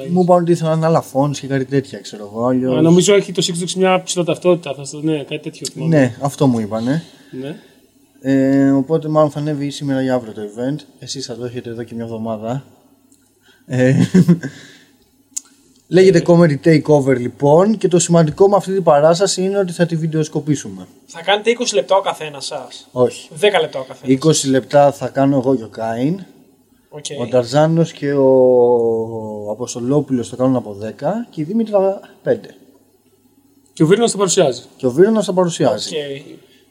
Speaker 3: Μου είπαν ότι ήθελαν άλλα φόντς και κάτι τέτοια, ξέρω εγώ. αλλιώς-
Speaker 1: Νομίζω έχει το Six Dogs μια ψηλοταυτότητα. Θα στο- Ναι, κάτι τέτοιο. θυμάμαι.
Speaker 3: Ναι, αυτό μου είπανε.
Speaker 1: Ναι.
Speaker 3: Ε, οπότε μάλλον θα ανέβει σήμερα ή αύριο το event. Εσείς θα το έχετε εδώ και μια εβδομάδα. Ε, λέγεται Comedy Takeover λοιπόν και το σημαντικό με αυτή την παράσταση είναι ότι θα τη βιντεοσκοπήσουμε.
Speaker 2: Θα κάνετε 20 λεπτά ο καθένας σας. 10
Speaker 3: Όχι.
Speaker 2: λεπτά ο καθένας.
Speaker 3: 20 λεπτά θα κάνω εγώ και ο Κάιν.
Speaker 2: Ε.
Speaker 3: Ο Ταρζάνος και ο Αποστολόπουλος το κάνουν από 10 και η Δήμητρα 5.
Speaker 1: Και ο Βίρνας το παρουσιάζει.
Speaker 3: Και ο Βίρονας τα παρουσιάζει.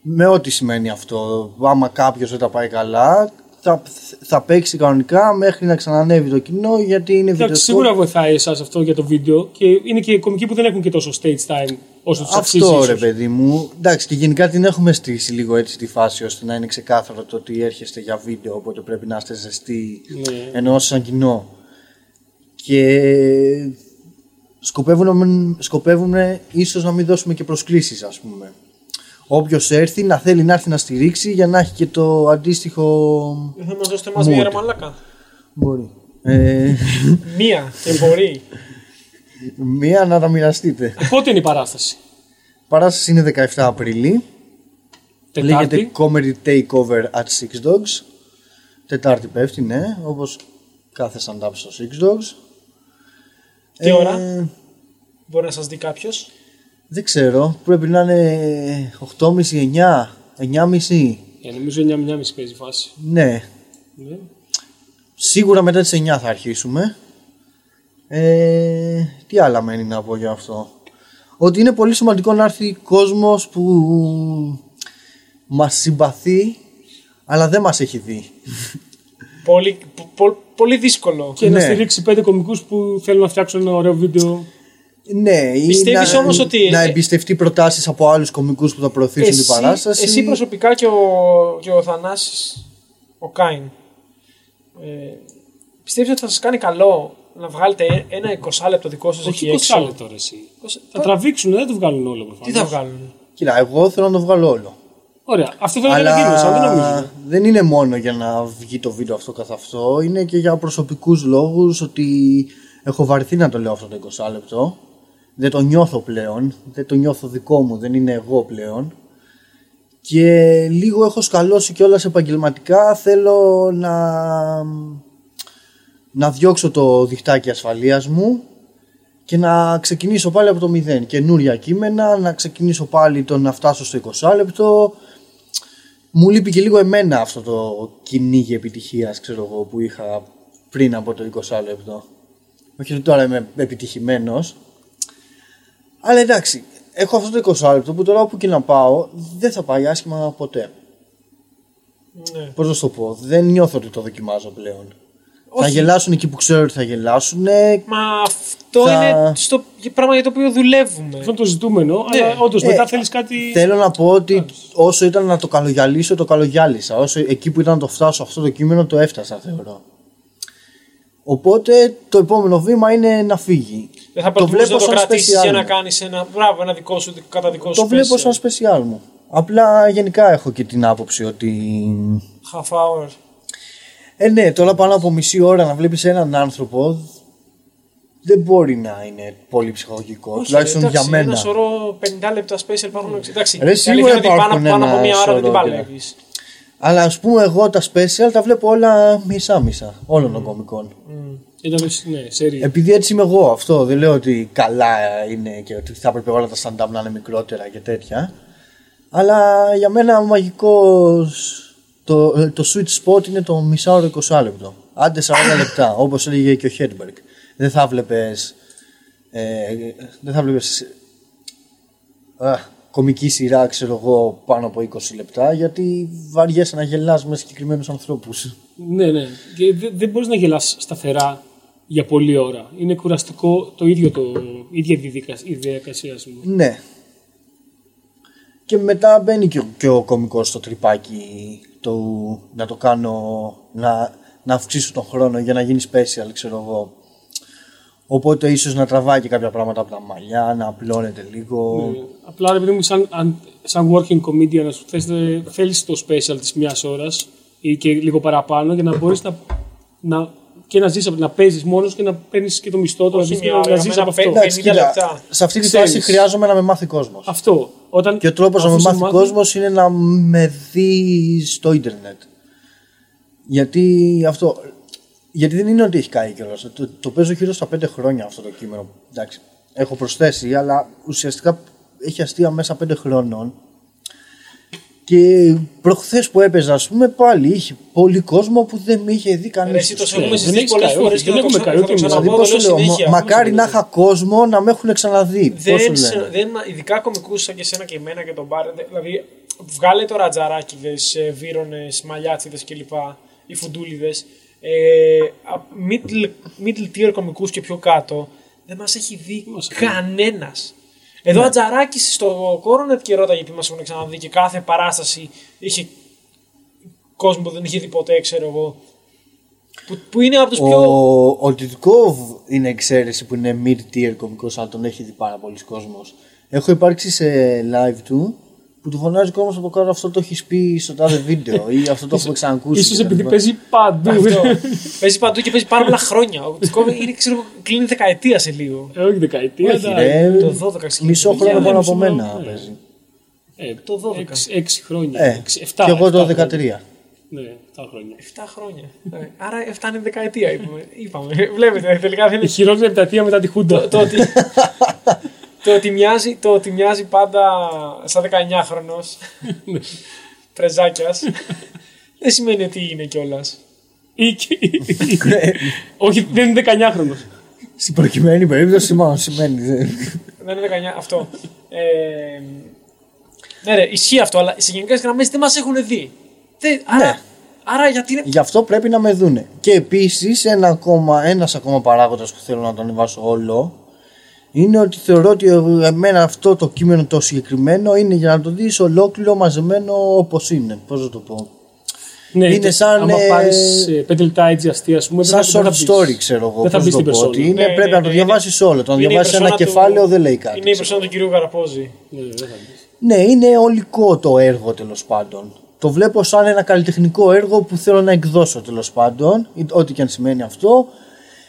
Speaker 3: Με ό,τι σημαίνει αυτό. Άμα κάποιος δεν τα πάει καλά, θα, θα παίξει κανονικά μέχρι να ξανανεύει το κοινό γιατί είναι
Speaker 1: Εντάξει,
Speaker 3: βιντεοσκόπ.
Speaker 1: σίγουρα βοηθάει εσάς αυτό για το βίντεο και είναι και κομικοί που δεν έχουν και τόσο stage time όσο τους αξίζει.
Speaker 3: Αυτό
Speaker 1: ίσως.
Speaker 3: ρε παιδί μου. Εντάξει, και γενικά την έχουμε στήσει λίγο έτσι τη φάση ώστε να είναι ξεκάθαρο το ότι έρχεστε για βίντεο, οπότε πρέπει να είστε ζεστοί
Speaker 1: Ναι.
Speaker 3: ενώ σαν κοινό. Και σκοπεύουμε, να μην- σκοπεύουμε ίσως να μην δώσουμε και προσκλήσεις ας πούμε. Όποιος έρθει να θέλει να έρθει να στηρίξει για να έχει και το αντίστοιχο...
Speaker 2: Δεν θα μας δώσετε εμάς μία
Speaker 3: Mood.
Speaker 2: ρε μαλάκα.
Speaker 3: Μπορεί. Ε,
Speaker 2: Μία και μπορεί.
Speaker 3: μία να τα μοιραστείτε.
Speaker 1: Ε, Πότε είναι η παράσταση.
Speaker 3: Παράσταση είναι 17 Απριλίου. Λέγεται
Speaker 1: Τετάρτη.
Speaker 3: Comedy Takeover at Six Dogs. Τετάρτη πέφτει, ναι, όπως κάθε stand-up στο Six Dogs. Ε,
Speaker 2: Τι ώρα? Μπορεί να σας δει κάποιος.
Speaker 3: Δεν ξέρω, πρέπει να είναι 8.30-9, 9.30.
Speaker 1: Ε, νομίζω 9.30 παίζει η φάση.
Speaker 3: Ναι,
Speaker 1: Ναι.
Speaker 3: σίγουρα μετά τις 9 θα αρχίσουμε. Ε, τι άλλα μένει να πω για αυτό. Ότι είναι πολύ σημαντικό να έρθει κόσμος που μας συμπαθεί, αλλά δεν μας έχει δει.
Speaker 2: Πολύ, πο- πο- πολύ δύσκολο.
Speaker 1: Και να
Speaker 3: Ναι.
Speaker 1: στηρίξει πέντε κομικούς που θέλουν να φτιάξουν ένα ωραίο βίντεο.
Speaker 3: Ναι, ή
Speaker 2: Πιστεύεις
Speaker 3: να,
Speaker 2: όμως ότι- ε-
Speaker 3: Να εμπιστευτεί προτάσεις από άλλους κομικούς που θα προωθήσουν
Speaker 2: Εσύ-
Speaker 3: την παράσταση.
Speaker 2: Εσύ προσωπικά και ο, και ο Θανάσης, ο Κάιν, ε, πιστεύεις ότι θα σας κάνει καλό να βγάλετε ένα 20 λεπτό δικό σας εκεί
Speaker 1: Όχι 20
Speaker 2: έξω.
Speaker 1: λεπτό ρε εσύ.
Speaker 2: 20
Speaker 1: Θα τραβήξουν, δεν το βγάλουν όλο προφανώς.
Speaker 2: Τι θα βγάλουν.
Speaker 3: Κοίτα, εγώ θέλω να το βγάλω όλο.
Speaker 1: Ωραία. Αυτό θα είναι ανακοίνωση, αλλά δεν νομίζω.
Speaker 3: δεν είναι μόνο για να βγει το βίντεο αυτό καθ' αυτό. Είναι και για προσωπικούς λόγους ότι έχω βαρεθεί να το λέω αυτό το 20 λεπτό. Δεν το νιώθω πλέον. Δεν το νιώθω δικό μου. Δεν είναι εγώ πλέον. Και λίγο έχω σκαλώσει κιόλας επαγγελματικά. Θέλω να, να διώξω το διχτάκι ασφαλείας μου και να ξεκινήσω πάλι από το μηδέν. Καινούρια κείμενα, να ξεκινήσω πάλι το να φτάσω στο 20 λεπτό. Μου λείπει και λίγο εμένα αυτό το κυνήγι επιτυχίας, ξέρω εγώ, που είχα πριν από το 20 λεπτό. Όχι ότι τώρα είμαι επιτυχημένος. Αλλά εντάξει, έχω αυτό το 20 λεπτό που τώρα όπου και να πάω δεν θα πάει άσχημα ποτέ.
Speaker 2: Ναι.
Speaker 3: Πώς να σου το πω, δεν νιώθω ότι το δοκιμάζω πλέον. Θα
Speaker 2: Όχι.
Speaker 3: γελάσουν εκεί που ξέρω ότι θα γελάσουν.
Speaker 2: Μα αυτό
Speaker 3: Θα-
Speaker 2: είναι στο πράγμα για το οποίο δουλεύουμε.
Speaker 1: Αυτό είναι το ζητούμενο,
Speaker 2: Ναι.
Speaker 1: αλλά όντως
Speaker 3: Ε,
Speaker 1: μετά θέλεις κάτι.
Speaker 3: Θέλω να πω ότι όσο ήταν να το καλογιαλίσω, το καλογιάλισα. Όσο εκεί που ήταν να το φτάσω αυτό το κείμενο, το έφτασα, θεωρώ. Οπότε το επόμενο βήμα είναι να φύγει.
Speaker 2: Δεν θα προτιμούσες να το κρατήσεις
Speaker 3: special
Speaker 2: για να
Speaker 3: μου.
Speaker 2: κάνεις ένα, μπράβο, ένα δικό σου, κατά δικό σου
Speaker 3: Το βλέπω
Speaker 2: special.
Speaker 3: σαν special μου. Απλά γενικά έχω και την άποψη ότι.
Speaker 2: Half hour.
Speaker 3: Ε, ναι, τώρα πάνω από μισή ώρα να βλέπεις έναν άνθρωπο δεν μπορεί να είναι πολύ ψυχολογικό.
Speaker 2: Όχι,
Speaker 3: τουλάχιστον
Speaker 2: εντάξει,
Speaker 3: για μένα.
Speaker 2: Ένα σωρό 50 λεπτά special υπάρχουν. Εντάξει,
Speaker 3: Ρε,
Speaker 2: η αλήθεια
Speaker 3: σίγουρα
Speaker 2: είναι ότι πάνω,
Speaker 3: υπάρχουν
Speaker 2: πάνω από
Speaker 3: ένα
Speaker 2: μία ώρα δεν την
Speaker 3: σωρό,
Speaker 2: παλεύεις.
Speaker 3: Αλλά ας πούμε, εγώ τα special τα βλέπω όλα μισά-μισά όλων των κομικών.
Speaker 1: Ήταν ναι, σερί.
Speaker 3: Επειδή έτσι είμαι εγώ αυτό, δεν λέω ότι καλά είναι και ότι θα έπρεπε όλα τα stand-up να είναι μικρότερα και τέτοια. Αλλά για μένα ο μαγικός, το, το sweet spot είναι το μισάωρο 20 λεπτό. Άντε 40 λεπτά, όπως έλεγε και ο Χέρμπεργκ. Δεν θα βλέπες, ε, δεν θα βλέπες α, κομική σειρά, ξέρω εγώ, πάνω από 20 λεπτά, γιατί βαριέσαι να γελάς με συγκεκριμένους ανθρώπους.
Speaker 1: Ναι, ναι. Και δε- δεν μπορείς να γελάς σταθερά για πολλή ώρα. Είναι κουραστικό το ίδιο το η ίδια διδικα- η διαδικασία, ας πούμε.
Speaker 3: Ναι. Και μετά μπαίνει και, ο- και ο κωμικός στο τρυπάκι του να το κάνω, να, να αυξήσω τον χρόνο για να γίνει special, ξέρω εγώ. Οπότε ίσως να τραβάει και κάποια πράγματα από τα μαλλιά, να απλώνεται λίγο.
Speaker 1: Ε, Απλά ρε παιδί μου, σαν, αν- σαν working comedian, ας πούμε, θες, ε, θέλεις το special της μιας ώρας ή και λίγο παραπάνω για να μπορείς να, να, και να ζεις, από- να παίζεις μόνος και να παίρνεις και το μισθό του, να, ζεις-
Speaker 2: μια
Speaker 1: να,
Speaker 2: ώρα,
Speaker 1: να ζεις
Speaker 2: εμένα
Speaker 1: από αυτό.
Speaker 2: παίρνει- 50 λεπτά.
Speaker 3: σε αυτή τη
Speaker 1: Ξέρεις.
Speaker 3: φάση χρειάζομαι να με μάθει κόσμος.
Speaker 1: Αυτό. Όταν,
Speaker 3: Και ο τρόπος να με
Speaker 1: αφούς σε
Speaker 3: μάθει
Speaker 1: μάθουν-
Speaker 3: κόσμος είναι να με δει στο ίντερνετ. Γιατί αυτό. Γιατί δεν είναι ότι έχει καεί κιόλας. Το, το παίζω γύρω στα 5 χρόνια αυτό το κείμενο. Εντάξει, έχω προσθέσει, αλλά ουσιαστικά έχει αστεία μέσα 5 χρόνων. Και προχθές που έπαιζα, ας πούμε, πάλι είχε πολύ κόσμο που δεν με είχε δει κανείς.
Speaker 2: Ρε, Εσύ το έχουμε
Speaker 1: Ναι, δεν
Speaker 2: συζητήσει
Speaker 1: έχεις
Speaker 2: πολλές
Speaker 1: καεί,
Speaker 2: φορέ
Speaker 1: όχι,
Speaker 2: και
Speaker 1: δεν
Speaker 2: θα το
Speaker 1: έχουμε
Speaker 2: ξα-
Speaker 1: καεί,
Speaker 2: θα
Speaker 1: ούτε εμείς.
Speaker 2: το ξαναπώ. Το
Speaker 3: πώ
Speaker 2: λέω
Speaker 3: το λέω, μα-
Speaker 2: συνέχεια.
Speaker 3: μακάρι να είχα κόσμο να με έχουν ξαναδεί.
Speaker 2: Δεν,
Speaker 3: Πώς το λένε.
Speaker 2: σε- δεν, ειδικά κομικούς σαν και εσένα και εμένα και τον Μπάρ, δε- δηλαδή βγάλε τώρα τζαράκιδε, βύρονε, μαλλιάτσιδε κλπ. Οι φουντούλιδες. Ε, α- middle, middle tier κομικούς και πιο κάτω δεν μας έχει δει κανένας. Εδώ ο Ατζαράκης στο Κόρονετ και ρώταγε επειδή μας έχουν ξαναδεί και κάθε παράσταση είχε κόσμο που δεν είχε δει ποτέ, ξέρω εγώ. Που, που είναι από τους
Speaker 3: Ο,
Speaker 2: πιο.
Speaker 3: ο Τιτκόβ είναι εξαίρεση που είναι mid-tier κωμικό, αλλά τον έχει δει πάρα πολλοί κόσμος. Έχω υπάρξει σε live του που του φωνάζει κόσμος από κάτω αυτό το έχεις πει στο τάδε βίντεο ή αυτό το έχουμε ξανακούσει.
Speaker 1: Ίσως
Speaker 3: και τα
Speaker 1: επειδή
Speaker 3: λοιπά.
Speaker 1: παίζει παντού.
Speaker 2: Αυτό. παίζει παντού και παίζει πάρα πολλά χρόνια. Ο Τσκόβ είναι, ξέρω, κλείνει δεκαετία σε λίγο.
Speaker 1: Ε, όχι δεκαετία.
Speaker 3: Όχι,
Speaker 1: αλλά-
Speaker 3: ρε,
Speaker 2: Το 12 ξεκίνησε.
Speaker 3: Ε, Μισό
Speaker 1: Ναι,
Speaker 3: χρόνο πάνω από
Speaker 1: μισό χρόνο,
Speaker 3: μένα
Speaker 1: ναι.
Speaker 3: παίζει.
Speaker 1: Ε,
Speaker 2: Το 12.
Speaker 1: Έξι, έξι χρόνια.
Speaker 3: Ε,
Speaker 1: Έξι- εφτά-
Speaker 3: και εγώ το
Speaker 1: εφτά
Speaker 3: 13.
Speaker 1: χρόνια. Ναι, 7 χρόνια.
Speaker 2: 7 χρόνια. Ε, Άρα φτάνει δεκαετία, είπαμε. είπαμε. Βλέπετε, τελικά δεν
Speaker 1: Η
Speaker 2: είναι.
Speaker 1: χειρότερη επιτατεία μετά τη Χούντα.
Speaker 2: το, ότι, το, ότι μοιάζει, το ότι μοιάζει πάντα σαν 19χρονο πρεζάκια δεν σημαίνει ότι είναι κιόλας.
Speaker 1: Ή και- Όχι, δεν είναι 19χρονο.
Speaker 3: Στην προκειμένη περίπτωση, μάλλον σημαίνει. δεν-
Speaker 2: Δεν είναι 19, αυτό. Ε, ναι, ρε, ισχύει αυτό, αλλά σε γενικές γραμμές δεν μας έχουν δει. Δεν- άρα,
Speaker 3: Ναι.
Speaker 2: άρα γιατί είναι
Speaker 3: Γι' αυτό πρέπει να με δούνε. Και επίσης, ένα ακόμα, ένας ακόμα παράγοντας που θέλω να τον ανεβάσω όλο είναι ότι θεωρώ ότι εμένα αυτό το κείμενο το συγκεκριμένο είναι για να το δεις ολόκληρο μαζεμένο όπως είναι. Πώς να το πω.
Speaker 1: Ναι,
Speaker 3: Είναι
Speaker 1: το-
Speaker 3: σαν,
Speaker 1: Άμα
Speaker 3: ε,
Speaker 1: πάρεις πέντε λεπτά έτσι αστεία, ας πούμε.
Speaker 3: Σαν
Speaker 1: δεν θα-
Speaker 3: short
Speaker 1: δεν θα μπεις.
Speaker 3: story, ξέρω εγώ.
Speaker 1: Δεν θα
Speaker 3: πώς
Speaker 1: μπεις
Speaker 3: να
Speaker 1: στην
Speaker 3: το πω, ότι
Speaker 1: περσόνα.
Speaker 3: είναι,
Speaker 2: Ναι,
Speaker 3: πρέπει
Speaker 2: ναι,
Speaker 3: να το
Speaker 2: ναι,
Speaker 3: διαβάσει όλο. Το να
Speaker 2: Είναι η
Speaker 3: διαβάσεις ένα
Speaker 2: περσόνα του-
Speaker 3: κεφάλαιο δεν λέει κάτι.
Speaker 2: Είναι η περσόνα του κυρίου Γαραπόζη.
Speaker 1: Ναι, δεν θα μπεις.
Speaker 3: Ναι, είναι ολικό το έργο τέλος πάντων. Το βλέπω σαν ένα καλλιτεχνικό έργο που θέλω να εκδώσω τέλος πάντων, ή- ό,τι και αν σημαίνει αυτό.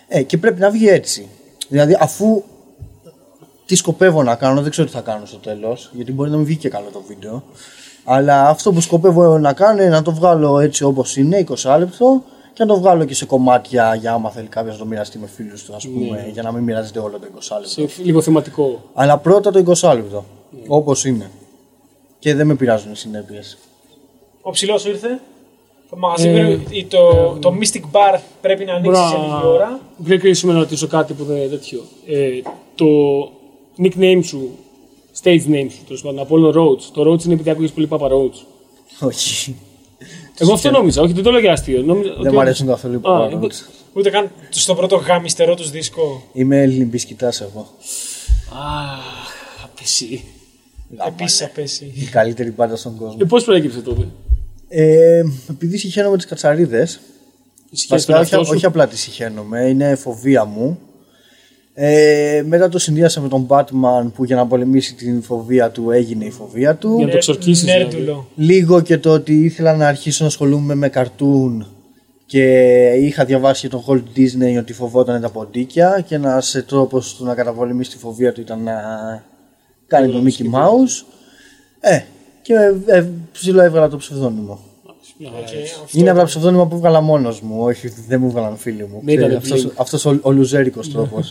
Speaker 3: Ε, και πρέπει να βγει έτσι. Δηλαδή, αφού τι σκοπεύω να κάνω, δεν ξέρω τι θα κάνω στο τέλος, γιατί μπορεί να μην βγει και καλό το βίντεο. Αλλά αυτό που σκοπεύω να κάνω είναι να το βγάλω έτσι όπως είναι, 20 λεπτό, και να το βγάλω και σε κομμάτια για άμα θέλει κάποιος να το μοιραστεί με φίλους του, ας πούμε, για να μην μοιράζεται όλο το 20 λεπτό.
Speaker 1: Σε λίγο θεματικό.
Speaker 3: Αλλά πρώτα το 20 λεπτό. Όπως είναι. Και δεν με πειράζουν οι συνέπειες.
Speaker 2: Ο ψηλός ήρθε. Το μαγαζί
Speaker 1: Ε,
Speaker 2: πρέπει- ή το, το Mystic Bar πρέπει να ανοίξει σε λίγη ώρα.
Speaker 1: Πριν κλείσουμε να ρωτήσω κάτι που δεν είναι τέτοιο. Ε, το nickname σου, stage name σου, τέλος πάντων, από όλο Roads. Το Roads είναι επειδή άκουγε πολύ Papa Roads.
Speaker 3: Όχι.
Speaker 1: Εγώ αυτό νόμιζα, όχι δεν το λέω για αστείο. νόμιζα ότι
Speaker 3: δεν μου
Speaker 1: όντως-
Speaker 3: αρέσουν καθόλου οι
Speaker 1: Α,
Speaker 3: παπάρου.
Speaker 1: υπο-
Speaker 2: Ούτε καν στον πρώτο γάμιστερό τους δίσκο.
Speaker 3: Είμαι Ελληνιμπισκητά εγώ.
Speaker 1: Αχ, απεσί.
Speaker 2: Επίση απέσει.
Speaker 3: Η καλύτερη μπάντα στον κόσμο.
Speaker 1: Ε, πώς προέκυψε τότε.
Speaker 3: Ε, επειδή συχαίνομαι τις κατσαρίδες.
Speaker 1: η σχέση με
Speaker 3: Βασικά, όχι,
Speaker 1: τον εαυτό σου?
Speaker 3: όχι απλά τη συχαίνομαι, είναι φοβία μου. Ε, μετά το συνδύασα με τον Batman που για να πολεμήσει την φοβία του έγινε η φοβία του.
Speaker 1: Για να το ξορκίσεις.
Speaker 2: Ε, Νέρντουλο.
Speaker 3: Λίγο και το ότι ήθελα να αρχίσω να ασχολούμαι με καρτούν και είχα διαβάσει και τον Walt Disney ότι φοβόταν τα ποντίκια και ένας τρόπος του να καταπολεμήσει τη φοβία του ήταν να κάνει τον Mickey Mouse. Ε, και ε, ψηλό έβγαλα το ε, ψευδόνυμο.
Speaker 2: Okay,
Speaker 3: Είναι από τα ψευδόνυμα που βγάλα μόνος μου, όχι δεν μου βγάλαν φίλοι μου.
Speaker 1: Ναι, ήταν
Speaker 3: Αυτό
Speaker 1: φίλοι.
Speaker 3: αυτός ο, ο λουζέρικος τρόπος. να,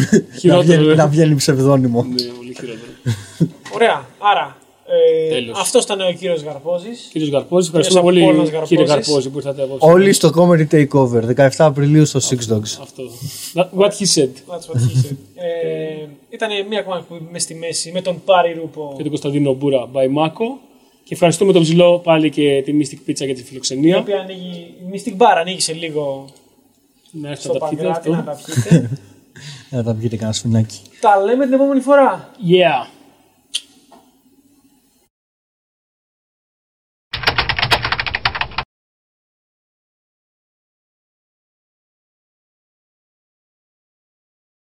Speaker 1: Χειρότερο,
Speaker 3: βγαίνει-
Speaker 1: ε.
Speaker 3: να βγαίνει ψευδόνυμο.
Speaker 1: Ναι, πολύ χειρότερο.
Speaker 2: Ωραία. Άρα, ε,
Speaker 1: Τέλος.
Speaker 2: αυτός ήταν ο κύριος Γαρπόζης.
Speaker 1: Κύριε Γαρπόζης, ευχαριστούμε πολύ,
Speaker 2: Κύριος Απόλλωνας Γαρπόζης.
Speaker 1: κύριε Γαρπόζη, που ήρθατε απόψε.
Speaker 3: Όλοι στο Comedy Takeover, 17 Απριλίου στο Six Dogs.
Speaker 1: Αυτό. That- What he said.
Speaker 2: ε, ήταν μια ακόμα που είμαι στη μέση με τον Πάρη Ρούπο.
Speaker 1: Και τον Κωνσταντίνο Μπούρα, by Mako. Και ευχαριστούμε τον Ψηλό πάλι και τη Mystic Pizza για τη
Speaker 2: Η
Speaker 1: φιλοξενία.
Speaker 2: οποία ανοίγει. η Mystic Bar ανοίγει σε λίγο
Speaker 1: Να έρθετε
Speaker 2: στο
Speaker 1: να τα πιείτε
Speaker 2: Παγκράτη να
Speaker 1: αυτό.
Speaker 2: τα πιείτε.
Speaker 3: Να τα πιείτε κανένα σφινάκι.
Speaker 2: τα λέμε την επόμενη φορά.
Speaker 1: Yeah.